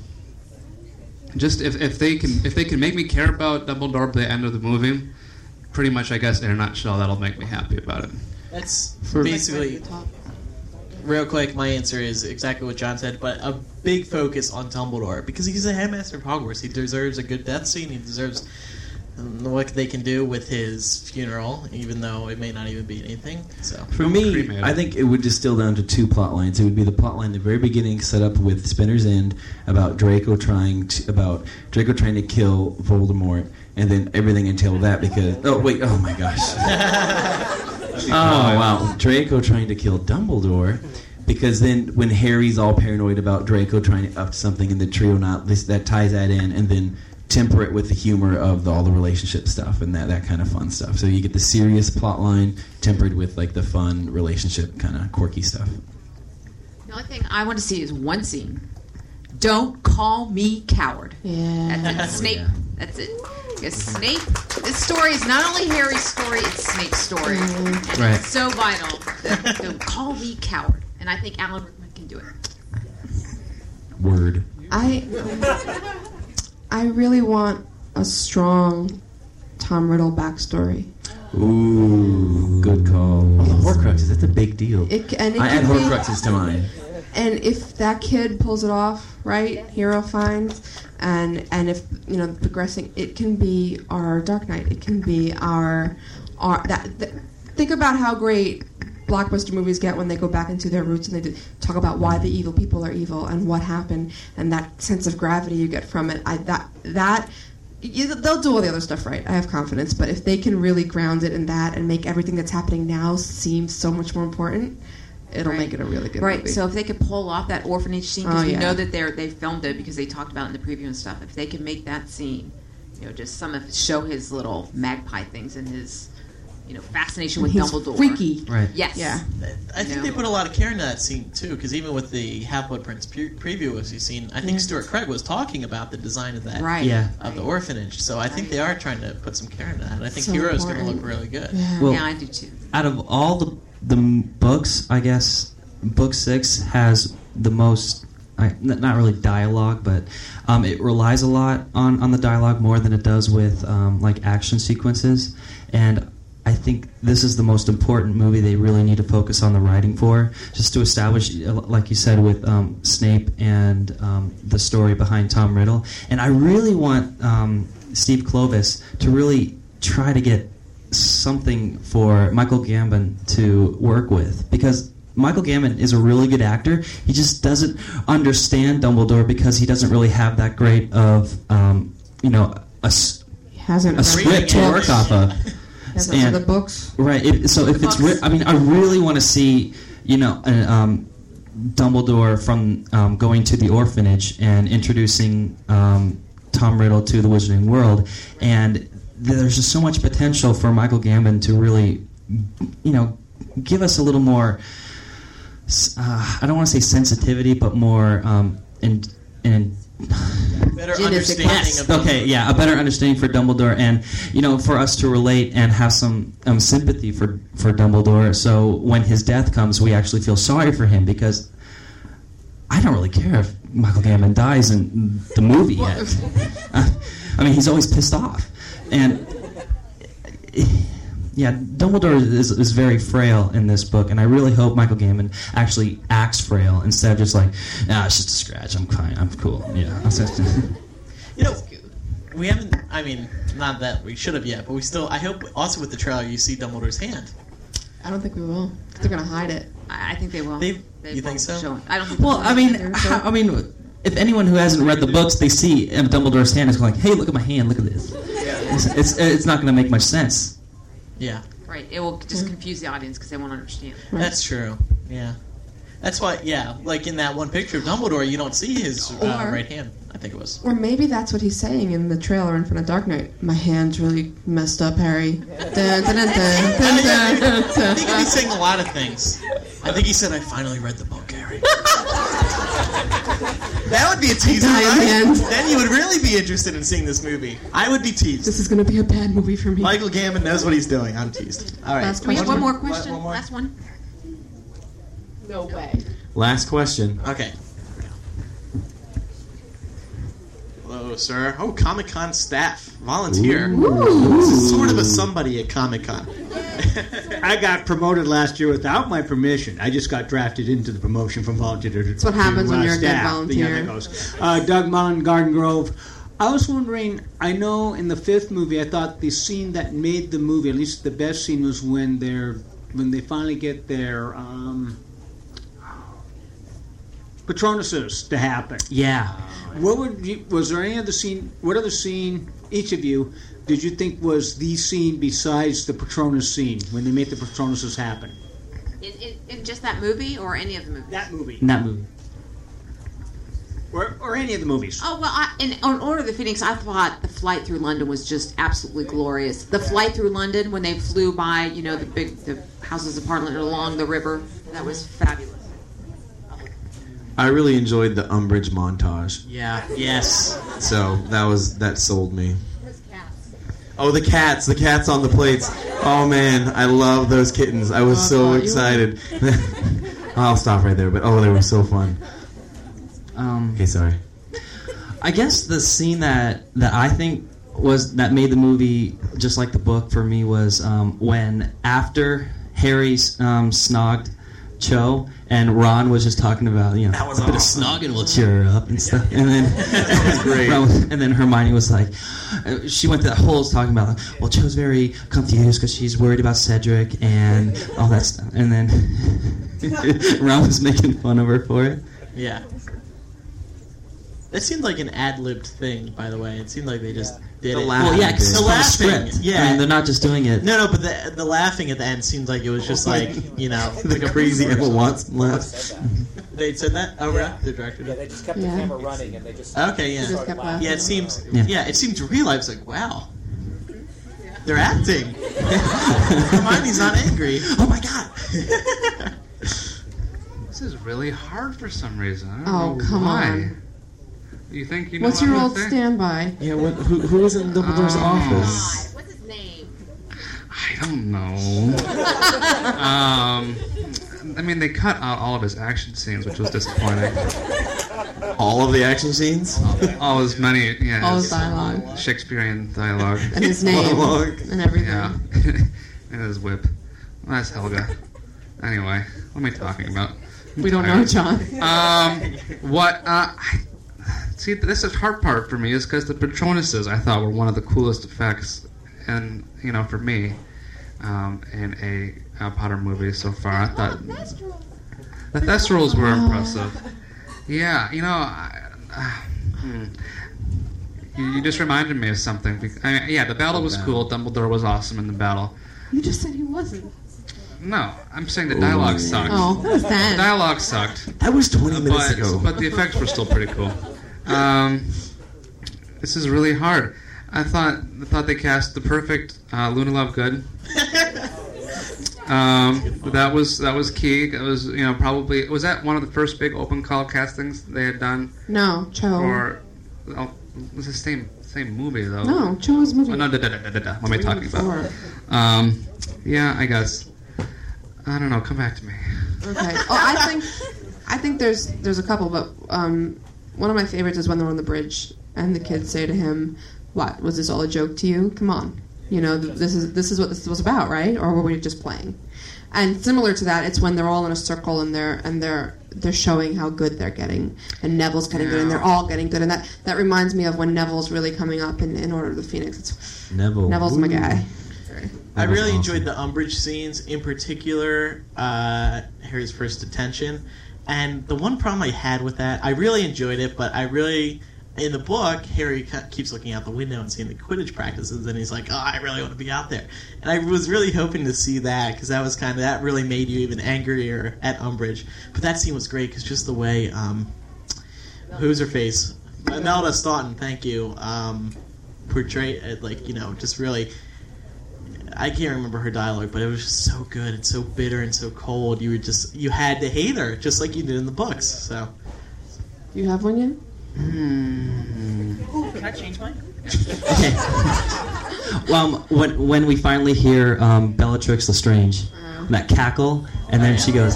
[SPEAKER 4] just if, if they can if they can make me care about Dumbledore by the end of the movie, pretty much I guess in a nutshell that'll make me happy about it.
[SPEAKER 2] That's
[SPEAKER 4] For-
[SPEAKER 2] basically. Real quick, my answer is exactly what John said, but a big focus on Dumbledore because he's the headmaster of Hogwarts. He deserves a good death scene. He deserves um, what they can do with his funeral, even though it may not even be anything. So
[SPEAKER 7] For me, I think it would distill down to two plot lines. It would be the plot line at the very beginning set up with Spinner's End about Draco trying to about Draco trying to kill Voldemort and then everything entailed that because oh wait, oh my gosh. oh wow. Draco trying to kill Dumbledore because then when Harry's all paranoid about Draco trying to up something in the trio not this that ties that in and then temper it with the humor of the, all the relationship stuff and that, that kind of fun stuff. So you get the serious plot line tempered with like the fun relationship kind of quirky stuff.
[SPEAKER 9] The only thing I want to see is one scene. Don't call me coward. Yeah. That's it. Snape. That's it. Because Snape. This story is not only Harry's story; it's Snape's story.
[SPEAKER 3] Mm-hmm.
[SPEAKER 9] And
[SPEAKER 7] Right.
[SPEAKER 9] It's so vital. that Don't call me coward. And I think Alan Rickman can do it.
[SPEAKER 7] Word.
[SPEAKER 3] I I really want a strong Tom Riddle backstory.
[SPEAKER 7] Ooh, good call. Oh, Horcruxes, that's a big deal.
[SPEAKER 3] It c- and it
[SPEAKER 7] I
[SPEAKER 3] can
[SPEAKER 7] add
[SPEAKER 3] be-
[SPEAKER 7] Horcruxes to mine.
[SPEAKER 3] and if that kid pulls it off right hero finds and and if you know progressing it can be our dark knight it can be our our that, that think about how great blockbuster movies get when they go back into their roots and they do, talk about why the evil people are evil and what happened and that sense of gravity you get from it i that that you, they'll do all the other stuff right. I have confidence, but if they can really ground it in that and make everything that's happening now seem so much more important, it'll make it a really good
[SPEAKER 9] right.
[SPEAKER 3] movie.
[SPEAKER 9] So if they could pull off that orphanage scene, because
[SPEAKER 3] Oh,
[SPEAKER 9] we
[SPEAKER 3] yeah.
[SPEAKER 9] know that they're they filmed it because they talked about it in the preview and stuff. If they can make that scene, you know, just some of show his little magpie things and his, you know, fascination with
[SPEAKER 2] He's
[SPEAKER 9] Dumbledore.
[SPEAKER 2] freaky. Right.
[SPEAKER 9] Yes.
[SPEAKER 2] Yeah. I think
[SPEAKER 9] No.
[SPEAKER 2] they put a lot of care into that scene too, because even with the Half-Blood Prince pre- preview, as you've seen, I think
[SPEAKER 9] Yeah.
[SPEAKER 2] Stuart Craig was talking about the design of that,
[SPEAKER 9] Right. Yeah.
[SPEAKER 2] of the orphanage. So I think they are trying to put some care into that, and I think
[SPEAKER 9] So
[SPEAKER 2] Hero's going to
[SPEAKER 9] important.
[SPEAKER 2] look really good.
[SPEAKER 7] Well,
[SPEAKER 9] too.
[SPEAKER 5] Out of all the the m- books, I guess book six has the most. I, n- not really dialogue, but um, it relies a lot on, on the dialogue more than it does with um, like action sequences. And I think this is the most important movie they really need to focus on the writing for, just to establish, uh, like you said, with um, Snape and um, the story behind Tom Riddle. And I really want um, Steve Clovis to really try to get something for Michael Gambon to work with because Michael Gambon is a really good actor. He just doesn't understand Dumbledore because he doesn't really have that great of um, you know a, s-
[SPEAKER 3] hasn't
[SPEAKER 5] a
[SPEAKER 3] read
[SPEAKER 5] script
[SPEAKER 3] the
[SPEAKER 5] to work
[SPEAKER 3] books.
[SPEAKER 5] off of.
[SPEAKER 3] Hasn't read the books.
[SPEAKER 5] Right. If, so if
[SPEAKER 3] The
[SPEAKER 5] it's,
[SPEAKER 3] books.
[SPEAKER 5] writ- I mean, I really want to see, you know, an, um, Dumbledore from um, going to the orphanage and introducing um, Tom Riddle to the Wizarding World, and there's just so much potential for Michael Gambon to really, you know, give us a little more. Uh, I don't want to say sensitivity, but more um, and and
[SPEAKER 2] Better understanding of the-
[SPEAKER 5] okay, yeah, a better understanding for Dumbledore, and you know, for us to relate and have some um, sympathy for for Dumbledore. So when his death comes, we actually feel sorry for him because I don't really care if Michael Gambon dies in the movie yet. I mean, he's always pissed off, and yeah, Dumbledore is, is very frail in this book, and I really hope Michael Gambon actually acts frail instead of just like, nah, it's just a scratch. I'm fine. I'm cool. Yeah. It's just-
[SPEAKER 2] You know, we haven't. I mean, not that we should have yet, but we still. I hope also with the trailer you see Dumbledore's hand.
[SPEAKER 3] I don't think we will. 'cause They're gonna hide it.
[SPEAKER 9] I think they will.
[SPEAKER 2] They, you think so?
[SPEAKER 9] I don't.
[SPEAKER 5] well, I mean, how- I mean, if anyone who hasn't read the books, they see um, Dumbledore's hand is going like, hey, look at my hand. Look at this. It's it's, it's not going to make much sense.
[SPEAKER 2] Yeah.
[SPEAKER 9] Right. It will just confuse the audience because they won't understand.
[SPEAKER 2] That's true. Yeah. That's why. Yeah, like in that one picture of Dumbledore, you don't see his uh,
[SPEAKER 3] Or-
[SPEAKER 2] right hand. I think it was.
[SPEAKER 3] Or maybe that's what he's saying in the trailer in front of Dark Knight. My hand's really messed up, Harry. Dun, dun, dun, dun, dun, dun, dun,
[SPEAKER 2] I
[SPEAKER 3] dun.
[SPEAKER 2] think he's saying a lot of things. I think he said, "I finally read the book, Harry." that would be a teaser,
[SPEAKER 3] Diamond hands.
[SPEAKER 2] right? Then you would really be interested in seeing this movie. I would be teased.
[SPEAKER 3] This is gonna be a bad movie for me.
[SPEAKER 2] Michael Gambon knows what he's doing. I'm teased. All right.
[SPEAKER 3] Last
[SPEAKER 9] Do we have one more
[SPEAKER 2] What-
[SPEAKER 9] question?
[SPEAKER 2] one more?
[SPEAKER 9] Last one.
[SPEAKER 25] No way.
[SPEAKER 7] Last question.
[SPEAKER 2] Okay. Hello, sir. Oh, Comic Con staff, volunteer.
[SPEAKER 12] Ooh.
[SPEAKER 2] This is sort of a somebody at Comic Con.
[SPEAKER 12] I got promoted last year without my permission. I just got drafted into the promotion from volunteer to That's
[SPEAKER 3] what happens
[SPEAKER 12] to,
[SPEAKER 3] when
[SPEAKER 12] uh,
[SPEAKER 3] you're a good
[SPEAKER 12] staff.
[SPEAKER 3] volunteer.
[SPEAKER 12] Yeah, that goes. Uh, Doug Mullen, Garden Grove. I was wondering. I know in the fifth movie, I thought the scene that made the movie, at least the best scene, was when they're when they finally get their um, Patronuses to happen.
[SPEAKER 5] Yeah.
[SPEAKER 12] What would you, was there any other scene? What other scene? Each of you did you think was the scene besides the Patronus scene when they made the Patronuses happen?
[SPEAKER 9] Is, is, is just that movie or any of the movies?
[SPEAKER 12] That movie.
[SPEAKER 5] In that movie.
[SPEAKER 12] Or, or any of the movies.
[SPEAKER 9] Oh well, I, in on Order of the Phoenix, I thought the flight through London was just absolutely glorious. The flight through London when they flew by, you know, the big the houses of Parliament along the river, that was fabulous.
[SPEAKER 7] I really enjoyed the Umbridge montage.
[SPEAKER 2] Yeah. Yes.
[SPEAKER 7] So that was that sold me. Oh, the cats! The cats on the plates. Oh man, I love those kittens. I was so excited. I'll stop right there. But oh, they were so fun.
[SPEAKER 5] Um,
[SPEAKER 7] okay, sorry.
[SPEAKER 5] I guess the scene that that I think was that made the movie just like the book for me was um, when after Harry's um, snogged Cho and Ron was just talking about you know that was a bit of snogging will cheer her up and stuff and then Ron was- and then Hermione was like uh, she went to that whole talking about like, well Cho's very confused because she's worried about Cedric and all that stuff and then Ron was making fun of her for it
[SPEAKER 2] Yeah. It seemed like an ad libbed thing, by the way. It seemed like they just did
[SPEAKER 5] The
[SPEAKER 2] it.
[SPEAKER 5] laughing Well, yeah, 'cause bit. it's
[SPEAKER 2] the
[SPEAKER 5] from a
[SPEAKER 2] laughing.
[SPEAKER 5] script.
[SPEAKER 2] Yeah,
[SPEAKER 5] I mean, they're not just doing it-
[SPEAKER 2] No, no, but the, the laughing at the end seemed like it was just like you know the
[SPEAKER 7] Crazy ever wants left.
[SPEAKER 2] They said that. Oh, yeah. The director. Yeah,
[SPEAKER 26] they just kept
[SPEAKER 2] Yeah.
[SPEAKER 26] the camera running and they just.
[SPEAKER 2] Okay, yeah.
[SPEAKER 26] They just kept
[SPEAKER 2] yeah, it
[SPEAKER 26] laughing.
[SPEAKER 2] seems.
[SPEAKER 5] Yeah.
[SPEAKER 2] Yeah. it seemed real. I was like, wow, they're acting. Hermione's not angry. Oh my god.
[SPEAKER 4] This is really hard for some reason. I don't
[SPEAKER 3] Oh,
[SPEAKER 4] know
[SPEAKER 3] come
[SPEAKER 4] why.
[SPEAKER 3] on.
[SPEAKER 4] You think you know
[SPEAKER 3] What's your
[SPEAKER 4] what I'm
[SPEAKER 3] old
[SPEAKER 4] gonna think?
[SPEAKER 3] standby? Ah.
[SPEAKER 7] Yeah. What, who, who was in Dumbledore's
[SPEAKER 4] Oh.
[SPEAKER 7] office?
[SPEAKER 4] I don't know. um, I mean, they cut out all of his action scenes, which was disappointing.
[SPEAKER 7] All of the action scenes?
[SPEAKER 4] All his many, yeah.
[SPEAKER 3] All his dialogue.
[SPEAKER 4] Shakespearean dialogue.
[SPEAKER 3] And his name. Monologue. And everything.
[SPEAKER 4] Yeah. and his whip. Well, that's Helga. Anyway, what am I talking about? I'm
[SPEAKER 3] We don't know,
[SPEAKER 4] tired.
[SPEAKER 3] John.
[SPEAKER 4] Um, what? Uh, I- see, this is hard part for me is because the Patronuses I thought were one of the coolest effects, and you know, for me, um, in a, uh Potter movie so far, I thought the Thestrals were impressive. Yeah, you know, I, uh, hmm. you, you just reminded me of uh, something. Bec- I mean, yeah, the battle was cool. Dumbledore was awesome in the battle.
[SPEAKER 3] You just said he wasn't.
[SPEAKER 4] No, I'm saying the dialogue sucked.
[SPEAKER 3] Oh, that was bad.
[SPEAKER 4] The dialogue sucked.
[SPEAKER 7] That was 20 minutes
[SPEAKER 4] but,
[SPEAKER 7] ago.
[SPEAKER 4] But the effects were still pretty cool. Um, this is really hard. I thought I thought they cast the perfect uh, Luna Lovegood. Um, that was that was key. That was you know probably was that one of the first big open call castings they had done.
[SPEAKER 3] No, Cho.
[SPEAKER 4] Or oh, it was the same same movie though.
[SPEAKER 3] No, Cho's movie.
[SPEAKER 4] Oh, no, da, da, da, da, da, da. What am I
[SPEAKER 3] Three and
[SPEAKER 4] talking about? Um, yeah, I guess. I don't know. Come back to me.
[SPEAKER 3] Okay. Oh, I think I think there's there's a couple, but um, one of my favorites is when they're on the bridge and the kids say to him, "What was this all a joke to you? Come on, you know th- this is this is what this was about, right? Or were we just playing?" And similar to that, it's when they're all in a circle and they're and they're they're showing how good they're getting, and Neville's getting good, and they're all getting good, and that that reminds me of when Neville's really coming up in, in Order of the Phoenix. It's,
[SPEAKER 7] Neville.
[SPEAKER 3] Neville's my
[SPEAKER 7] Ooh.
[SPEAKER 3] guy.
[SPEAKER 7] That
[SPEAKER 2] Oh. I
[SPEAKER 7] was
[SPEAKER 2] really
[SPEAKER 7] awesome.
[SPEAKER 2] enjoyed the umbrage scenes, in particular uh, Harry's first detention. And the one problem I had with that, I really enjoyed it, but I really, in the book, Harry ke- keeps looking out the window and seeing the Quidditch practices, and he's like, "Oh, I really want to be out there." And I was really hoping to see that because that was kind of that really made you even angrier at Umbridge. But that scene was great because just the way, um, who's her face, Imelda Staunton, thank you, um, portray uh, like you know just really I can't remember her dialogue, but it was just so good and so bitter and so cold. You were just you had to hate her, just like you did in the books. So
[SPEAKER 3] Do you have one yet?
[SPEAKER 16] Ooh, can I change mine?
[SPEAKER 5] Well, um, when when we finally hear um, Bellatrix Lestrange,
[SPEAKER 3] Uh-huh.
[SPEAKER 5] that cackle, and then she goes,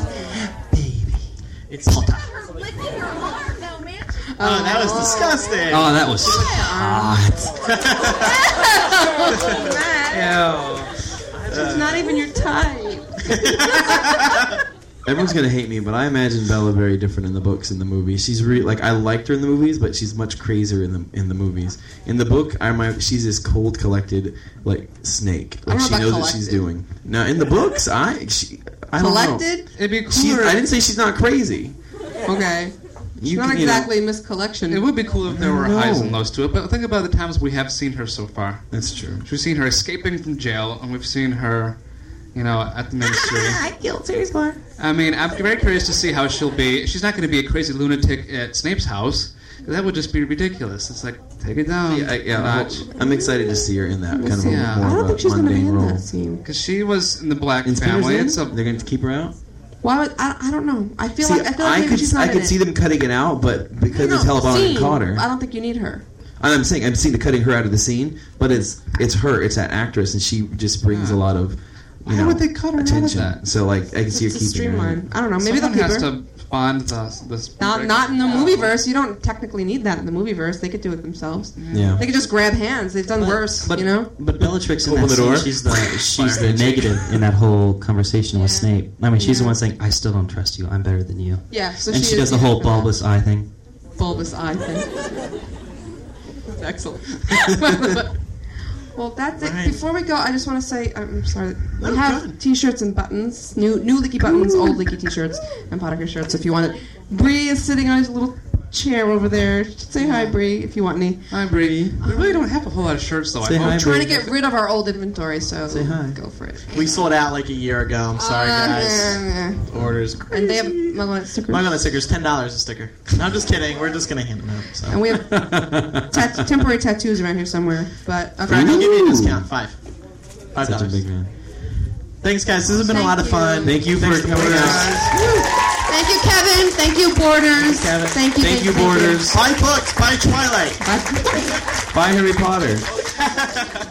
[SPEAKER 2] it's Potter.
[SPEAKER 16] Oh,
[SPEAKER 2] Uh, that was disgusting.
[SPEAKER 5] "Oh, that was
[SPEAKER 3] uh-huh.
[SPEAKER 5] hot."
[SPEAKER 3] Oh.
[SPEAKER 16] It's not even your type.
[SPEAKER 7] Everyone's gonna hate me, but I imagine Bella very different in the books and the movies. She's re- like I liked her in the movies, but she's much crazier in the in the movies. In the book, I mi- she's this cold, collected like snake.
[SPEAKER 4] I don't
[SPEAKER 7] Like
[SPEAKER 4] know
[SPEAKER 7] she
[SPEAKER 4] about
[SPEAKER 7] knows what she's
[SPEAKER 4] collected.
[SPEAKER 7] doing. Now in the books, I she I don't know.
[SPEAKER 4] It'd be
[SPEAKER 7] She's,
[SPEAKER 4] cooler.
[SPEAKER 7] I didn't say she's not crazy.
[SPEAKER 3] Okay.
[SPEAKER 7] You
[SPEAKER 3] Not
[SPEAKER 7] can, you know-
[SPEAKER 3] exactly Miss Collection.
[SPEAKER 4] It would be cool if there were
[SPEAKER 7] No.
[SPEAKER 4] highs and lows to it, but think about the times we have seen her so far.
[SPEAKER 7] That's true.
[SPEAKER 4] We've seen her escaping from jail, and we've seen her, you know, at the ministry.
[SPEAKER 2] I killed Sirius Black.
[SPEAKER 4] I mean, I'm very curious to see how she'll be. She's not going to be a crazy lunatic at Snape's house. 'cause That would just be ridiculous. It's like, take it down.
[SPEAKER 7] Yeah, I,
[SPEAKER 4] a
[SPEAKER 7] yeah
[SPEAKER 4] notch.
[SPEAKER 7] I'm, I'm excited to see her in that kind of a,
[SPEAKER 4] Yeah.
[SPEAKER 7] more
[SPEAKER 4] I don't
[SPEAKER 7] of a
[SPEAKER 4] think she's gonna be
[SPEAKER 7] mundane
[SPEAKER 4] in
[SPEAKER 7] role.
[SPEAKER 4] that Because she was in the Black family. It's a,
[SPEAKER 7] They're going to keep her out.
[SPEAKER 3] Why would, I, I don't know. I feel
[SPEAKER 7] See,
[SPEAKER 3] like I feel like maybe
[SPEAKER 7] could
[SPEAKER 3] she's not
[SPEAKER 7] I
[SPEAKER 3] in
[SPEAKER 7] could
[SPEAKER 3] it.
[SPEAKER 7] see them cutting it out, but because it's Hellbound
[SPEAKER 3] Scene.
[SPEAKER 7] and caught her.
[SPEAKER 3] I don't think you need her.
[SPEAKER 7] I'm saying I'm seeing the cutting her out of the scene, but it's it's her, it's that actress, and she just brings a lot of you know
[SPEAKER 4] would they cut her out of
[SPEAKER 7] attention.
[SPEAKER 4] that?
[SPEAKER 7] So like I can see her
[SPEAKER 3] It's a
[SPEAKER 7] keeping her. in.
[SPEAKER 3] streamline. I don't know. Maybe
[SPEAKER 4] Someone
[SPEAKER 3] they'll keep
[SPEAKER 4] has
[SPEAKER 3] her.
[SPEAKER 4] to bond the, this.
[SPEAKER 3] Not, not in the movie verse. You don't technically need that in the movie verse. They could do it themselves.
[SPEAKER 7] Yeah.
[SPEAKER 3] They could just grab hands. They've done worse, you know?
[SPEAKER 5] But Bellatrix in
[SPEAKER 7] Open
[SPEAKER 5] that
[SPEAKER 7] the
[SPEAKER 5] scene,
[SPEAKER 7] door.
[SPEAKER 5] she's the she's
[SPEAKER 7] Fire
[SPEAKER 5] the
[SPEAKER 7] engine.
[SPEAKER 5] negative in that whole conversation with Snape. I mean, she's the
[SPEAKER 3] Yeah.
[SPEAKER 5] one saying, "I still don't trust you. I'm better than you."
[SPEAKER 3] Yeah, so
[SPEAKER 5] and
[SPEAKER 3] she
[SPEAKER 5] she,
[SPEAKER 3] is
[SPEAKER 5] does the
[SPEAKER 3] the
[SPEAKER 5] whole
[SPEAKER 3] expert.
[SPEAKER 5] bulbous eye thing.
[SPEAKER 3] Bulbous eye thing. That's excellent. well, that's it.
[SPEAKER 5] Right.
[SPEAKER 3] Before we go, I just want to say uh, I'm sorry. We have t-shirts and buttons. New new leaky buttons, old leaky t-shirts, and Potter shirts if you want it. Bree is sitting on his little chair over there. Say hi, Bree, if you want any.
[SPEAKER 4] Hi, Bree. We really don't have a whole lot of shirts, though.
[SPEAKER 2] Say
[SPEAKER 4] I hope
[SPEAKER 2] hi,
[SPEAKER 3] We're
[SPEAKER 2] Bree.
[SPEAKER 3] trying to get rid of our old inventory, so
[SPEAKER 2] Say hi.
[SPEAKER 3] go for it.
[SPEAKER 2] We sold out like a year ago. I'm sorry,
[SPEAKER 3] Uh,
[SPEAKER 2] guys.
[SPEAKER 3] yeah,
[SPEAKER 2] Orders.
[SPEAKER 3] yeah. And they have Muggle stickers.
[SPEAKER 2] My stickers, ten dollars a sticker. No, I'm just kidding. We're just gonna hand them out. So.
[SPEAKER 3] And we have tat- temporary tattoos around here somewhere. But okay.
[SPEAKER 2] Frank, I'll give you a discount. Five. Five
[SPEAKER 7] Such a
[SPEAKER 2] dollars.
[SPEAKER 7] big man.
[SPEAKER 2] Thanks, guys. This has been a lot of fun.
[SPEAKER 7] Thank you
[SPEAKER 2] Thanks
[SPEAKER 7] for coming out.
[SPEAKER 3] Thank you, Kevin. Thank you, Borders. Thank you,
[SPEAKER 7] Thank you, Borders.
[SPEAKER 2] Buy books. Buy Twilight.
[SPEAKER 7] Bye, Harry Potter.
[SPEAKER 2] Bye.